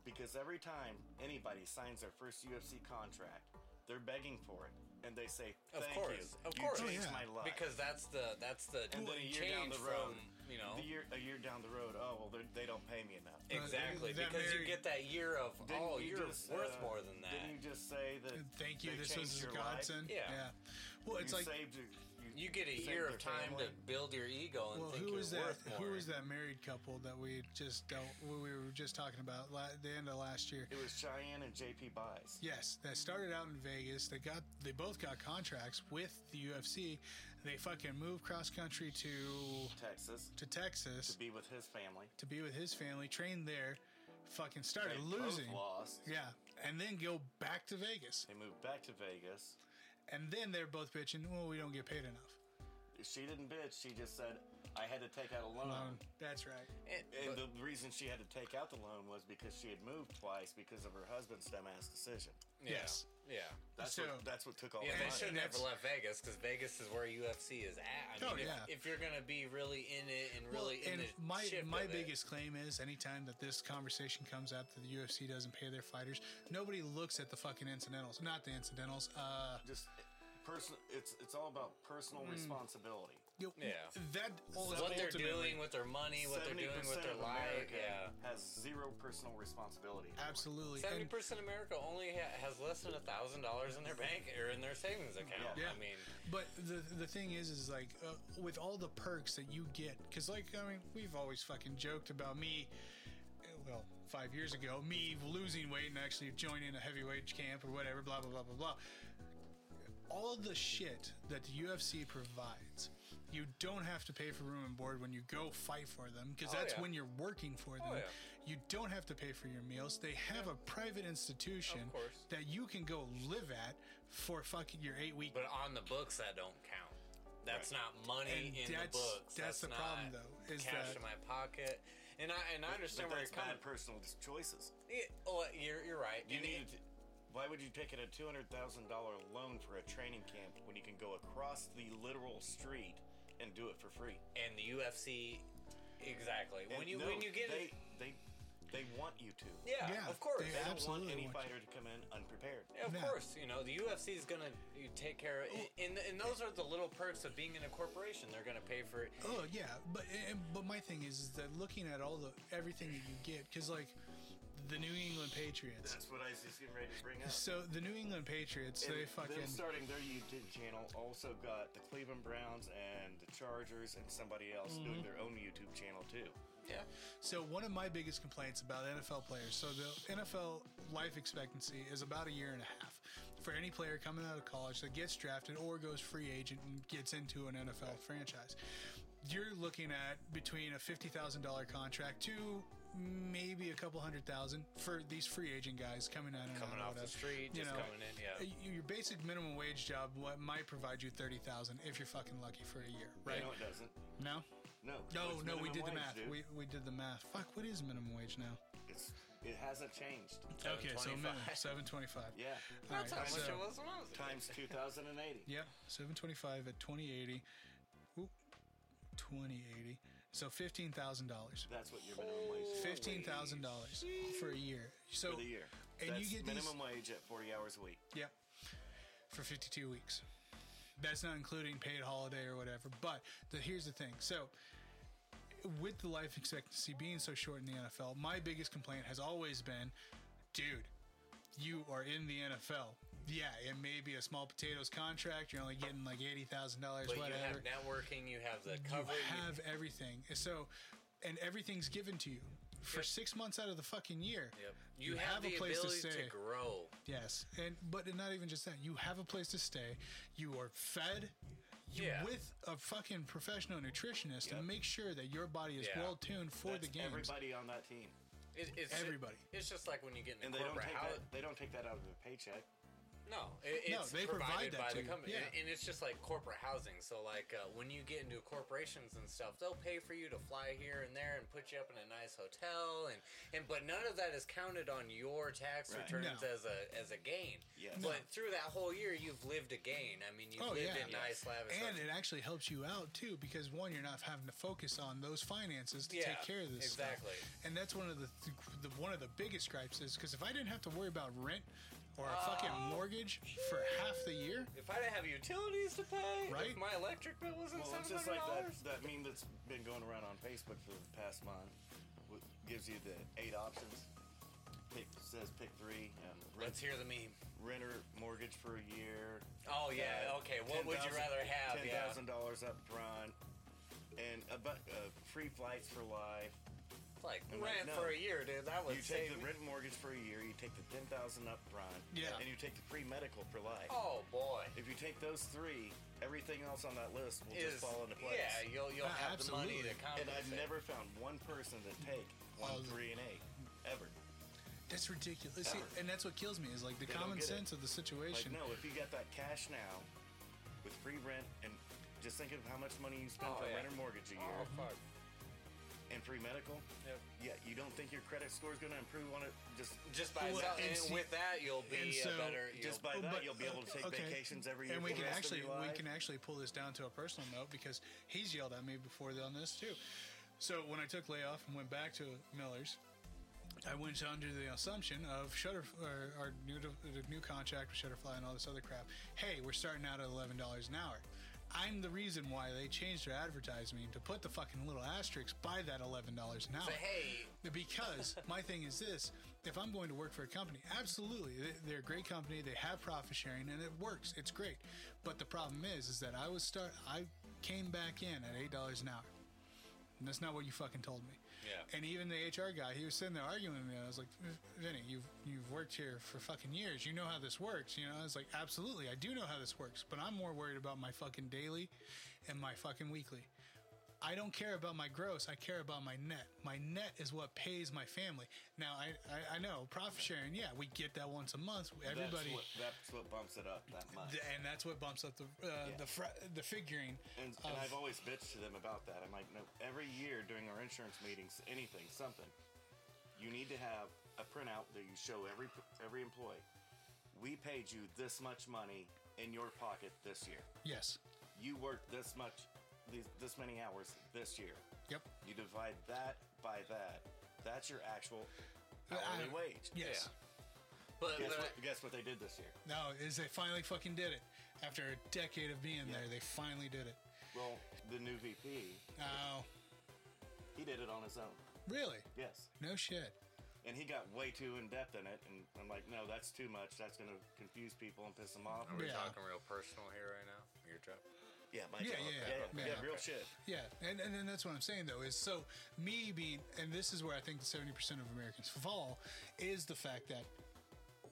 [SPEAKER 3] because every time anybody signs their first UFC contract, they're begging for it, and they say,
[SPEAKER 4] Of
[SPEAKER 3] "Thank you,
[SPEAKER 4] course, of
[SPEAKER 3] you
[SPEAKER 4] course.
[SPEAKER 3] changed
[SPEAKER 2] Oh, yeah.
[SPEAKER 3] my life."
[SPEAKER 4] because that's the that's the
[SPEAKER 3] and then a year down
[SPEAKER 4] change
[SPEAKER 3] the road,
[SPEAKER 4] from you know
[SPEAKER 3] the year, a year down the road, oh well, they're- they don't pay me enough.
[SPEAKER 4] exactly
[SPEAKER 2] That
[SPEAKER 4] because
[SPEAKER 2] very-
[SPEAKER 4] you get that year of
[SPEAKER 3] Didn't
[SPEAKER 4] oh you're
[SPEAKER 3] just,
[SPEAKER 4] worth
[SPEAKER 3] uh,
[SPEAKER 4] more than that.
[SPEAKER 3] Didn't you just say that?
[SPEAKER 2] Thank you.
[SPEAKER 3] they
[SPEAKER 2] This
[SPEAKER 3] changed
[SPEAKER 2] was
[SPEAKER 3] your
[SPEAKER 2] a
[SPEAKER 3] life?
[SPEAKER 2] godsend.
[SPEAKER 4] Yeah.
[SPEAKER 2] Well, it's
[SPEAKER 3] you
[SPEAKER 2] like
[SPEAKER 3] saved your, you
[SPEAKER 4] You get a
[SPEAKER 3] Save
[SPEAKER 4] year
[SPEAKER 3] their
[SPEAKER 4] of time to
[SPEAKER 3] family.
[SPEAKER 4] build your ego and
[SPEAKER 2] Well,
[SPEAKER 4] think
[SPEAKER 2] who
[SPEAKER 4] you're
[SPEAKER 2] was that?
[SPEAKER 4] worth more.
[SPEAKER 2] Who was that married couple that we just dealt? We were just talking about la- the end of last year.
[SPEAKER 3] It was Cheyenne and JP Buys.
[SPEAKER 2] Yes, that started out in Vegas. They got they both got contracts with the UFC. They fucking moved cross country to
[SPEAKER 3] Texas
[SPEAKER 2] to Texas
[SPEAKER 3] to be with his family.
[SPEAKER 2] to be with his family, trained there, fucking started
[SPEAKER 3] They
[SPEAKER 2] losing.
[SPEAKER 3] both lost.
[SPEAKER 2] Yeah, and then go back to Vegas.
[SPEAKER 3] They moved back to Vegas.
[SPEAKER 2] And then they're both bitching, well, we don't get paid enough.
[SPEAKER 3] She didn't bitch. She just said, "I had to take out a loan."
[SPEAKER 2] Um, that's right.
[SPEAKER 4] And-
[SPEAKER 3] And
[SPEAKER 4] but-
[SPEAKER 3] the reason she had to take out the loan was because she had moved twice because of her husband's dumbass decision.
[SPEAKER 4] yeah,
[SPEAKER 2] yes.
[SPEAKER 4] Yeah.
[SPEAKER 3] That's
[SPEAKER 2] So-
[SPEAKER 3] what that's what took all
[SPEAKER 4] Yeah,
[SPEAKER 3] the
[SPEAKER 4] they
[SPEAKER 3] money.
[SPEAKER 4] should
[SPEAKER 2] that's-
[SPEAKER 4] never left Vegas because Vegas is where UFC is at. I
[SPEAKER 2] Oh,
[SPEAKER 4] mean, if-
[SPEAKER 2] yeah.
[SPEAKER 4] if, you're gonna be really in it and really in
[SPEAKER 2] and
[SPEAKER 4] the
[SPEAKER 2] my
[SPEAKER 4] shift
[SPEAKER 2] my
[SPEAKER 4] of it-
[SPEAKER 2] biggest claim is anytime that this conversation comes up that the UFC doesn't pay their fighters, nobody looks at the fucking incidentals. Not the incidentals. Uh,
[SPEAKER 3] Just person. It's it's all about personal
[SPEAKER 4] Hmm.
[SPEAKER 3] responsibility.
[SPEAKER 2] you-
[SPEAKER 4] Yeah.
[SPEAKER 2] That
[SPEAKER 4] what they're
[SPEAKER 2] ultimately-
[SPEAKER 4] doing with their money, what they're doing with
[SPEAKER 3] 70%
[SPEAKER 4] their
[SPEAKER 3] of
[SPEAKER 4] life.
[SPEAKER 3] America
[SPEAKER 4] Yeah.
[SPEAKER 3] has zero personal responsibility.
[SPEAKER 2] Absolutely.
[SPEAKER 4] Seventy
[SPEAKER 2] And-
[SPEAKER 4] percent of America only ha- has less than a thousand dollars in their bank or in their savings account.
[SPEAKER 2] Yeah.
[SPEAKER 4] I mean,
[SPEAKER 2] But the the thing is, is like uh, with all the perks that you get, because like I mean, we've always fucking joked about me. uh, Well, five years ago, me losing weight and actually joining a heavyweight camp or whatever, blah blah blah blah blah. All the shit that the UFC provides, you don't have to pay for room and board when you go fight for them, because
[SPEAKER 4] Oh,
[SPEAKER 2] that's
[SPEAKER 4] yeah. Oh,
[SPEAKER 2] when you're working for them.
[SPEAKER 4] yeah.
[SPEAKER 2] You don't have to pay for your meals. They have a private institution
[SPEAKER 4] Of course.
[SPEAKER 2] that you can go live at for fucking your eight week
[SPEAKER 4] but on the books that don't count. That's not money
[SPEAKER 2] And
[SPEAKER 4] in the
[SPEAKER 2] that's-
[SPEAKER 4] books.
[SPEAKER 2] that's the problem,
[SPEAKER 4] not
[SPEAKER 2] though, is
[SPEAKER 4] cash
[SPEAKER 2] that-
[SPEAKER 4] in my pocket. And I and I understand
[SPEAKER 3] But
[SPEAKER 4] where
[SPEAKER 3] that's
[SPEAKER 4] you're coming.
[SPEAKER 3] bad personal choices.
[SPEAKER 4] Yeah, well, you're you're right.
[SPEAKER 3] You
[SPEAKER 4] And
[SPEAKER 3] need.
[SPEAKER 4] it-
[SPEAKER 3] to- Why would you take out a two hundred thousand dollar loan for a training camp when you can go across the literal street and do it for free?
[SPEAKER 4] and the UFC exactly.
[SPEAKER 3] And
[SPEAKER 4] when you
[SPEAKER 3] no,
[SPEAKER 4] when you get
[SPEAKER 3] they,
[SPEAKER 4] it,
[SPEAKER 3] they they want you to.
[SPEAKER 4] yeah,
[SPEAKER 2] Yeah,
[SPEAKER 4] of course.
[SPEAKER 2] they
[SPEAKER 3] They don't want
[SPEAKER 2] Absolutely
[SPEAKER 3] any
[SPEAKER 2] want
[SPEAKER 3] fighter to come in unprepared.
[SPEAKER 4] Yeah, Of
[SPEAKER 2] No.
[SPEAKER 4] course, you know the UFC is gonna you take care of, and and those are the little perks of being in a corporation. They're gonna pay for it.
[SPEAKER 2] Oh yeah, but and, but my thing is, is that looking at all the everything that you get, because like the New England Patriots.
[SPEAKER 3] That's what I was just getting ready to bring up.
[SPEAKER 2] So the New England Patriots,
[SPEAKER 3] And
[SPEAKER 2] they
[SPEAKER 3] them
[SPEAKER 2] fucking
[SPEAKER 3] starting their YouTube channel also got the Cleveland Browns and the Chargers and somebody else
[SPEAKER 2] Mm-hmm.
[SPEAKER 3] doing their own YouTube channel too.
[SPEAKER 4] Yeah,
[SPEAKER 2] so one of my biggest complaints about NFL players. So the NFL life expectancy is about a year and a half for any player coming out of college that gets drafted or goes free agent and gets into an NFL franchise. You're looking at between a fifty thousand dollar contract to maybe a couple hundred thousand for these free agent guys coming out and
[SPEAKER 4] coming
[SPEAKER 2] out
[SPEAKER 4] off the
[SPEAKER 2] of-
[SPEAKER 4] street,
[SPEAKER 2] you
[SPEAKER 4] just
[SPEAKER 2] know,
[SPEAKER 4] coming in. Yeah,
[SPEAKER 2] Y- Your basic minimum wage job what might provide you thirty thousand if you're fucking lucky for a year, right?
[SPEAKER 3] No, it doesn't.
[SPEAKER 2] No,
[SPEAKER 3] No.
[SPEAKER 2] no,
[SPEAKER 3] it's
[SPEAKER 2] no. We
[SPEAKER 3] minimum
[SPEAKER 2] did the
[SPEAKER 3] wage,
[SPEAKER 2] math.
[SPEAKER 3] dude.
[SPEAKER 2] We, we did the math. Fuck, what is minimum wage now?
[SPEAKER 3] It's, it hasn't changed.
[SPEAKER 2] Okay, so
[SPEAKER 4] 725.
[SPEAKER 2] minimum seven twenty five.
[SPEAKER 3] Yeah.
[SPEAKER 4] that's how
[SPEAKER 2] Alright,
[SPEAKER 4] much
[SPEAKER 2] so-
[SPEAKER 4] it was when I was a kid.
[SPEAKER 3] Times 2080.
[SPEAKER 2] Yep, seven twenty five at twenty eighty. Twenty eighty. So fifteen thousand dollars.
[SPEAKER 3] That's what your minimum wage is.
[SPEAKER 2] Fifteen thousand dollars for a year. So
[SPEAKER 3] for the year.
[SPEAKER 2] and you
[SPEAKER 3] That's
[SPEAKER 2] get these-
[SPEAKER 3] minimum wage at 40 hours a week.
[SPEAKER 2] Yep. For 52 weeks. That's not including paid holiday or whatever. But the, here's the thing. So, with the life expectancy being so short in the NFL, my biggest complaint has always been dude, you are in the NFL. Yeah, it may be a small potatoes contract. You're only getting like $80,000,
[SPEAKER 4] But
[SPEAKER 2] whatever
[SPEAKER 4] you have networking, you have the
[SPEAKER 2] you
[SPEAKER 4] cover. you-
[SPEAKER 2] have everything. So, and everything's given to you for
[SPEAKER 4] Yep.
[SPEAKER 2] six months out of the fucking year.
[SPEAKER 4] Yep. You, have, the ability to, grow.
[SPEAKER 2] Yes, and but not even just that. You have a place to stay. You are fed. You
[SPEAKER 4] Yeah.
[SPEAKER 2] with a fucking professional nutritionist to
[SPEAKER 3] Yep.
[SPEAKER 2] make sure that your body is
[SPEAKER 4] Yeah.
[SPEAKER 2] well tuned for
[SPEAKER 3] That's
[SPEAKER 2] the games.
[SPEAKER 3] everybody on that team.
[SPEAKER 4] It, it's
[SPEAKER 2] Everybody.
[SPEAKER 4] it's just like when you get in
[SPEAKER 3] And
[SPEAKER 4] a
[SPEAKER 3] they don't
[SPEAKER 4] corporate
[SPEAKER 3] take
[SPEAKER 4] house.
[SPEAKER 3] that, they don't take that out of their paycheck.
[SPEAKER 4] No, it,
[SPEAKER 2] No,
[SPEAKER 4] it's
[SPEAKER 2] they provide
[SPEAKER 4] provided
[SPEAKER 2] that
[SPEAKER 4] by
[SPEAKER 2] to
[SPEAKER 4] the
[SPEAKER 2] you.
[SPEAKER 4] company,
[SPEAKER 2] Yeah.
[SPEAKER 4] and, and it's just like corporate housing. So like uh, when you get into corporations and stuff, they'll pay for you to fly here and there and put you up in a nice hotel, and, and but none of that is counted on your tax
[SPEAKER 3] Right.
[SPEAKER 4] returns
[SPEAKER 2] No.
[SPEAKER 4] as a as a gain.
[SPEAKER 3] Yes.
[SPEAKER 4] But through that whole year, you've lived a gain. I mean, you've
[SPEAKER 2] Oh,
[SPEAKER 4] lived
[SPEAKER 2] yeah.
[SPEAKER 4] in nice lavish.
[SPEAKER 2] and
[SPEAKER 4] lifestyles.
[SPEAKER 2] it actually helps you out too because one, you're not having to focus on those finances to
[SPEAKER 4] Yeah,
[SPEAKER 2] take care of this. stuff.
[SPEAKER 4] exactly.
[SPEAKER 2] and that's one of the, th- the one of the biggest gripes is because if I didn't have to worry about rent or a
[SPEAKER 3] Uh,
[SPEAKER 2] fucking mortgage for half the year,
[SPEAKER 4] if I didn't have utilities to pay,
[SPEAKER 2] Right?
[SPEAKER 4] if my electric bill wasn't
[SPEAKER 3] Well, it's
[SPEAKER 4] seven
[SPEAKER 3] just
[SPEAKER 4] hundred
[SPEAKER 3] like that, that
[SPEAKER 4] dollars.
[SPEAKER 3] meme that's been going around on Facebook for the past month. What gives you the eight options. Pick says pick three. Um, rent,
[SPEAKER 4] Let's hear the meme.
[SPEAKER 3] renter mortgage for a year.
[SPEAKER 4] Oh yeah,
[SPEAKER 3] uh,
[SPEAKER 4] okay. What would
[SPEAKER 3] 10,000
[SPEAKER 4] you rather have? yeah,
[SPEAKER 3] thousand dollars up front, and a bu- uh, free flights for life.
[SPEAKER 4] Like
[SPEAKER 3] I'm like,
[SPEAKER 4] rent
[SPEAKER 3] no.
[SPEAKER 4] for a year, dude. That would
[SPEAKER 3] You take
[SPEAKER 4] save.
[SPEAKER 3] the rent mortgage for a year. You take the ten thousand up front.
[SPEAKER 2] Yeah.
[SPEAKER 3] And you take the free medical for life.
[SPEAKER 4] oh boy.
[SPEAKER 3] If you take those three, everything else on that list will
[SPEAKER 4] Is
[SPEAKER 3] just fall into place.
[SPEAKER 4] yeah, you'll you'll
[SPEAKER 2] Ah,
[SPEAKER 4] have the money
[SPEAKER 2] absolutely.
[SPEAKER 4] to
[SPEAKER 3] And
[SPEAKER 4] compensate.
[SPEAKER 3] I've never found one person to take one,
[SPEAKER 2] Oh, the-
[SPEAKER 3] three, and eight ever.
[SPEAKER 2] That's ridiculous. See,
[SPEAKER 3] Ever.
[SPEAKER 2] and that's what kills me is like the
[SPEAKER 3] They don't
[SPEAKER 2] common
[SPEAKER 3] get it.
[SPEAKER 2] sense of the
[SPEAKER 3] Like,
[SPEAKER 2] situation.
[SPEAKER 3] no, if you got that cash now with free rent and just think of how much money you spend
[SPEAKER 4] Oh,
[SPEAKER 3] for
[SPEAKER 4] yeah.
[SPEAKER 3] rent or mortgage a year
[SPEAKER 4] Oh fuck.
[SPEAKER 3] and free medical,
[SPEAKER 4] Yep.
[SPEAKER 3] yeah, you don't think your credit score is going to improve on it just
[SPEAKER 4] Just by
[SPEAKER 2] Well,
[SPEAKER 4] itself,
[SPEAKER 2] and
[SPEAKER 4] and,
[SPEAKER 2] see-
[SPEAKER 4] with that, you'll be
[SPEAKER 2] and
[SPEAKER 4] a
[SPEAKER 2] so,
[SPEAKER 4] better.
[SPEAKER 3] just
[SPEAKER 4] you'll-
[SPEAKER 3] by that
[SPEAKER 2] but,
[SPEAKER 3] you'll be
[SPEAKER 2] uh,
[SPEAKER 3] able to take
[SPEAKER 2] okay.
[SPEAKER 3] vacations every year.
[SPEAKER 2] and
[SPEAKER 3] for
[SPEAKER 2] we
[SPEAKER 3] the
[SPEAKER 2] can
[SPEAKER 3] rest of
[SPEAKER 2] actually
[SPEAKER 3] your
[SPEAKER 2] we
[SPEAKER 3] life.
[SPEAKER 2] can actually pull this down to a personal note because he's yelled at me before on this too. So when I took layoff and went back to Miller's, I went under the assumption of Shutter or our new the new contract with Shutterfly and all this other crap. Hey, we're starting out at eleven dollars an hour. I'm the reason why they changed their advertisement to put the fucking little asterisk by that eleven dollars an hour.
[SPEAKER 4] Say, hey,
[SPEAKER 2] Because my thing is this: if I'm going to work for a company, absolutely, they- they're a great company. They have profit sharing, and it works. It's great. But the problem is, is that I was start. I came back in at eight dollars an hour, and that's not what you fucking told me.
[SPEAKER 4] Yeah.
[SPEAKER 2] And even the HR guy, he was sitting there arguing with me. I was like, Vinny, you've you've worked here for fucking years. You know how this works. You know, I was like, absolutely, I do know how this works. But I'm more worried about my fucking daily, and my fucking weekly. I don't care about my gross. I care about my net. My net is what pays my family. Now I, I, I know profit sharing. Yeah, we get that once a month. Everybody,
[SPEAKER 3] That's what, that's what bumps it up that much.
[SPEAKER 2] Th- and that's what bumps up the uh, the fr- the figuring.
[SPEAKER 3] And, and I've always bitched to them about that. I'm like, no, every year during our insurance meetings, anything, something, you need to have a printout that you show every every employee. We paid you this much money in your pocket this year.
[SPEAKER 2] Yes.
[SPEAKER 3] You worked this much, these, this many hours this year.
[SPEAKER 2] Yep.
[SPEAKER 3] You divide that by that. That's your actual
[SPEAKER 2] Uh,
[SPEAKER 3] hourly
[SPEAKER 2] I-
[SPEAKER 3] wage.
[SPEAKER 2] Yes.
[SPEAKER 4] but,
[SPEAKER 3] Guess
[SPEAKER 4] but
[SPEAKER 3] what, guess what they did this year?
[SPEAKER 2] No, is they finally fucking did it after a decade of being there. They finally did it.
[SPEAKER 3] Well, the new VP,
[SPEAKER 2] Oh,
[SPEAKER 3] he did it on his own.
[SPEAKER 2] really?
[SPEAKER 3] Yes.
[SPEAKER 2] No shit.
[SPEAKER 3] And he got way too in depth in it, and I'm like, no, that's too much. That's gonna confuse people and piss them off.
[SPEAKER 4] are we
[SPEAKER 2] Yeah.
[SPEAKER 4] talking real personal here right now? Your job.
[SPEAKER 3] Yeah, my
[SPEAKER 2] Yeah,
[SPEAKER 3] job.
[SPEAKER 2] yeah,
[SPEAKER 3] yeah,
[SPEAKER 2] yeah.
[SPEAKER 3] yeah, real shit.
[SPEAKER 2] Yeah, and, and and that's what I'm saying though is so me being and this is where I think the 70 percent of Americans fall is the fact that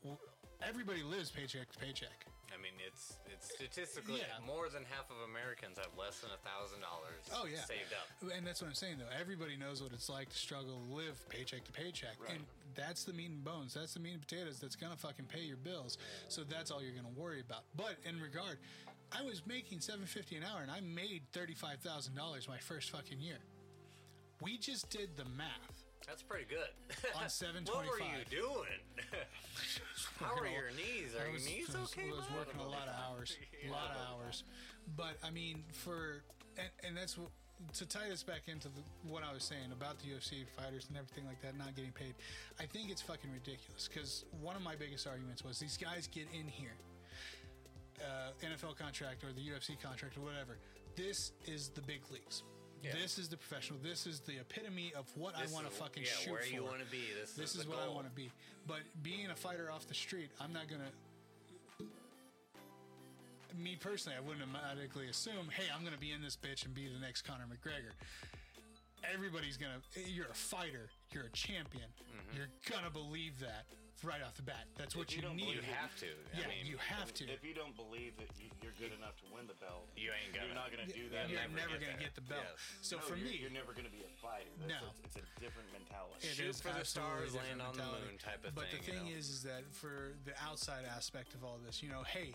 [SPEAKER 2] w- everybody lives paycheck to paycheck.
[SPEAKER 4] I mean, it's it's statistically
[SPEAKER 2] Yeah.
[SPEAKER 4] more than half of Americans have less than a thousand dollars.
[SPEAKER 2] Oh yeah,
[SPEAKER 4] saved up.
[SPEAKER 2] And that's what I'm saying though. Everybody knows what it's like to struggle, to live paycheck to paycheck, and that's the meat and bones. That's the meat and potatoes. That's gonna fucking pay your bills. So that's all you're gonna worry about. But in regard, I was making 750 an hour, and I made 35 thousand dollars my first fucking year. We just did the math.
[SPEAKER 4] That's pretty good.
[SPEAKER 2] On
[SPEAKER 4] what were you
[SPEAKER 2] 725.
[SPEAKER 4] doing? How are
[SPEAKER 2] Working a-
[SPEAKER 4] your knees? Are
[SPEAKER 2] I
[SPEAKER 4] your
[SPEAKER 2] was,
[SPEAKER 4] knees
[SPEAKER 2] I was-
[SPEAKER 4] okay?
[SPEAKER 2] I was
[SPEAKER 4] bud?
[SPEAKER 2] working a lot of hours, a
[SPEAKER 4] Yeah.
[SPEAKER 2] lot of hours. But I mean, for and, and that's what, to tie this back into the, what I was saying about the UFC fighters and everything like that not getting paid. I think it's fucking ridiculous because one of my biggest arguments was these guys get in here, uh, NFL contract or the UFC contract or whatever. This is the big leagues.
[SPEAKER 4] Yeah.
[SPEAKER 2] This is the professional. This is the epitome of what
[SPEAKER 4] This
[SPEAKER 2] I want to
[SPEAKER 4] is-
[SPEAKER 2] fucking
[SPEAKER 4] yeah,
[SPEAKER 2] shoot
[SPEAKER 4] where
[SPEAKER 2] for
[SPEAKER 4] you want to be. This,
[SPEAKER 2] this is
[SPEAKER 4] the
[SPEAKER 2] what I
[SPEAKER 4] goal.
[SPEAKER 2] want to be. But being a fighter off the street, I'm not gonna. Me personally, I wouldn't automatically assume, "Hey, I'm gonna be in this bitch and be the next Conor McGregor." Everybody's gonna. You're a fighter. You're a champion. You're gonna believe that right off the bat. That's what
[SPEAKER 3] Mm-hmm. you
[SPEAKER 2] you,
[SPEAKER 3] don't
[SPEAKER 2] need.
[SPEAKER 3] believe
[SPEAKER 4] You have to.
[SPEAKER 2] yeah,
[SPEAKER 4] I mean,
[SPEAKER 2] you have to.
[SPEAKER 3] If you don't believe that you, you're good enough to win the belt,
[SPEAKER 4] You ain't gonna.
[SPEAKER 3] you're not gonna do that.
[SPEAKER 2] You're
[SPEAKER 4] never
[SPEAKER 2] never,
[SPEAKER 4] get
[SPEAKER 2] gonna
[SPEAKER 4] there.
[SPEAKER 2] get the belt.
[SPEAKER 4] Yes.
[SPEAKER 2] So
[SPEAKER 3] No,
[SPEAKER 2] for
[SPEAKER 3] you're,
[SPEAKER 2] me,
[SPEAKER 3] you're never gonna be a fighter. That's
[SPEAKER 2] No.
[SPEAKER 3] a, it's a different mentality.
[SPEAKER 2] It
[SPEAKER 4] Shoot
[SPEAKER 2] is
[SPEAKER 4] for
[SPEAKER 2] absolutely
[SPEAKER 4] the stars,
[SPEAKER 2] a different
[SPEAKER 4] land on the
[SPEAKER 2] mentality.
[SPEAKER 4] moon type of
[SPEAKER 2] but
[SPEAKER 4] thing,
[SPEAKER 2] the
[SPEAKER 4] you
[SPEAKER 2] thing
[SPEAKER 4] know?
[SPEAKER 2] is, is that for the outside aspect of all this, you know, hey,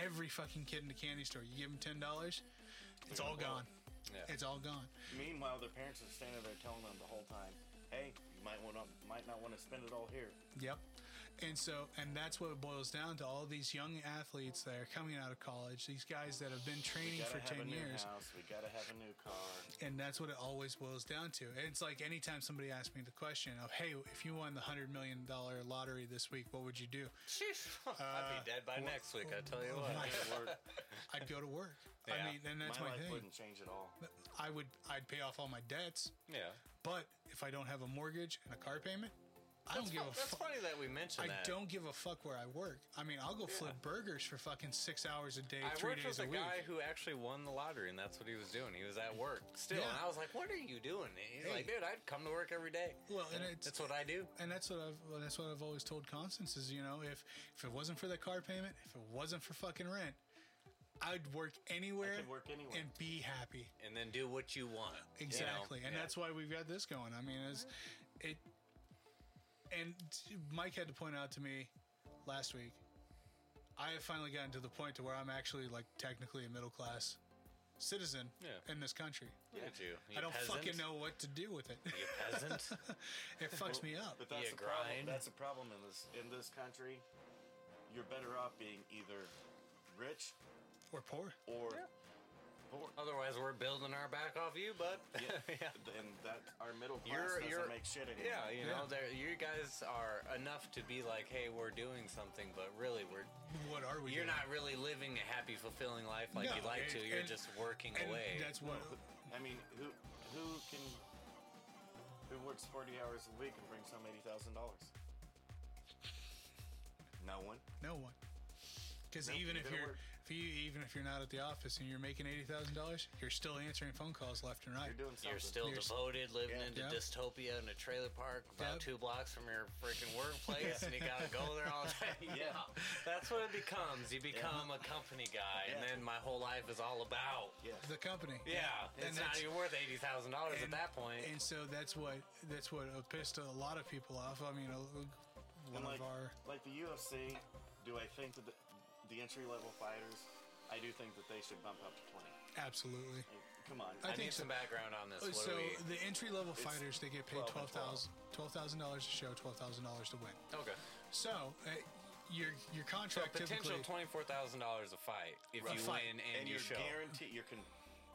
[SPEAKER 2] every fucking kid in the candy store, you give them ten dollars, it's all gone.
[SPEAKER 4] Yeah.
[SPEAKER 2] It's all gone.
[SPEAKER 3] Meanwhile, their parents are standing there telling them the whole time, "Hey, you might want to, might not want to spend it all here."
[SPEAKER 2] Yep. And so, and that's what it boils down to. All these young athletes that are coming out of college, these guys that have been training
[SPEAKER 3] Gotta
[SPEAKER 2] for
[SPEAKER 3] have a
[SPEAKER 2] ten
[SPEAKER 3] new
[SPEAKER 2] years,
[SPEAKER 3] house. We gotta have a new car.
[SPEAKER 2] and that's what it always boils down to. It's like anytime somebody asks me the question of, "Hey, if you won the hundred million dollar lottery this week, what would you do?"
[SPEAKER 4] I'd be dead by next week. I tell you what.
[SPEAKER 2] Uh, Oh my-
[SPEAKER 3] Lord,
[SPEAKER 2] I'd go to work.
[SPEAKER 4] Yeah.
[SPEAKER 2] I mean, and that's
[SPEAKER 3] my
[SPEAKER 2] my,
[SPEAKER 3] life
[SPEAKER 2] thing.
[SPEAKER 3] wouldn't change at all.
[SPEAKER 2] I would I'd pay off all my debts,
[SPEAKER 4] Yeah.
[SPEAKER 2] but if I don't have a mortgage and a car payment, I don't
[SPEAKER 4] That's
[SPEAKER 2] give
[SPEAKER 4] fu-
[SPEAKER 2] a
[SPEAKER 4] That's
[SPEAKER 2] fuck.
[SPEAKER 4] funny that we mentioned
[SPEAKER 2] I
[SPEAKER 4] that.
[SPEAKER 2] don't give a fuck where I work. I mean, I'll go flip burgers for fucking six hours a day,
[SPEAKER 4] I
[SPEAKER 2] three
[SPEAKER 4] worked
[SPEAKER 2] days
[SPEAKER 4] with
[SPEAKER 2] a
[SPEAKER 4] a
[SPEAKER 2] week.
[SPEAKER 4] guy who actually won the lottery, and that's what he was doing. He was at work still,
[SPEAKER 2] Yeah.
[SPEAKER 4] and I was like, "What are you doing?" And he's like,
[SPEAKER 2] Hey.
[SPEAKER 4] "Dude, I'd come to work every day.
[SPEAKER 2] Well, and it's
[SPEAKER 4] That's what I do."
[SPEAKER 2] and that's what I've well, that's what I've always told Constance is you know if if it wasn't for the car payment, if it wasn't for fucking rent, I'd work anywhere,
[SPEAKER 3] could work anywhere.
[SPEAKER 2] and be happy.
[SPEAKER 4] And then do what you want. you know?
[SPEAKER 2] Exactly, and
[SPEAKER 4] Yeah.
[SPEAKER 2] that's why we've got this going. I mean, it's it. And Mike had to point out to me last week. I have finally gotten to the point to where I'm actually like technically a middle class citizen
[SPEAKER 4] Yeah.
[SPEAKER 2] in this country.
[SPEAKER 4] Look at you. You
[SPEAKER 2] I don't
[SPEAKER 4] peasant.
[SPEAKER 2] fucking know what to do with it.
[SPEAKER 4] You peasant.
[SPEAKER 2] it fucks me up.
[SPEAKER 3] But that's
[SPEAKER 4] Yeah,
[SPEAKER 3] the problem.
[SPEAKER 4] grind.
[SPEAKER 3] That's the problem in this in this country. You're better off being either rich
[SPEAKER 2] Or poor.
[SPEAKER 3] or poor.
[SPEAKER 4] Otherwise, we're building our back off you, bud.
[SPEAKER 3] Yeah. And that our middle class
[SPEAKER 4] You're-
[SPEAKER 3] doesn't
[SPEAKER 4] you're-
[SPEAKER 3] make shit anymore.
[SPEAKER 4] Yeah, you know,
[SPEAKER 2] Yeah.
[SPEAKER 4] there you guys are enough to be like, "Hey, we're doing something," but really, we're
[SPEAKER 2] What are we?
[SPEAKER 4] you're
[SPEAKER 2] doing?
[SPEAKER 4] not really living a happy, fulfilling life like
[SPEAKER 2] No,
[SPEAKER 4] you'd like
[SPEAKER 2] and-
[SPEAKER 4] to. You're
[SPEAKER 2] and-
[SPEAKER 4] just working
[SPEAKER 2] And
[SPEAKER 4] away.
[SPEAKER 2] That's what.
[SPEAKER 3] I mean, who who can who works forty hours a week and brings home eighty thousand dollars? No one.
[SPEAKER 2] No one. Because
[SPEAKER 3] Nope,
[SPEAKER 2] even
[SPEAKER 3] it
[SPEAKER 2] if
[SPEAKER 3] didn't
[SPEAKER 2] you're
[SPEAKER 3] work.
[SPEAKER 2] if you even if you're not at the office and you're making eighty thousand dollars, you're still answering phone calls left and right.
[SPEAKER 3] You're doing something.
[SPEAKER 4] You're still
[SPEAKER 2] You're s-
[SPEAKER 4] devoted, living
[SPEAKER 3] Yeah.
[SPEAKER 4] into
[SPEAKER 2] Yeah.
[SPEAKER 4] dystopia in a trailer park about
[SPEAKER 2] Yep.
[SPEAKER 4] two blocks from your freaking workplace, and you gotta go there all day. Yeah, that's what it becomes. You become a company guy, and
[SPEAKER 3] Yeah.
[SPEAKER 4] then my whole life is all about.
[SPEAKER 3] Yeah.
[SPEAKER 2] the company.
[SPEAKER 4] Yeah,
[SPEAKER 2] And
[SPEAKER 4] it's not
[SPEAKER 2] that's-
[SPEAKER 4] even worth eighty thousand dollars at
[SPEAKER 2] and-
[SPEAKER 4] that point.
[SPEAKER 2] And so that's what that's what uh, pissed a lot of people off. I mean, a, one
[SPEAKER 3] And like,
[SPEAKER 2] of our
[SPEAKER 3] like the UFC, do I think that the, the entry level fighters? I do think that they should bump up to twenty.
[SPEAKER 2] absolutely.
[SPEAKER 3] Come on.
[SPEAKER 2] I
[SPEAKER 4] I,
[SPEAKER 2] think
[SPEAKER 4] need some
[SPEAKER 2] so. Oh,
[SPEAKER 4] background on this. What
[SPEAKER 2] so
[SPEAKER 4] do we?
[SPEAKER 2] the entry level fighters they get paid
[SPEAKER 3] 12
[SPEAKER 2] twelve
[SPEAKER 3] and 12.
[SPEAKER 2] thousand twelve thousand dollars a show, twelve thousand dollars to win.
[SPEAKER 4] okay,
[SPEAKER 2] So uh, your your
[SPEAKER 4] so
[SPEAKER 2] contract typically
[SPEAKER 4] potential twenty four thousand dollars a fight if
[SPEAKER 3] Right.
[SPEAKER 4] you
[SPEAKER 2] Fight.
[SPEAKER 4] win
[SPEAKER 3] and
[SPEAKER 4] and, you
[SPEAKER 3] you're
[SPEAKER 4] show.
[SPEAKER 3] guaranteed. You're con-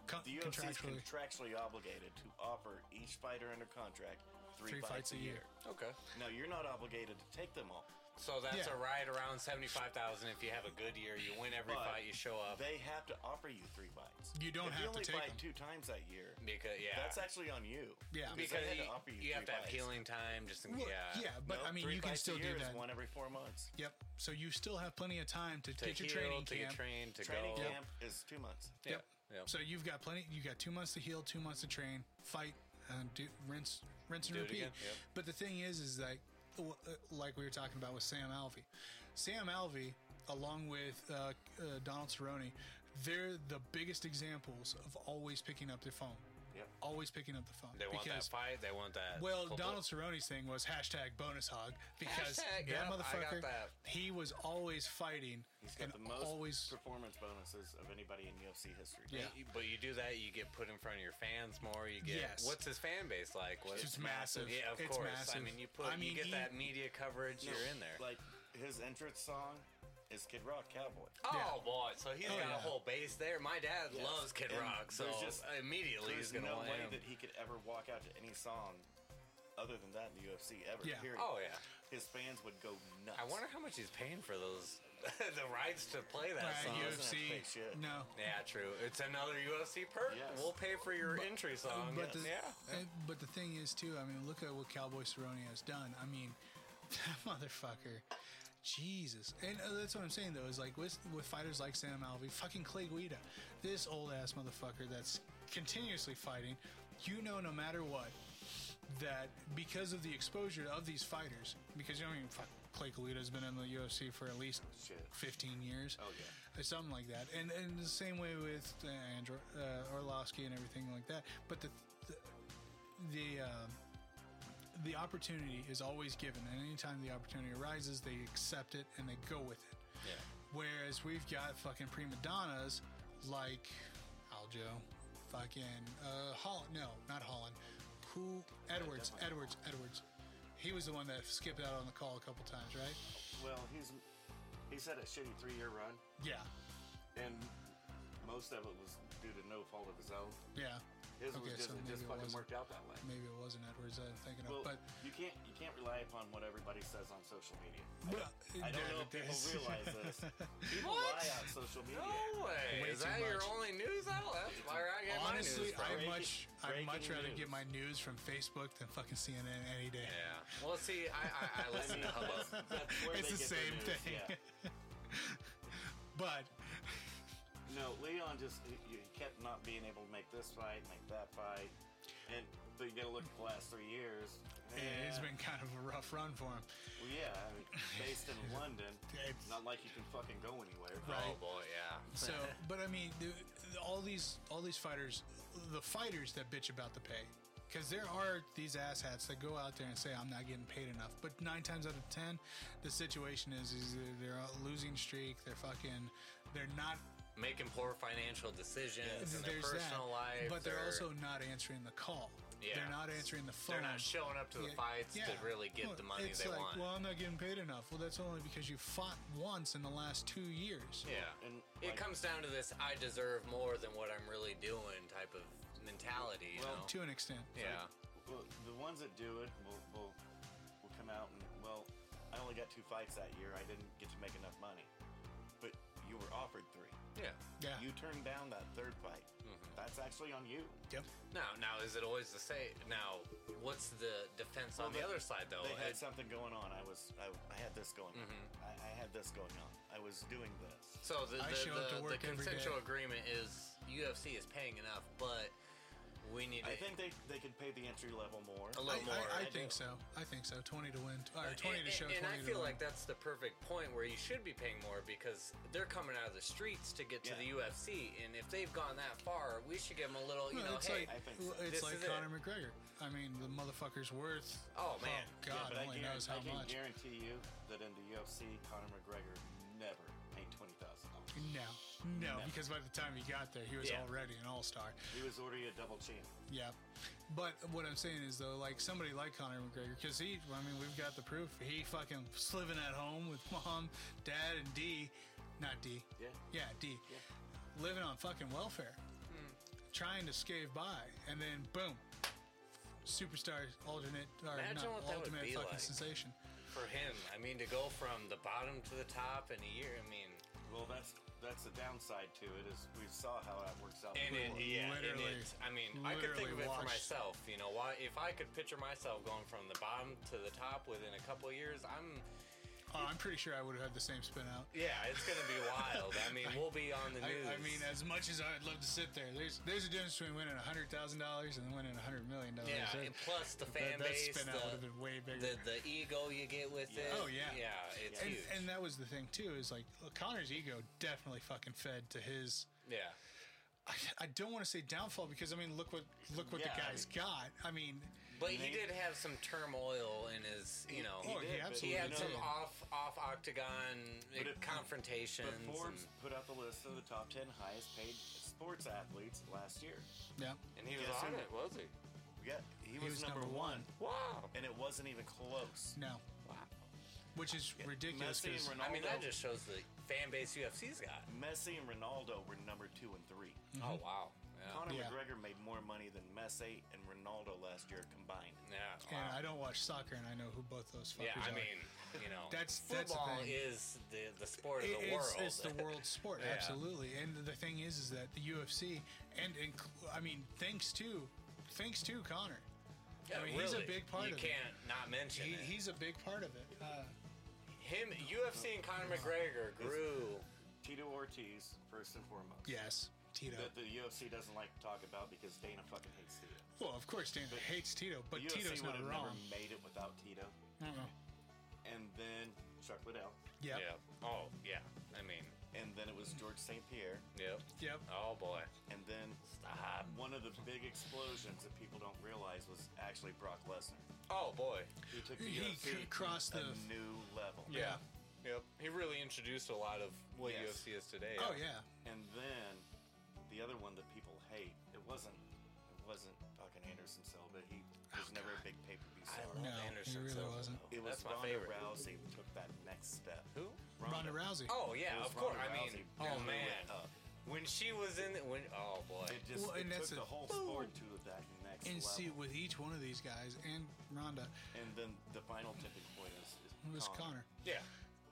[SPEAKER 2] con-
[SPEAKER 3] the UFC
[SPEAKER 2] Uh,
[SPEAKER 3] is
[SPEAKER 2] contractually
[SPEAKER 3] contractually obligated to offer each fighter under contract three,
[SPEAKER 2] three fights a year.
[SPEAKER 4] okay,
[SPEAKER 3] No, you're not obligated to take them all.
[SPEAKER 4] so that's
[SPEAKER 2] Yeah.
[SPEAKER 4] a right around seventy five thousand if you have a good year. You win every
[SPEAKER 3] But
[SPEAKER 4] fight, you show up.
[SPEAKER 3] They have to offer you three fights.
[SPEAKER 2] You don't
[SPEAKER 3] if
[SPEAKER 2] have
[SPEAKER 3] you
[SPEAKER 2] to
[SPEAKER 3] only
[SPEAKER 2] take
[SPEAKER 3] fight
[SPEAKER 2] them.
[SPEAKER 3] two times that year.
[SPEAKER 4] Because yeah,
[SPEAKER 3] That's actually on you.
[SPEAKER 2] Yeah.
[SPEAKER 3] they
[SPEAKER 4] because
[SPEAKER 3] had
[SPEAKER 4] you,
[SPEAKER 3] to offer you
[SPEAKER 4] you have
[SPEAKER 3] three
[SPEAKER 4] to have
[SPEAKER 3] fights.
[SPEAKER 4] healing time. Just in,
[SPEAKER 2] Well,
[SPEAKER 4] yeah,
[SPEAKER 2] yeah, but
[SPEAKER 3] Nope,
[SPEAKER 2] I mean
[SPEAKER 3] three
[SPEAKER 2] you can
[SPEAKER 3] fights a
[SPEAKER 2] still do
[SPEAKER 3] year is
[SPEAKER 2] that.
[SPEAKER 3] One every four months.
[SPEAKER 2] Yep. So you still have plenty of time to,
[SPEAKER 4] To
[SPEAKER 2] get your
[SPEAKER 4] heal,
[SPEAKER 2] training
[SPEAKER 4] to get
[SPEAKER 2] camp.
[SPEAKER 4] trained, to
[SPEAKER 3] Training
[SPEAKER 4] go.
[SPEAKER 3] camp is two months.
[SPEAKER 4] Yeah,
[SPEAKER 2] Yep.
[SPEAKER 4] yeah.
[SPEAKER 2] So you've got plenty. You got two months to heal, two months to train, fight, and do rinse, rinse and
[SPEAKER 4] Do it
[SPEAKER 2] repeat.
[SPEAKER 4] again, yep.
[SPEAKER 2] But the thing is, is like, w- uh, like we were talking about with Sam Alvey, Sam Alvey, along with uh, uh, Donald Cerrone, they're the biggest examples of always picking up their phone,
[SPEAKER 3] Yep.
[SPEAKER 2] always picking up the phone.
[SPEAKER 4] They want that
[SPEAKER 2] because
[SPEAKER 4] fight. They want that.
[SPEAKER 2] well,
[SPEAKER 4] full-
[SPEAKER 2] Donald Cerrone's thing was hashtag bonus hog because
[SPEAKER 4] Hashtag,
[SPEAKER 2] that
[SPEAKER 4] yep, I got
[SPEAKER 2] motherfucker,
[SPEAKER 4] that.
[SPEAKER 2] he was always fighting
[SPEAKER 3] He's got
[SPEAKER 2] and
[SPEAKER 3] the most
[SPEAKER 2] always
[SPEAKER 3] performance bonuses of anybody in UFC history.
[SPEAKER 2] Yeah.
[SPEAKER 4] You- But you do that, you get put in front of your fans more. You get
[SPEAKER 2] Yes.
[SPEAKER 4] what's his fan base like? What,
[SPEAKER 2] It's massive.
[SPEAKER 4] Yeah, of
[SPEAKER 2] It's
[SPEAKER 4] course. I
[SPEAKER 2] massive.
[SPEAKER 4] mean, you put
[SPEAKER 2] I mean,
[SPEAKER 4] you get
[SPEAKER 2] he-
[SPEAKER 4] that media coverage.
[SPEAKER 3] No,
[SPEAKER 4] you're in there.
[SPEAKER 3] Like his entrance song is Kid Rock Cowboy.
[SPEAKER 4] oh
[SPEAKER 2] yeah.
[SPEAKER 4] boy, so he's
[SPEAKER 2] Oh,
[SPEAKER 4] got
[SPEAKER 2] yeah.
[SPEAKER 4] a whole base there. My dad
[SPEAKER 3] Yes,
[SPEAKER 4] loves Kid
[SPEAKER 3] and
[SPEAKER 4] Rock, so
[SPEAKER 3] there's just-
[SPEAKER 4] immediately he's
[SPEAKER 3] There's
[SPEAKER 4] gonna
[SPEAKER 3] no
[SPEAKER 4] want
[SPEAKER 3] way
[SPEAKER 4] him.
[SPEAKER 3] that he could ever walk out to any song other than that in the UFC ever.
[SPEAKER 2] Yeah.
[SPEAKER 3] Period.
[SPEAKER 4] oh yeah.
[SPEAKER 3] His fans would go nuts.
[SPEAKER 4] I wonder how much he's paying for those the rights to play that
[SPEAKER 2] Right,
[SPEAKER 4] song.
[SPEAKER 3] you-
[SPEAKER 2] UFC.
[SPEAKER 3] fake shit.
[SPEAKER 2] No,
[SPEAKER 4] Yeah, true. It's another UFC perk.
[SPEAKER 3] Yes.
[SPEAKER 4] We'll pay for your entry song.
[SPEAKER 2] But the,
[SPEAKER 4] yeah.
[SPEAKER 2] uh, but the thing is, too, I mean, look at what Cowboy Cerrone has done. I mean, that motherfucker. Jesus. And uh, that's what I'm saying, though, is like with, with fighters like Sam Alvey, fucking Clay Guida, this old ass motherfucker that's continuously fighting, you know, no matter what, that because of the exposure of these fighters, because, you know, I mean, fuck, Clay Guida's been in the UFC for at least
[SPEAKER 3] Shit.
[SPEAKER 2] 15 years.
[SPEAKER 3] Oh, yeah.
[SPEAKER 2] Or something like that. And and the same way with uh, Andrew uh, Orlovsky and everything like that. But the the the, um the opportunity is always given, and anytime the opportunity arises, they accept it and they go with it.
[SPEAKER 4] Yeah.
[SPEAKER 2] Whereas we've got fucking prima donnas like Aljo, fucking uh, Holland. No, not Holland. Who? Edwards. Edwards. Edwards. He was the one that skipped out on the call a couple times, right?
[SPEAKER 3] Well, he's he's had a shitty three year run,
[SPEAKER 2] Yeah.
[SPEAKER 3] and most of it was due to no fault of his own.
[SPEAKER 2] Yeah.
[SPEAKER 3] His
[SPEAKER 2] Okay,
[SPEAKER 3] was just
[SPEAKER 2] so
[SPEAKER 3] it
[SPEAKER 2] maybe it
[SPEAKER 3] just fucking
[SPEAKER 2] wasn't.
[SPEAKER 3] worked out that way.
[SPEAKER 2] Maybe it wasn't Edwards that I'm thinking
[SPEAKER 3] Well,
[SPEAKER 2] of, but
[SPEAKER 3] you can't you can't rely upon what everybody says on social media.
[SPEAKER 2] Well,
[SPEAKER 3] I don't
[SPEAKER 2] yeah,
[SPEAKER 3] know if people
[SPEAKER 2] that's-
[SPEAKER 3] realize this. People
[SPEAKER 4] What?
[SPEAKER 3] lie on social media.
[SPEAKER 4] No way.
[SPEAKER 2] Way
[SPEAKER 4] Is
[SPEAKER 2] too
[SPEAKER 4] that your
[SPEAKER 2] much.
[SPEAKER 4] only news outlet? That's why I get my
[SPEAKER 2] honestly,
[SPEAKER 4] news, bro.
[SPEAKER 2] I
[SPEAKER 3] Breaking-
[SPEAKER 2] much I
[SPEAKER 3] breaking
[SPEAKER 2] much rather
[SPEAKER 3] news.
[SPEAKER 2] get my news from Facebook than fucking CNN any day.
[SPEAKER 4] Yeah. Well, see, I, I, I listen to Hubbub.
[SPEAKER 3] That's where
[SPEAKER 2] It's
[SPEAKER 3] they
[SPEAKER 2] the
[SPEAKER 3] get
[SPEAKER 2] same
[SPEAKER 3] their news,
[SPEAKER 2] thing.
[SPEAKER 3] yeah.
[SPEAKER 2] But
[SPEAKER 3] No, Leon just he- he kept not being able to make this fight, make that fight, and but you gotta look at the last three years.
[SPEAKER 2] it has
[SPEAKER 3] Yeah.
[SPEAKER 2] been kind of a rough run for him.
[SPEAKER 3] Well, yeah, I mean, based in London,
[SPEAKER 2] It's-
[SPEAKER 3] not like you can fucking go anywhere.
[SPEAKER 4] Oh boy, yeah.
[SPEAKER 2] So, but I mean, the, the- all these all these fighters, the fighters that bitch about the pay, because there are these asshats that go out there and say I'm not getting paid enough. But nine times out of ten, the situation is is they're- they're a losing streak. They're fucking. They're not.
[SPEAKER 4] Making poor financial decisions in their
[SPEAKER 2] there's
[SPEAKER 4] personal
[SPEAKER 2] that,
[SPEAKER 4] life.
[SPEAKER 2] but they're
[SPEAKER 4] or-
[SPEAKER 2] also not answering the call.
[SPEAKER 4] Yeah.
[SPEAKER 2] They're not answering the phone.
[SPEAKER 4] they're not showing up to the
[SPEAKER 2] Yeah,
[SPEAKER 4] fights to
[SPEAKER 2] yeah.
[SPEAKER 4] really get
[SPEAKER 2] Well,
[SPEAKER 4] the money
[SPEAKER 2] it's
[SPEAKER 4] they
[SPEAKER 2] like,
[SPEAKER 4] want.
[SPEAKER 2] Well, I'm not getting paid enough. Well, that's only because you fought once in the last two years.
[SPEAKER 4] yeah.
[SPEAKER 3] And, like-
[SPEAKER 4] it comes down to this: I deserve more than what I'm really doing type of mentality. You
[SPEAKER 3] Well,
[SPEAKER 4] know?
[SPEAKER 2] To an extent.
[SPEAKER 4] yeah.
[SPEAKER 3] Well, the ones that do it will will will come out and well, I only got two fights that year. I didn't get to make enough money, but you were offered three.
[SPEAKER 4] yeah.
[SPEAKER 2] Yeah.
[SPEAKER 3] You turned down that third fight. That's actually on you.
[SPEAKER 2] yep.
[SPEAKER 4] Now, now is it always the same? Now, what's the defense on the
[SPEAKER 3] Well, they-
[SPEAKER 4] other side though?
[SPEAKER 3] They had
[SPEAKER 4] Oh, It- Mm-hmm.
[SPEAKER 3] something going on. I was I, I had this going on. I, I had this going on. I was doing this.
[SPEAKER 4] so the,
[SPEAKER 2] I show up to
[SPEAKER 4] the, the, the
[SPEAKER 2] work every
[SPEAKER 4] consensual
[SPEAKER 2] day.
[SPEAKER 4] agreement is UFC is paying enough, but we need
[SPEAKER 3] I
[SPEAKER 4] to-
[SPEAKER 3] think they they could pay the entry level more.
[SPEAKER 4] a
[SPEAKER 2] I,
[SPEAKER 4] little more.
[SPEAKER 2] I, I
[SPEAKER 3] do.
[SPEAKER 2] think so. I think so. Twenty to win, or
[SPEAKER 4] And-
[SPEAKER 2] twenty to
[SPEAKER 4] and-
[SPEAKER 2] show.
[SPEAKER 4] and
[SPEAKER 2] 20
[SPEAKER 4] I
[SPEAKER 2] to
[SPEAKER 4] feel
[SPEAKER 2] win.
[SPEAKER 4] like that's the perfect point where you should be paying more because they're coming out of the streets to get to
[SPEAKER 3] Yeah.
[SPEAKER 4] the UFC, and if they've gone that far, we should give them a little, you
[SPEAKER 2] Well,
[SPEAKER 4] know,
[SPEAKER 2] it's like
[SPEAKER 4] hey,
[SPEAKER 3] I think so.
[SPEAKER 2] it's
[SPEAKER 4] This
[SPEAKER 2] like
[SPEAKER 4] is it.
[SPEAKER 2] Conor McGregor. I mean, the motherfucker's worth.
[SPEAKER 4] Oh, man.
[SPEAKER 2] God
[SPEAKER 3] yeah, but I,
[SPEAKER 2] only
[SPEAKER 3] guaran-
[SPEAKER 2] knows
[SPEAKER 3] I
[SPEAKER 2] how
[SPEAKER 3] can
[SPEAKER 2] much.
[SPEAKER 3] guarantee you that in the UFC, Conor McGregor never made twenty thousand dollars.
[SPEAKER 2] No, no, because by the time he got there, he was
[SPEAKER 4] Yeah.
[SPEAKER 2] already an all-star.
[SPEAKER 3] He was already a double champ.
[SPEAKER 2] Yeah, but what I'm saying is though, like somebody like Conor McGregor, because he, I mean, we've got the proof. He fucking was living at home with mom, dad, and D, not D.
[SPEAKER 3] Yeah.
[SPEAKER 2] Yeah, D. Living on fucking welfare,
[SPEAKER 4] Hmm.
[SPEAKER 2] trying to scave by, and then boom, superstar, alternate, or
[SPEAKER 4] Imagine
[SPEAKER 2] not,
[SPEAKER 4] what that would
[SPEAKER 2] ultimate
[SPEAKER 4] be
[SPEAKER 2] fucking
[SPEAKER 4] like.
[SPEAKER 2] sensation.
[SPEAKER 4] for him, I mean, to go from the bottom to the top in a year, I mean,
[SPEAKER 3] Well, that's that's the downside to it is we saw how that works out.
[SPEAKER 4] And it,
[SPEAKER 3] before.
[SPEAKER 4] yeah,
[SPEAKER 2] Literally-
[SPEAKER 4] and it, I mean, I could think of
[SPEAKER 2] literally
[SPEAKER 4] it for
[SPEAKER 2] washed.
[SPEAKER 4] myself. You know, why if I could picture myself going from the bottom to the top within a couple of years, I'm
[SPEAKER 2] Oh, I'm pretty sure I would have had the same spin out.
[SPEAKER 4] yeah, it's gonna be wild. I mean, we'll be on the
[SPEAKER 2] I,
[SPEAKER 4] news.
[SPEAKER 2] I mean, as much as I'd love to sit there, there's there's a difference between winning hundred thousand dollars and winning a hundred million dollars.
[SPEAKER 4] yeah, and plus the fan
[SPEAKER 2] that
[SPEAKER 4] base,
[SPEAKER 2] spin out
[SPEAKER 4] the,
[SPEAKER 2] would've been way bigger.
[SPEAKER 4] the the ego you get with it.
[SPEAKER 2] Oh, yeah.
[SPEAKER 4] yeah, it's
[SPEAKER 2] and,
[SPEAKER 4] huge.
[SPEAKER 2] and that was the thing too is like look, Connor's ego definitely fucking fed to his.
[SPEAKER 4] yeah,
[SPEAKER 2] I, I don't want to say downfall because I mean look what look what
[SPEAKER 3] Yeah,
[SPEAKER 2] the
[SPEAKER 3] I
[SPEAKER 2] guy's got. I mean,
[SPEAKER 4] but he
[SPEAKER 3] Nate-
[SPEAKER 4] did have some turmoil in his, you know.
[SPEAKER 2] oh,
[SPEAKER 3] did,
[SPEAKER 2] he
[SPEAKER 3] but-
[SPEAKER 2] absolutely
[SPEAKER 4] he had
[SPEAKER 3] you know-
[SPEAKER 4] some
[SPEAKER 2] did.
[SPEAKER 4] off off octagon
[SPEAKER 3] But if-
[SPEAKER 4] confrontations.
[SPEAKER 3] But Forbes
[SPEAKER 4] and-
[SPEAKER 3] put out the list of the top ten highest paid sports athletes last year.
[SPEAKER 2] yeah,
[SPEAKER 4] and, he was
[SPEAKER 3] Yes,
[SPEAKER 4] on
[SPEAKER 3] and-
[SPEAKER 4] it, was he?
[SPEAKER 3] Yeah, he was,
[SPEAKER 2] He was
[SPEAKER 3] number,
[SPEAKER 2] number
[SPEAKER 3] one,
[SPEAKER 4] Wow.
[SPEAKER 3] and it wasn't even close.
[SPEAKER 2] no, which is ridiculous.
[SPEAKER 3] Messi and
[SPEAKER 2] 'cause-
[SPEAKER 3] Ronaldo.
[SPEAKER 4] I mean, that just shows the fan base UFC's got.
[SPEAKER 3] Messi and Ronaldo were number two and three.
[SPEAKER 2] Mm-hmm.
[SPEAKER 4] Oh wow. Yeah.
[SPEAKER 3] Conor
[SPEAKER 2] Yeah.
[SPEAKER 3] McGregor made more money than Messi and Ronaldo last year combined.
[SPEAKER 4] yeah.
[SPEAKER 2] and
[SPEAKER 4] wow.
[SPEAKER 2] I don't watch soccer, and I know who both those fuckers
[SPEAKER 4] Yeah, I
[SPEAKER 2] are.
[SPEAKER 4] mean, you know,
[SPEAKER 2] That's- that's the
[SPEAKER 4] football
[SPEAKER 2] thing.
[SPEAKER 4] is the the sport of the
[SPEAKER 2] It-
[SPEAKER 4] world.
[SPEAKER 2] it's, it's the world sport,
[SPEAKER 4] Yeah.
[SPEAKER 2] absolutely. And the thing is, is that the UFC, and, and I mean, thanks to, thanks to Connor,
[SPEAKER 4] Yeah,
[SPEAKER 2] I mean, he's a
[SPEAKER 4] really.
[SPEAKER 2] big part
[SPEAKER 4] You
[SPEAKER 2] of it.
[SPEAKER 4] can't not mention
[SPEAKER 2] he,
[SPEAKER 4] it.
[SPEAKER 2] he's a big part of it. Uh,
[SPEAKER 4] him. UFC and Conor McGregor grew.
[SPEAKER 3] Tito Ortiz, first and foremost.
[SPEAKER 2] yes, Tito.
[SPEAKER 3] That the UFC doesn't like to talk about because Dana fucking hates Tito.
[SPEAKER 2] Well, of course, Dana hates Tito, but
[SPEAKER 3] The
[SPEAKER 2] Tito's
[SPEAKER 3] UFC would
[SPEAKER 2] not
[SPEAKER 3] have never
[SPEAKER 2] wrong.
[SPEAKER 3] made it without Tito.
[SPEAKER 2] Uh-uh.
[SPEAKER 3] And then Chuck Liddell.
[SPEAKER 2] Yep.
[SPEAKER 4] Yeah. Oh yeah. I mean,
[SPEAKER 3] And then it was George St. Pierre.
[SPEAKER 4] yep.
[SPEAKER 2] Yep.
[SPEAKER 4] Oh boy.
[SPEAKER 3] And then
[SPEAKER 4] Stop.
[SPEAKER 3] one of the big explosions that people don't realize was actually Brock Lesnar.
[SPEAKER 4] Oh boy.
[SPEAKER 3] He took the
[SPEAKER 2] He
[SPEAKER 3] UFC
[SPEAKER 2] c- crossed
[SPEAKER 3] to
[SPEAKER 2] the-
[SPEAKER 3] a new level.
[SPEAKER 2] Yeah.
[SPEAKER 4] Yep. He really introduced a lot of what
[SPEAKER 3] Yes.
[SPEAKER 4] UFC is today.
[SPEAKER 2] Oh yeah.
[SPEAKER 3] And then the other one that people hate, it wasn't it wasn't fucking Anderson Silva. He was
[SPEAKER 2] Oh,
[SPEAKER 3] never a big pay per view star.
[SPEAKER 4] love
[SPEAKER 2] No,
[SPEAKER 4] Anderson
[SPEAKER 2] he really
[SPEAKER 4] Silva.
[SPEAKER 2] wasn't.
[SPEAKER 3] It was
[SPEAKER 4] That's my
[SPEAKER 3] Ronda
[SPEAKER 4] favorite.
[SPEAKER 3] Rousey who took that next step.
[SPEAKER 4] Who?
[SPEAKER 2] Ronda Rousey.
[SPEAKER 4] Oh
[SPEAKER 3] It
[SPEAKER 4] yeah,
[SPEAKER 3] was
[SPEAKER 4] of course.
[SPEAKER 3] Ronda
[SPEAKER 4] I mean,
[SPEAKER 3] Rousey.
[SPEAKER 4] oh
[SPEAKER 3] Yeah.
[SPEAKER 4] man,
[SPEAKER 3] Went up.
[SPEAKER 4] when she was in, when oh boy,
[SPEAKER 3] It just
[SPEAKER 2] Well,
[SPEAKER 3] it
[SPEAKER 2] and
[SPEAKER 3] took
[SPEAKER 2] that's
[SPEAKER 3] the
[SPEAKER 2] a-
[SPEAKER 3] whole
[SPEAKER 2] boom.
[SPEAKER 3] sport to that next
[SPEAKER 2] And
[SPEAKER 3] level.
[SPEAKER 2] see, with each one of these guys and Ronda,
[SPEAKER 3] and then the final tipping point is, is
[SPEAKER 2] it was Connor.
[SPEAKER 3] Conor.
[SPEAKER 4] yeah,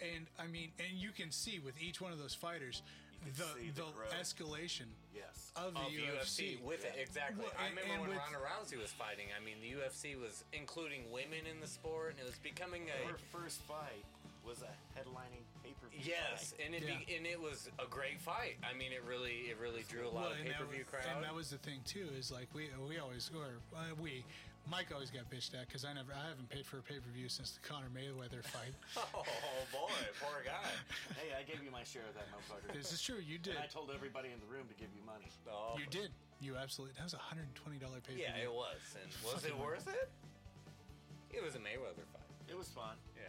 [SPEAKER 2] And I mean, and you can see with each one of those fighters
[SPEAKER 3] You could see
[SPEAKER 2] the
[SPEAKER 3] the,
[SPEAKER 2] the
[SPEAKER 3] growth.
[SPEAKER 2] escalation
[SPEAKER 3] yes.
[SPEAKER 2] of the
[SPEAKER 4] of
[SPEAKER 2] UFC.
[SPEAKER 4] UFC, with it exactly.
[SPEAKER 2] Well,
[SPEAKER 4] I
[SPEAKER 2] and-
[SPEAKER 4] remember
[SPEAKER 2] and
[SPEAKER 4] when
[SPEAKER 2] with-
[SPEAKER 4] Ronda Rousey was fighting. I mean, the UFC was including women in the sport, and it was becoming a
[SPEAKER 3] Her first fight was a headlining pay per view.
[SPEAKER 4] yes, and it be, and it was a great fight. I mean, it really it really drew a lot
[SPEAKER 2] Well,
[SPEAKER 4] of
[SPEAKER 2] and
[SPEAKER 4] pay
[SPEAKER 2] that
[SPEAKER 4] per view
[SPEAKER 2] was-
[SPEAKER 4] crowd.
[SPEAKER 2] And that was the thing too is like we we always or uh, we Mike always got bitched at because I never I haven't paid for a pay per view since the Conor Mayweather fight.
[SPEAKER 4] oh boy, poor guy.
[SPEAKER 3] Hey, I gave you my share of that motherfucker.
[SPEAKER 2] this is true. You did.
[SPEAKER 3] And I told everybody in the room to give you money.
[SPEAKER 4] Oh,
[SPEAKER 2] You did. You absolutely. That was a hundred and twenty dollar pay per view.
[SPEAKER 4] yeah, it was. And was it
[SPEAKER 2] Fucking-
[SPEAKER 4] worth it? It was a Mayweather fight.
[SPEAKER 3] It was fun.
[SPEAKER 4] Yeah.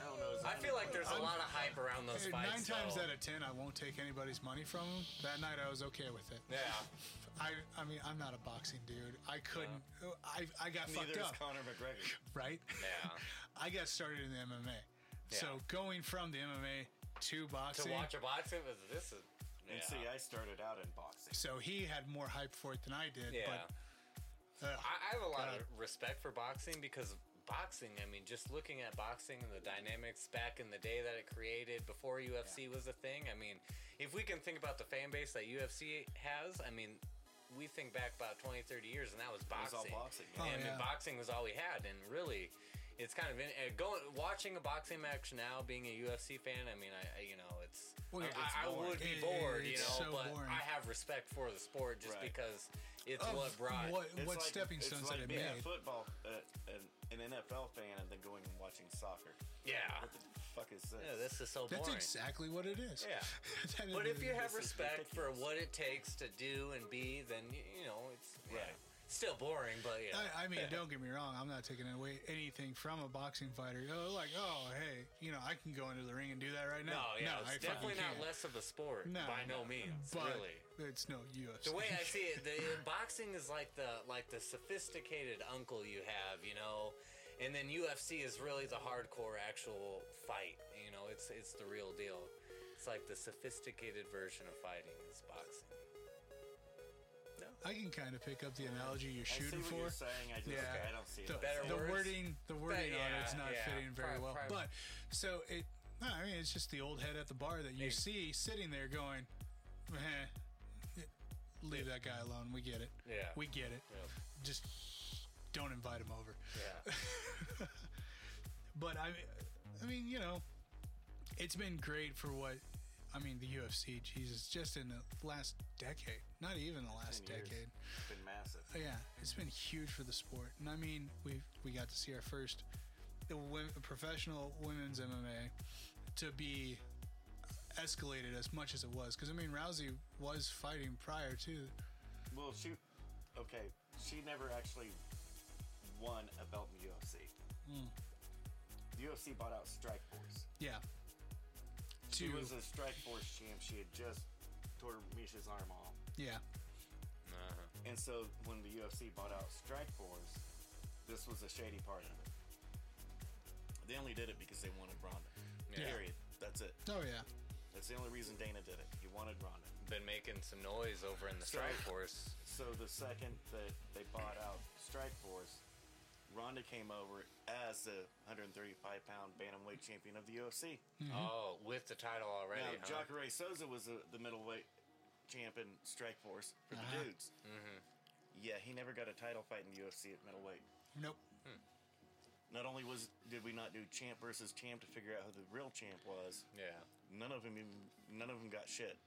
[SPEAKER 3] I don't know. it was
[SPEAKER 4] I feel like there's a
[SPEAKER 2] I'm-
[SPEAKER 4] lot of hype around those
[SPEAKER 2] Hey,
[SPEAKER 4] fights.
[SPEAKER 2] Nine times
[SPEAKER 4] though.
[SPEAKER 2] out of ten, I won't take anybody's money from them. That night, I was okay with it.
[SPEAKER 4] Yeah.
[SPEAKER 2] I, I mean, I'm not a boxing dude. I couldn't. I, I got
[SPEAKER 3] Neither
[SPEAKER 2] fucked
[SPEAKER 3] is
[SPEAKER 2] up,
[SPEAKER 3] Conor McGregor.
[SPEAKER 2] right?
[SPEAKER 4] Yeah.
[SPEAKER 2] I got started in the MMA. So
[SPEAKER 4] Yeah.
[SPEAKER 2] going from the MMA to
[SPEAKER 4] to
[SPEAKER 2] boxing.
[SPEAKER 4] watch a boxing was this is yeah.
[SPEAKER 3] And see, I started out in boxing.
[SPEAKER 2] so he had more hype for it than I did.
[SPEAKER 4] yeah.
[SPEAKER 2] But, uh,
[SPEAKER 4] I, I have a lot
[SPEAKER 2] God.
[SPEAKER 4] of respect for boxing because boxing, I mean, just looking at boxing and the dynamics back in the day that it created before UFC was a thing, I mean, if we can think about the fan base that UFC has, I mean, we think back about 20, 30 years and that was
[SPEAKER 3] was all
[SPEAKER 4] boxing.
[SPEAKER 3] boxing, yeah.
[SPEAKER 2] Oh,
[SPEAKER 4] and
[SPEAKER 2] yeah.
[SPEAKER 4] boxing was all we had. And really, it's kind of in, uh, going watching a boxing match now, being a UFC fan, I mean, I, I you know, it's.
[SPEAKER 2] Well,
[SPEAKER 4] I-
[SPEAKER 2] it's
[SPEAKER 4] I, I
[SPEAKER 2] boring.
[SPEAKER 4] would be
[SPEAKER 2] It-
[SPEAKER 4] bored, you
[SPEAKER 2] it's
[SPEAKER 4] know,
[SPEAKER 2] so
[SPEAKER 4] but
[SPEAKER 2] boring.
[SPEAKER 4] I have respect for the sport just
[SPEAKER 3] Right.
[SPEAKER 4] because it's
[SPEAKER 2] of
[SPEAKER 4] what brought.
[SPEAKER 2] what,
[SPEAKER 3] It's
[SPEAKER 2] what
[SPEAKER 3] like-
[SPEAKER 2] stepping
[SPEAKER 3] it's
[SPEAKER 2] stones
[SPEAKER 3] like
[SPEAKER 2] that it
[SPEAKER 3] being a
[SPEAKER 2] made.
[SPEAKER 3] football, uh, an, an NFL fan, and then going and watching soccer.
[SPEAKER 4] Yeah.
[SPEAKER 3] What the fuck is this?
[SPEAKER 4] Yeah, this is so
[SPEAKER 2] That's
[SPEAKER 4] boring.
[SPEAKER 2] exactly what it is.
[SPEAKER 4] Yeah.
[SPEAKER 2] That
[SPEAKER 4] but
[SPEAKER 2] is-
[SPEAKER 4] if you have
[SPEAKER 3] This is
[SPEAKER 4] respect for
[SPEAKER 3] ridiculous.
[SPEAKER 4] what it takes to do and be, then y- you know it's yeah.
[SPEAKER 3] Right.
[SPEAKER 4] Still boring, but yeah.
[SPEAKER 2] I, I mean, don't get me wrong. I'm not taking away anything from a boxing fighter. Oh, like, oh, hey, you know, I can go into the ring and do that right
[SPEAKER 4] no,
[SPEAKER 2] now.
[SPEAKER 4] yeah,
[SPEAKER 2] I
[SPEAKER 4] it's
[SPEAKER 2] fucking
[SPEAKER 4] definitely not
[SPEAKER 2] can't.
[SPEAKER 4] less of a sport
[SPEAKER 2] No,
[SPEAKER 4] by
[SPEAKER 2] no,
[SPEAKER 4] no, means,
[SPEAKER 2] But
[SPEAKER 4] really.
[SPEAKER 2] it's no UFC.
[SPEAKER 4] The way I see it, the boxing is like the like the sophisticated uncle you have, you know, and then UFC is really the hardcore actual fight. You know, it's it's the real deal. It's like the sophisticated version of fighting is boxing.
[SPEAKER 2] I can kind of pick up the analogy you're
[SPEAKER 3] I see
[SPEAKER 2] shooting
[SPEAKER 3] what
[SPEAKER 2] for.
[SPEAKER 3] you're saying. I just,
[SPEAKER 2] Yeah.
[SPEAKER 3] I don't see
[SPEAKER 2] The,
[SPEAKER 3] it.
[SPEAKER 4] Better
[SPEAKER 2] the
[SPEAKER 4] words.
[SPEAKER 2] wording, the wording on
[SPEAKER 4] yeah,
[SPEAKER 2] it's not
[SPEAKER 4] yeah.
[SPEAKER 2] fitting very
[SPEAKER 4] Pri-
[SPEAKER 2] well.
[SPEAKER 4] pri-
[SPEAKER 2] But so it, no, I mean, it's just the old head at the bar that you
[SPEAKER 4] Yeah.
[SPEAKER 2] see sitting there going, eh, leave that guy alone. We get it.
[SPEAKER 4] Yeah.
[SPEAKER 2] we get it.
[SPEAKER 4] Yep.
[SPEAKER 2] Just don't invite him over.
[SPEAKER 4] Yeah.
[SPEAKER 2] But I, I mean, you know, it's been great for what. I mean, the UFC, Jesus, just in the last decade, not even the last
[SPEAKER 3] 10 years.
[SPEAKER 2] decade.
[SPEAKER 3] It's been massive.
[SPEAKER 2] Yeah, it's been huge for the sport, and I mean, we we got to see our first the women, professional women's MMA to be escalated as much as it was. Because I mean, Rousey was fighting prior to.
[SPEAKER 3] Well, she, okay, she never actually won a belt in the UFC.
[SPEAKER 2] Hmm.
[SPEAKER 3] The UFC bought out Strike Force.
[SPEAKER 2] Yeah. To
[SPEAKER 3] She was a Strike Force champ. She had just tore Misha's arm off.
[SPEAKER 2] yeah,
[SPEAKER 4] Uh-huh.
[SPEAKER 3] And so when the UFC bought out Strike Force, this was a shady part of it. They only did it because they wanted Ronda.
[SPEAKER 4] Yeah.
[SPEAKER 3] Period. That's it.
[SPEAKER 2] oh yeah,
[SPEAKER 3] That's the only reason Dana did it. He wanted Ronda.
[SPEAKER 4] been making some noise over in the strike force.
[SPEAKER 3] So the second that they bought out Strike Force, Ronda came over as the 135 pound bantamweight champion of the UFC.
[SPEAKER 4] Oh, with the title already.
[SPEAKER 3] Now,
[SPEAKER 4] huh?
[SPEAKER 3] Jacare Souza was the, the middleweight champ in Strike Force for
[SPEAKER 2] Uh-huh.
[SPEAKER 3] the dudes. Yeah, he never got a title fight in the UFC at middleweight.
[SPEAKER 2] nope.
[SPEAKER 3] Not only was did we not do champ versus champ to figure out who the real champ was,
[SPEAKER 4] yeah.
[SPEAKER 3] none of them even, none of them got shit.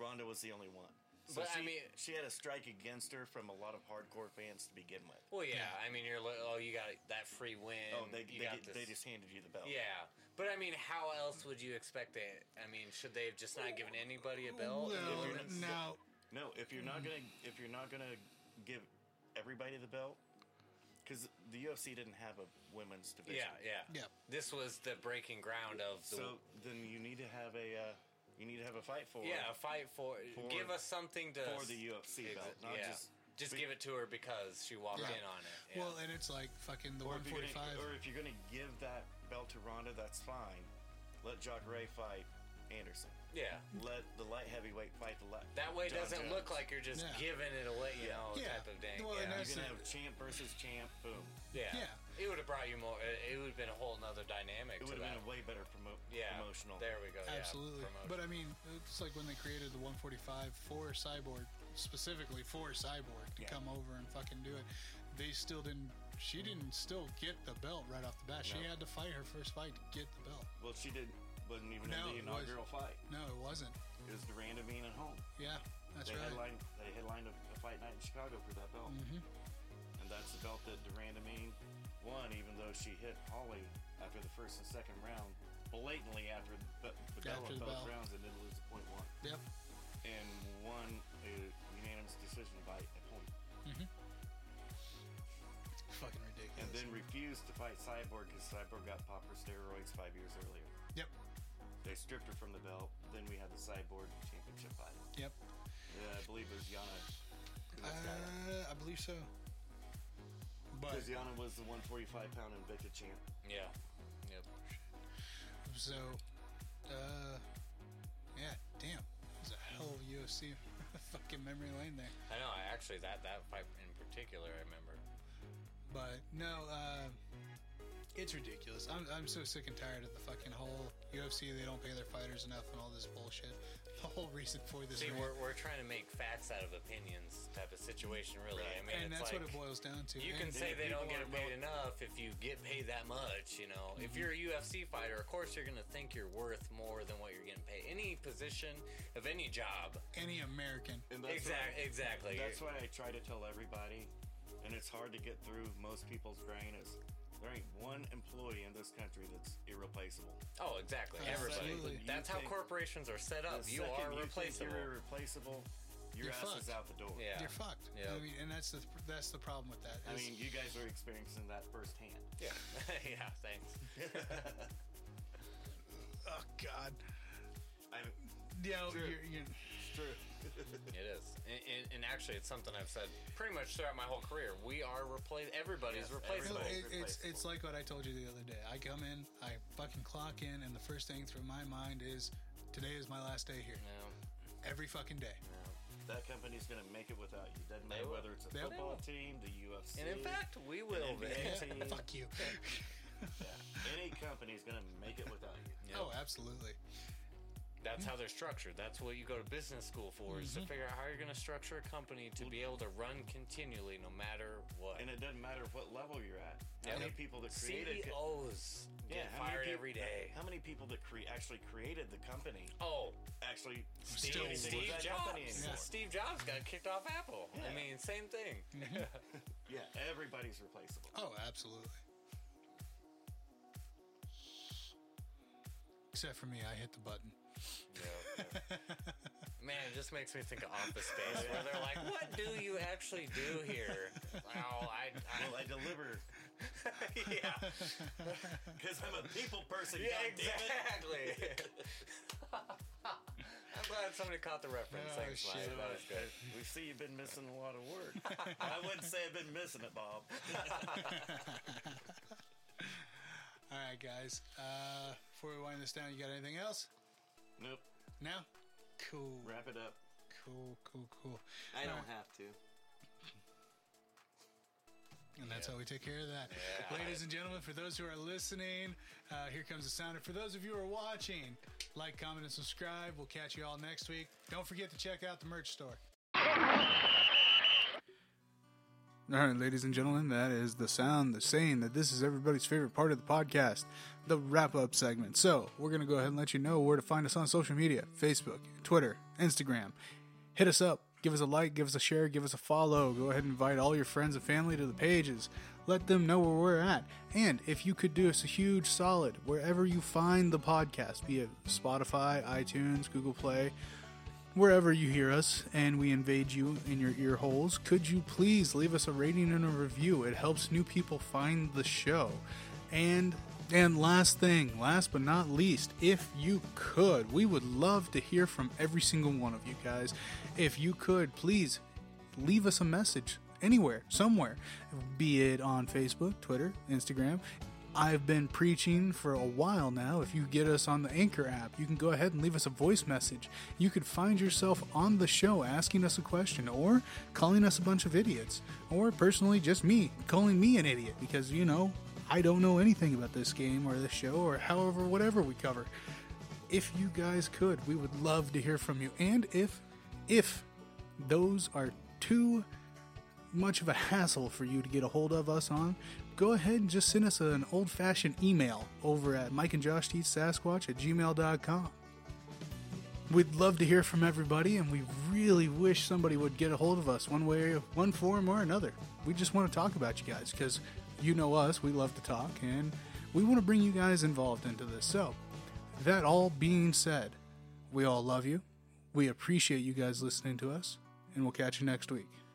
[SPEAKER 3] Ronda was the only one. So
[SPEAKER 4] But, I
[SPEAKER 3] she,
[SPEAKER 4] mean-
[SPEAKER 3] she had a strike against her from a lot of hardcore fans to begin with.
[SPEAKER 4] Well, yeah. I mean, you're like, oh, you got that free win.
[SPEAKER 3] Oh, they,
[SPEAKER 4] you
[SPEAKER 3] they,
[SPEAKER 4] got
[SPEAKER 3] get, they just handed you the belt.
[SPEAKER 4] Yeah, but I mean, how else would you expect it? I mean, should they have just not given anybody a belt?
[SPEAKER 2] Well,
[SPEAKER 3] you're gonna-
[SPEAKER 2] now
[SPEAKER 3] No, if you're not gonna if you're not gonna give everybody the belt, because the UFC didn't have a women's division.
[SPEAKER 4] yeah, yeah,
[SPEAKER 2] Yeah.
[SPEAKER 4] This was the breaking ground of the.
[SPEAKER 3] So then you need to have a uh, you need to have a fight for
[SPEAKER 4] yeah, a fight for,
[SPEAKER 3] For-
[SPEAKER 4] give us something to
[SPEAKER 3] for the UFC
[SPEAKER 4] exa-
[SPEAKER 3] belt, not
[SPEAKER 4] yeah,
[SPEAKER 3] just.
[SPEAKER 4] just give it to her because she walked
[SPEAKER 2] Yeah.
[SPEAKER 4] in on it. Yeah.
[SPEAKER 2] Well, and it's like fucking the
[SPEAKER 3] Or if, you're
[SPEAKER 2] 145.
[SPEAKER 3] gonna, or if you're gonna give that belt to Ronda, that's fine. Let Jacare fight Anderson.
[SPEAKER 4] yeah.
[SPEAKER 3] Let the light heavyweight fight the light.
[SPEAKER 4] That way, it doesn't look like you're just
[SPEAKER 2] Yeah.
[SPEAKER 4] giving it away, you know,
[SPEAKER 2] Yeah.
[SPEAKER 4] type of dang.
[SPEAKER 2] Well, and
[SPEAKER 4] yeah.
[SPEAKER 2] that's-
[SPEAKER 3] you're gonna have champ versus champ. Boom.
[SPEAKER 4] yeah.
[SPEAKER 2] yeah.
[SPEAKER 4] It would have brought you more. It, it would have been a whole nother dynamic.
[SPEAKER 3] It
[SPEAKER 4] to
[SPEAKER 3] would have been
[SPEAKER 4] that.
[SPEAKER 3] a way better promo-
[SPEAKER 4] yeah,
[SPEAKER 3] promotional.
[SPEAKER 4] There we go. yeah,
[SPEAKER 2] Absolutely.
[SPEAKER 4] promotion.
[SPEAKER 2] but uh, I mean, it's like when they created the 145 for Cyborg, specifically for Cyborg to
[SPEAKER 3] Yeah.
[SPEAKER 2] come over and fucking do it. They still didn't. She
[SPEAKER 3] Mm-hmm.
[SPEAKER 2] didn't still get the belt right off the bat. She
[SPEAKER 4] No.
[SPEAKER 2] had to fight her first fight to get the belt.
[SPEAKER 3] Well, she did wasn't even
[SPEAKER 2] No, it
[SPEAKER 3] in the
[SPEAKER 2] was-
[SPEAKER 3] inaugural fight.
[SPEAKER 2] No, it wasn't.
[SPEAKER 3] It was Duranda being at home.
[SPEAKER 2] Yeah, that's
[SPEAKER 3] they
[SPEAKER 2] right.
[SPEAKER 3] headlined they headlined a, a fight night in Chicago for that belt,
[SPEAKER 2] Mhm.
[SPEAKER 3] and that's the belt that Duranda Mean won, even though she hit Holly after the first and second round blatantly after the, the bell
[SPEAKER 2] After
[SPEAKER 3] of
[SPEAKER 2] the
[SPEAKER 3] both
[SPEAKER 2] bell.
[SPEAKER 3] rounds and didn't lose a point one
[SPEAKER 2] Yep.
[SPEAKER 3] and won a unanimous decision by a point,
[SPEAKER 2] Fucking
[SPEAKER 3] and
[SPEAKER 2] ridiculous.
[SPEAKER 3] then refused to fight Cyborg because Cyborg got popper steroids five years earlier.
[SPEAKER 2] yep.
[SPEAKER 3] They stripped her from the belt. Then we had the Cyborg championship fight.
[SPEAKER 2] Yep.
[SPEAKER 3] Yeah, I believe it was Yana.
[SPEAKER 2] Uh, I believe so. But
[SPEAKER 3] Because Yana was the 145 pound Invicta champ.
[SPEAKER 4] yeah. Yep.
[SPEAKER 2] So, uh, yeah, damn. It's a hell of a UFC fucking memory lane there.
[SPEAKER 4] I know. I actually that that fight in particular, I remember.
[SPEAKER 2] But no, uh, it's ridiculous. I'm, I'm so sick and tired of the fucking whole UFC. They don't pay their fighters enough and all this bullshit. The whole reason for this.
[SPEAKER 4] See,
[SPEAKER 2] rant.
[SPEAKER 4] we're, we're trying to make facts out of opinions type of situation, really. I mean,
[SPEAKER 2] and
[SPEAKER 4] it's
[SPEAKER 2] that's
[SPEAKER 4] like,
[SPEAKER 2] what it boils down to.
[SPEAKER 4] You can
[SPEAKER 2] And-
[SPEAKER 4] say they
[SPEAKER 3] people
[SPEAKER 4] don't get
[SPEAKER 3] aren't
[SPEAKER 4] paid
[SPEAKER 3] willing-
[SPEAKER 4] enough if you get paid that much, you know.
[SPEAKER 2] Mm-hmm.
[SPEAKER 4] If you're a UFC fighter, of course you're going to think you're worth more than what you're getting paid. Any position of any job.
[SPEAKER 2] any American.
[SPEAKER 3] And that's Why,
[SPEAKER 4] Exactly. Exactly.
[SPEAKER 3] that's why I try to tell everybody, and it's hard to get through most people's brain is there ain't one employee in this country that's irreplaceable.
[SPEAKER 4] Oh, exactly.
[SPEAKER 2] That's Absolutely.
[SPEAKER 4] Everybody. That's how
[SPEAKER 3] You think-
[SPEAKER 4] corporations are set up.
[SPEAKER 3] The
[SPEAKER 4] Oh, You
[SPEAKER 3] second
[SPEAKER 4] are replaceable.
[SPEAKER 3] Think you're irreplaceable. Your
[SPEAKER 2] You're
[SPEAKER 3] ass is
[SPEAKER 2] fucked.
[SPEAKER 3] out the door.
[SPEAKER 4] Yeah.
[SPEAKER 2] You're fucked.
[SPEAKER 4] Yeah.
[SPEAKER 2] I mean, and that's the that's the problem with that.
[SPEAKER 3] I
[SPEAKER 2] is-
[SPEAKER 3] mean, you guys are experiencing that firsthand.
[SPEAKER 4] yeah. yeah. Thanks.
[SPEAKER 2] oh god,
[SPEAKER 3] I'm,
[SPEAKER 2] yeah,
[SPEAKER 3] True.
[SPEAKER 2] you're, you're,
[SPEAKER 3] it's true.
[SPEAKER 4] It is, and, and, and actually, it's something I've said pretty much throughout my whole career. We are replace. Everybody's
[SPEAKER 3] Yes,
[SPEAKER 4] replaceable.
[SPEAKER 2] No, it,
[SPEAKER 3] Everybody.
[SPEAKER 2] it's
[SPEAKER 3] replaceable.
[SPEAKER 2] it's like what I told you the other day. I come in, I fucking clock in, and the first thing through my mind is, today is my last day here.
[SPEAKER 4] No,
[SPEAKER 2] Every fucking day.
[SPEAKER 4] no.
[SPEAKER 3] That company's gonna make it without you. Doesn't
[SPEAKER 4] They
[SPEAKER 3] matter
[SPEAKER 4] will.
[SPEAKER 3] whether it's a
[SPEAKER 2] They
[SPEAKER 3] football
[SPEAKER 4] will.
[SPEAKER 3] team, the UFC,
[SPEAKER 4] And in fact, we
[SPEAKER 3] an
[SPEAKER 4] will be.
[SPEAKER 3] NBA team.
[SPEAKER 2] Fuck you.
[SPEAKER 3] Yeah. Any company's gonna make it without you.
[SPEAKER 4] Yeah.
[SPEAKER 2] Oh, absolutely.
[SPEAKER 4] That's how they're structured. That's what you go to business school for is to
[SPEAKER 3] Mm-hmm.
[SPEAKER 4] figure out how you're going to structure a company to be able to run continually no matter what.
[SPEAKER 3] And it doesn't matter what level you're at. How
[SPEAKER 4] Yeah.
[SPEAKER 3] many
[SPEAKER 4] E
[SPEAKER 3] people that created
[SPEAKER 4] CEOs get
[SPEAKER 3] how many
[SPEAKER 4] fired
[SPEAKER 3] peop-
[SPEAKER 4] every day.
[SPEAKER 3] How many people that cre- actually created the company
[SPEAKER 4] Oh,
[SPEAKER 3] actually
[SPEAKER 4] Steve,
[SPEAKER 3] did anything with
[SPEAKER 4] Steve
[SPEAKER 3] that
[SPEAKER 4] Jobs.
[SPEAKER 3] company anymore?
[SPEAKER 2] Yeah.
[SPEAKER 4] Steve Jobs got kicked off Apple. I
[SPEAKER 3] Yeah.
[SPEAKER 4] mean, same thing.
[SPEAKER 3] Yeah. everybody's replaceable.
[SPEAKER 2] Oh, absolutely. Except for me, I hit the button.
[SPEAKER 4] Man, it just makes me think of Office Space, where they're like, "What do you actually do here?" Oh, I, I
[SPEAKER 3] Well, I deliver
[SPEAKER 4] yeah,
[SPEAKER 3] because I'm a people person.
[SPEAKER 4] yeah,
[SPEAKER 3] goddammit.
[SPEAKER 4] exactly. I'm glad somebody caught the reference.
[SPEAKER 2] Oh,
[SPEAKER 4] Thanks, Mike.
[SPEAKER 2] shit.
[SPEAKER 4] That was good.
[SPEAKER 3] We see you've been missing a lot of work. I wouldn't say I've been missing it, Bob.
[SPEAKER 2] All right, guys. Uh, before we wind this down, you got anything else?
[SPEAKER 3] Nope.
[SPEAKER 2] No? Cool.
[SPEAKER 3] Wrap it up.
[SPEAKER 2] Cool, cool, cool.
[SPEAKER 3] I
[SPEAKER 2] don't
[SPEAKER 3] have to.
[SPEAKER 2] And that's how we take care of that.
[SPEAKER 4] Yeah.
[SPEAKER 2] Ladies and gentlemen, for those who are listening, uh, here comes the sounder. For those of you who are watching, like, comment, and subscribe. We'll catch you all next week. Don't forget to check out the merch store. All right, ladies and gentlemen, that is the sound, the saying that this is everybody's favorite part of the podcast, the wrap up segment. So, we're going to go ahead and let you know where to find us on social media Facebook, Twitter, Instagram. Hit us up, give us a like, give us a share, give us a follow. Go ahead and invite all your friends and family to the pages. Let them know where we're at. And if you could do us a huge solid, wherever you find the podcast, be it Spotify, iTunes, Google Play, wherever you hear us and we invade you in your ear holes, could you please leave us a rating and a review? It helps new people find the show. And and last thing, last but not least, if you could, we would love to hear from every single one of you guys. If you could, please leave us a message anywhere, somewhere, be it on Facebook, Twitter, Instagram. I've been preaching for a while now. If you get us on the Anchor app, you can go ahead and leave us a voice message. You could find yourself on the show asking us a question or calling us a bunch of idiots, or personally, just me calling me an idiot because, you know, I don't know anything about this game or this show or however, whatever we cover. If you guys could, we would love to hear from you. And if, if those are too much of a hassle for you to get a hold of us on, go ahead and just send us an old fashioned email over at Mike and Josh Teach Sasquatch at gmail.com. We'd love to hear from everybody, and we really wish somebody would get a hold of us one way, one form, or another. We just want to talk about you guys because you know us, we love to talk, and we want to bring you guys involved into this. So, that all being said, we all love you. We appreciate you guys listening to us, and we'll catch you next week.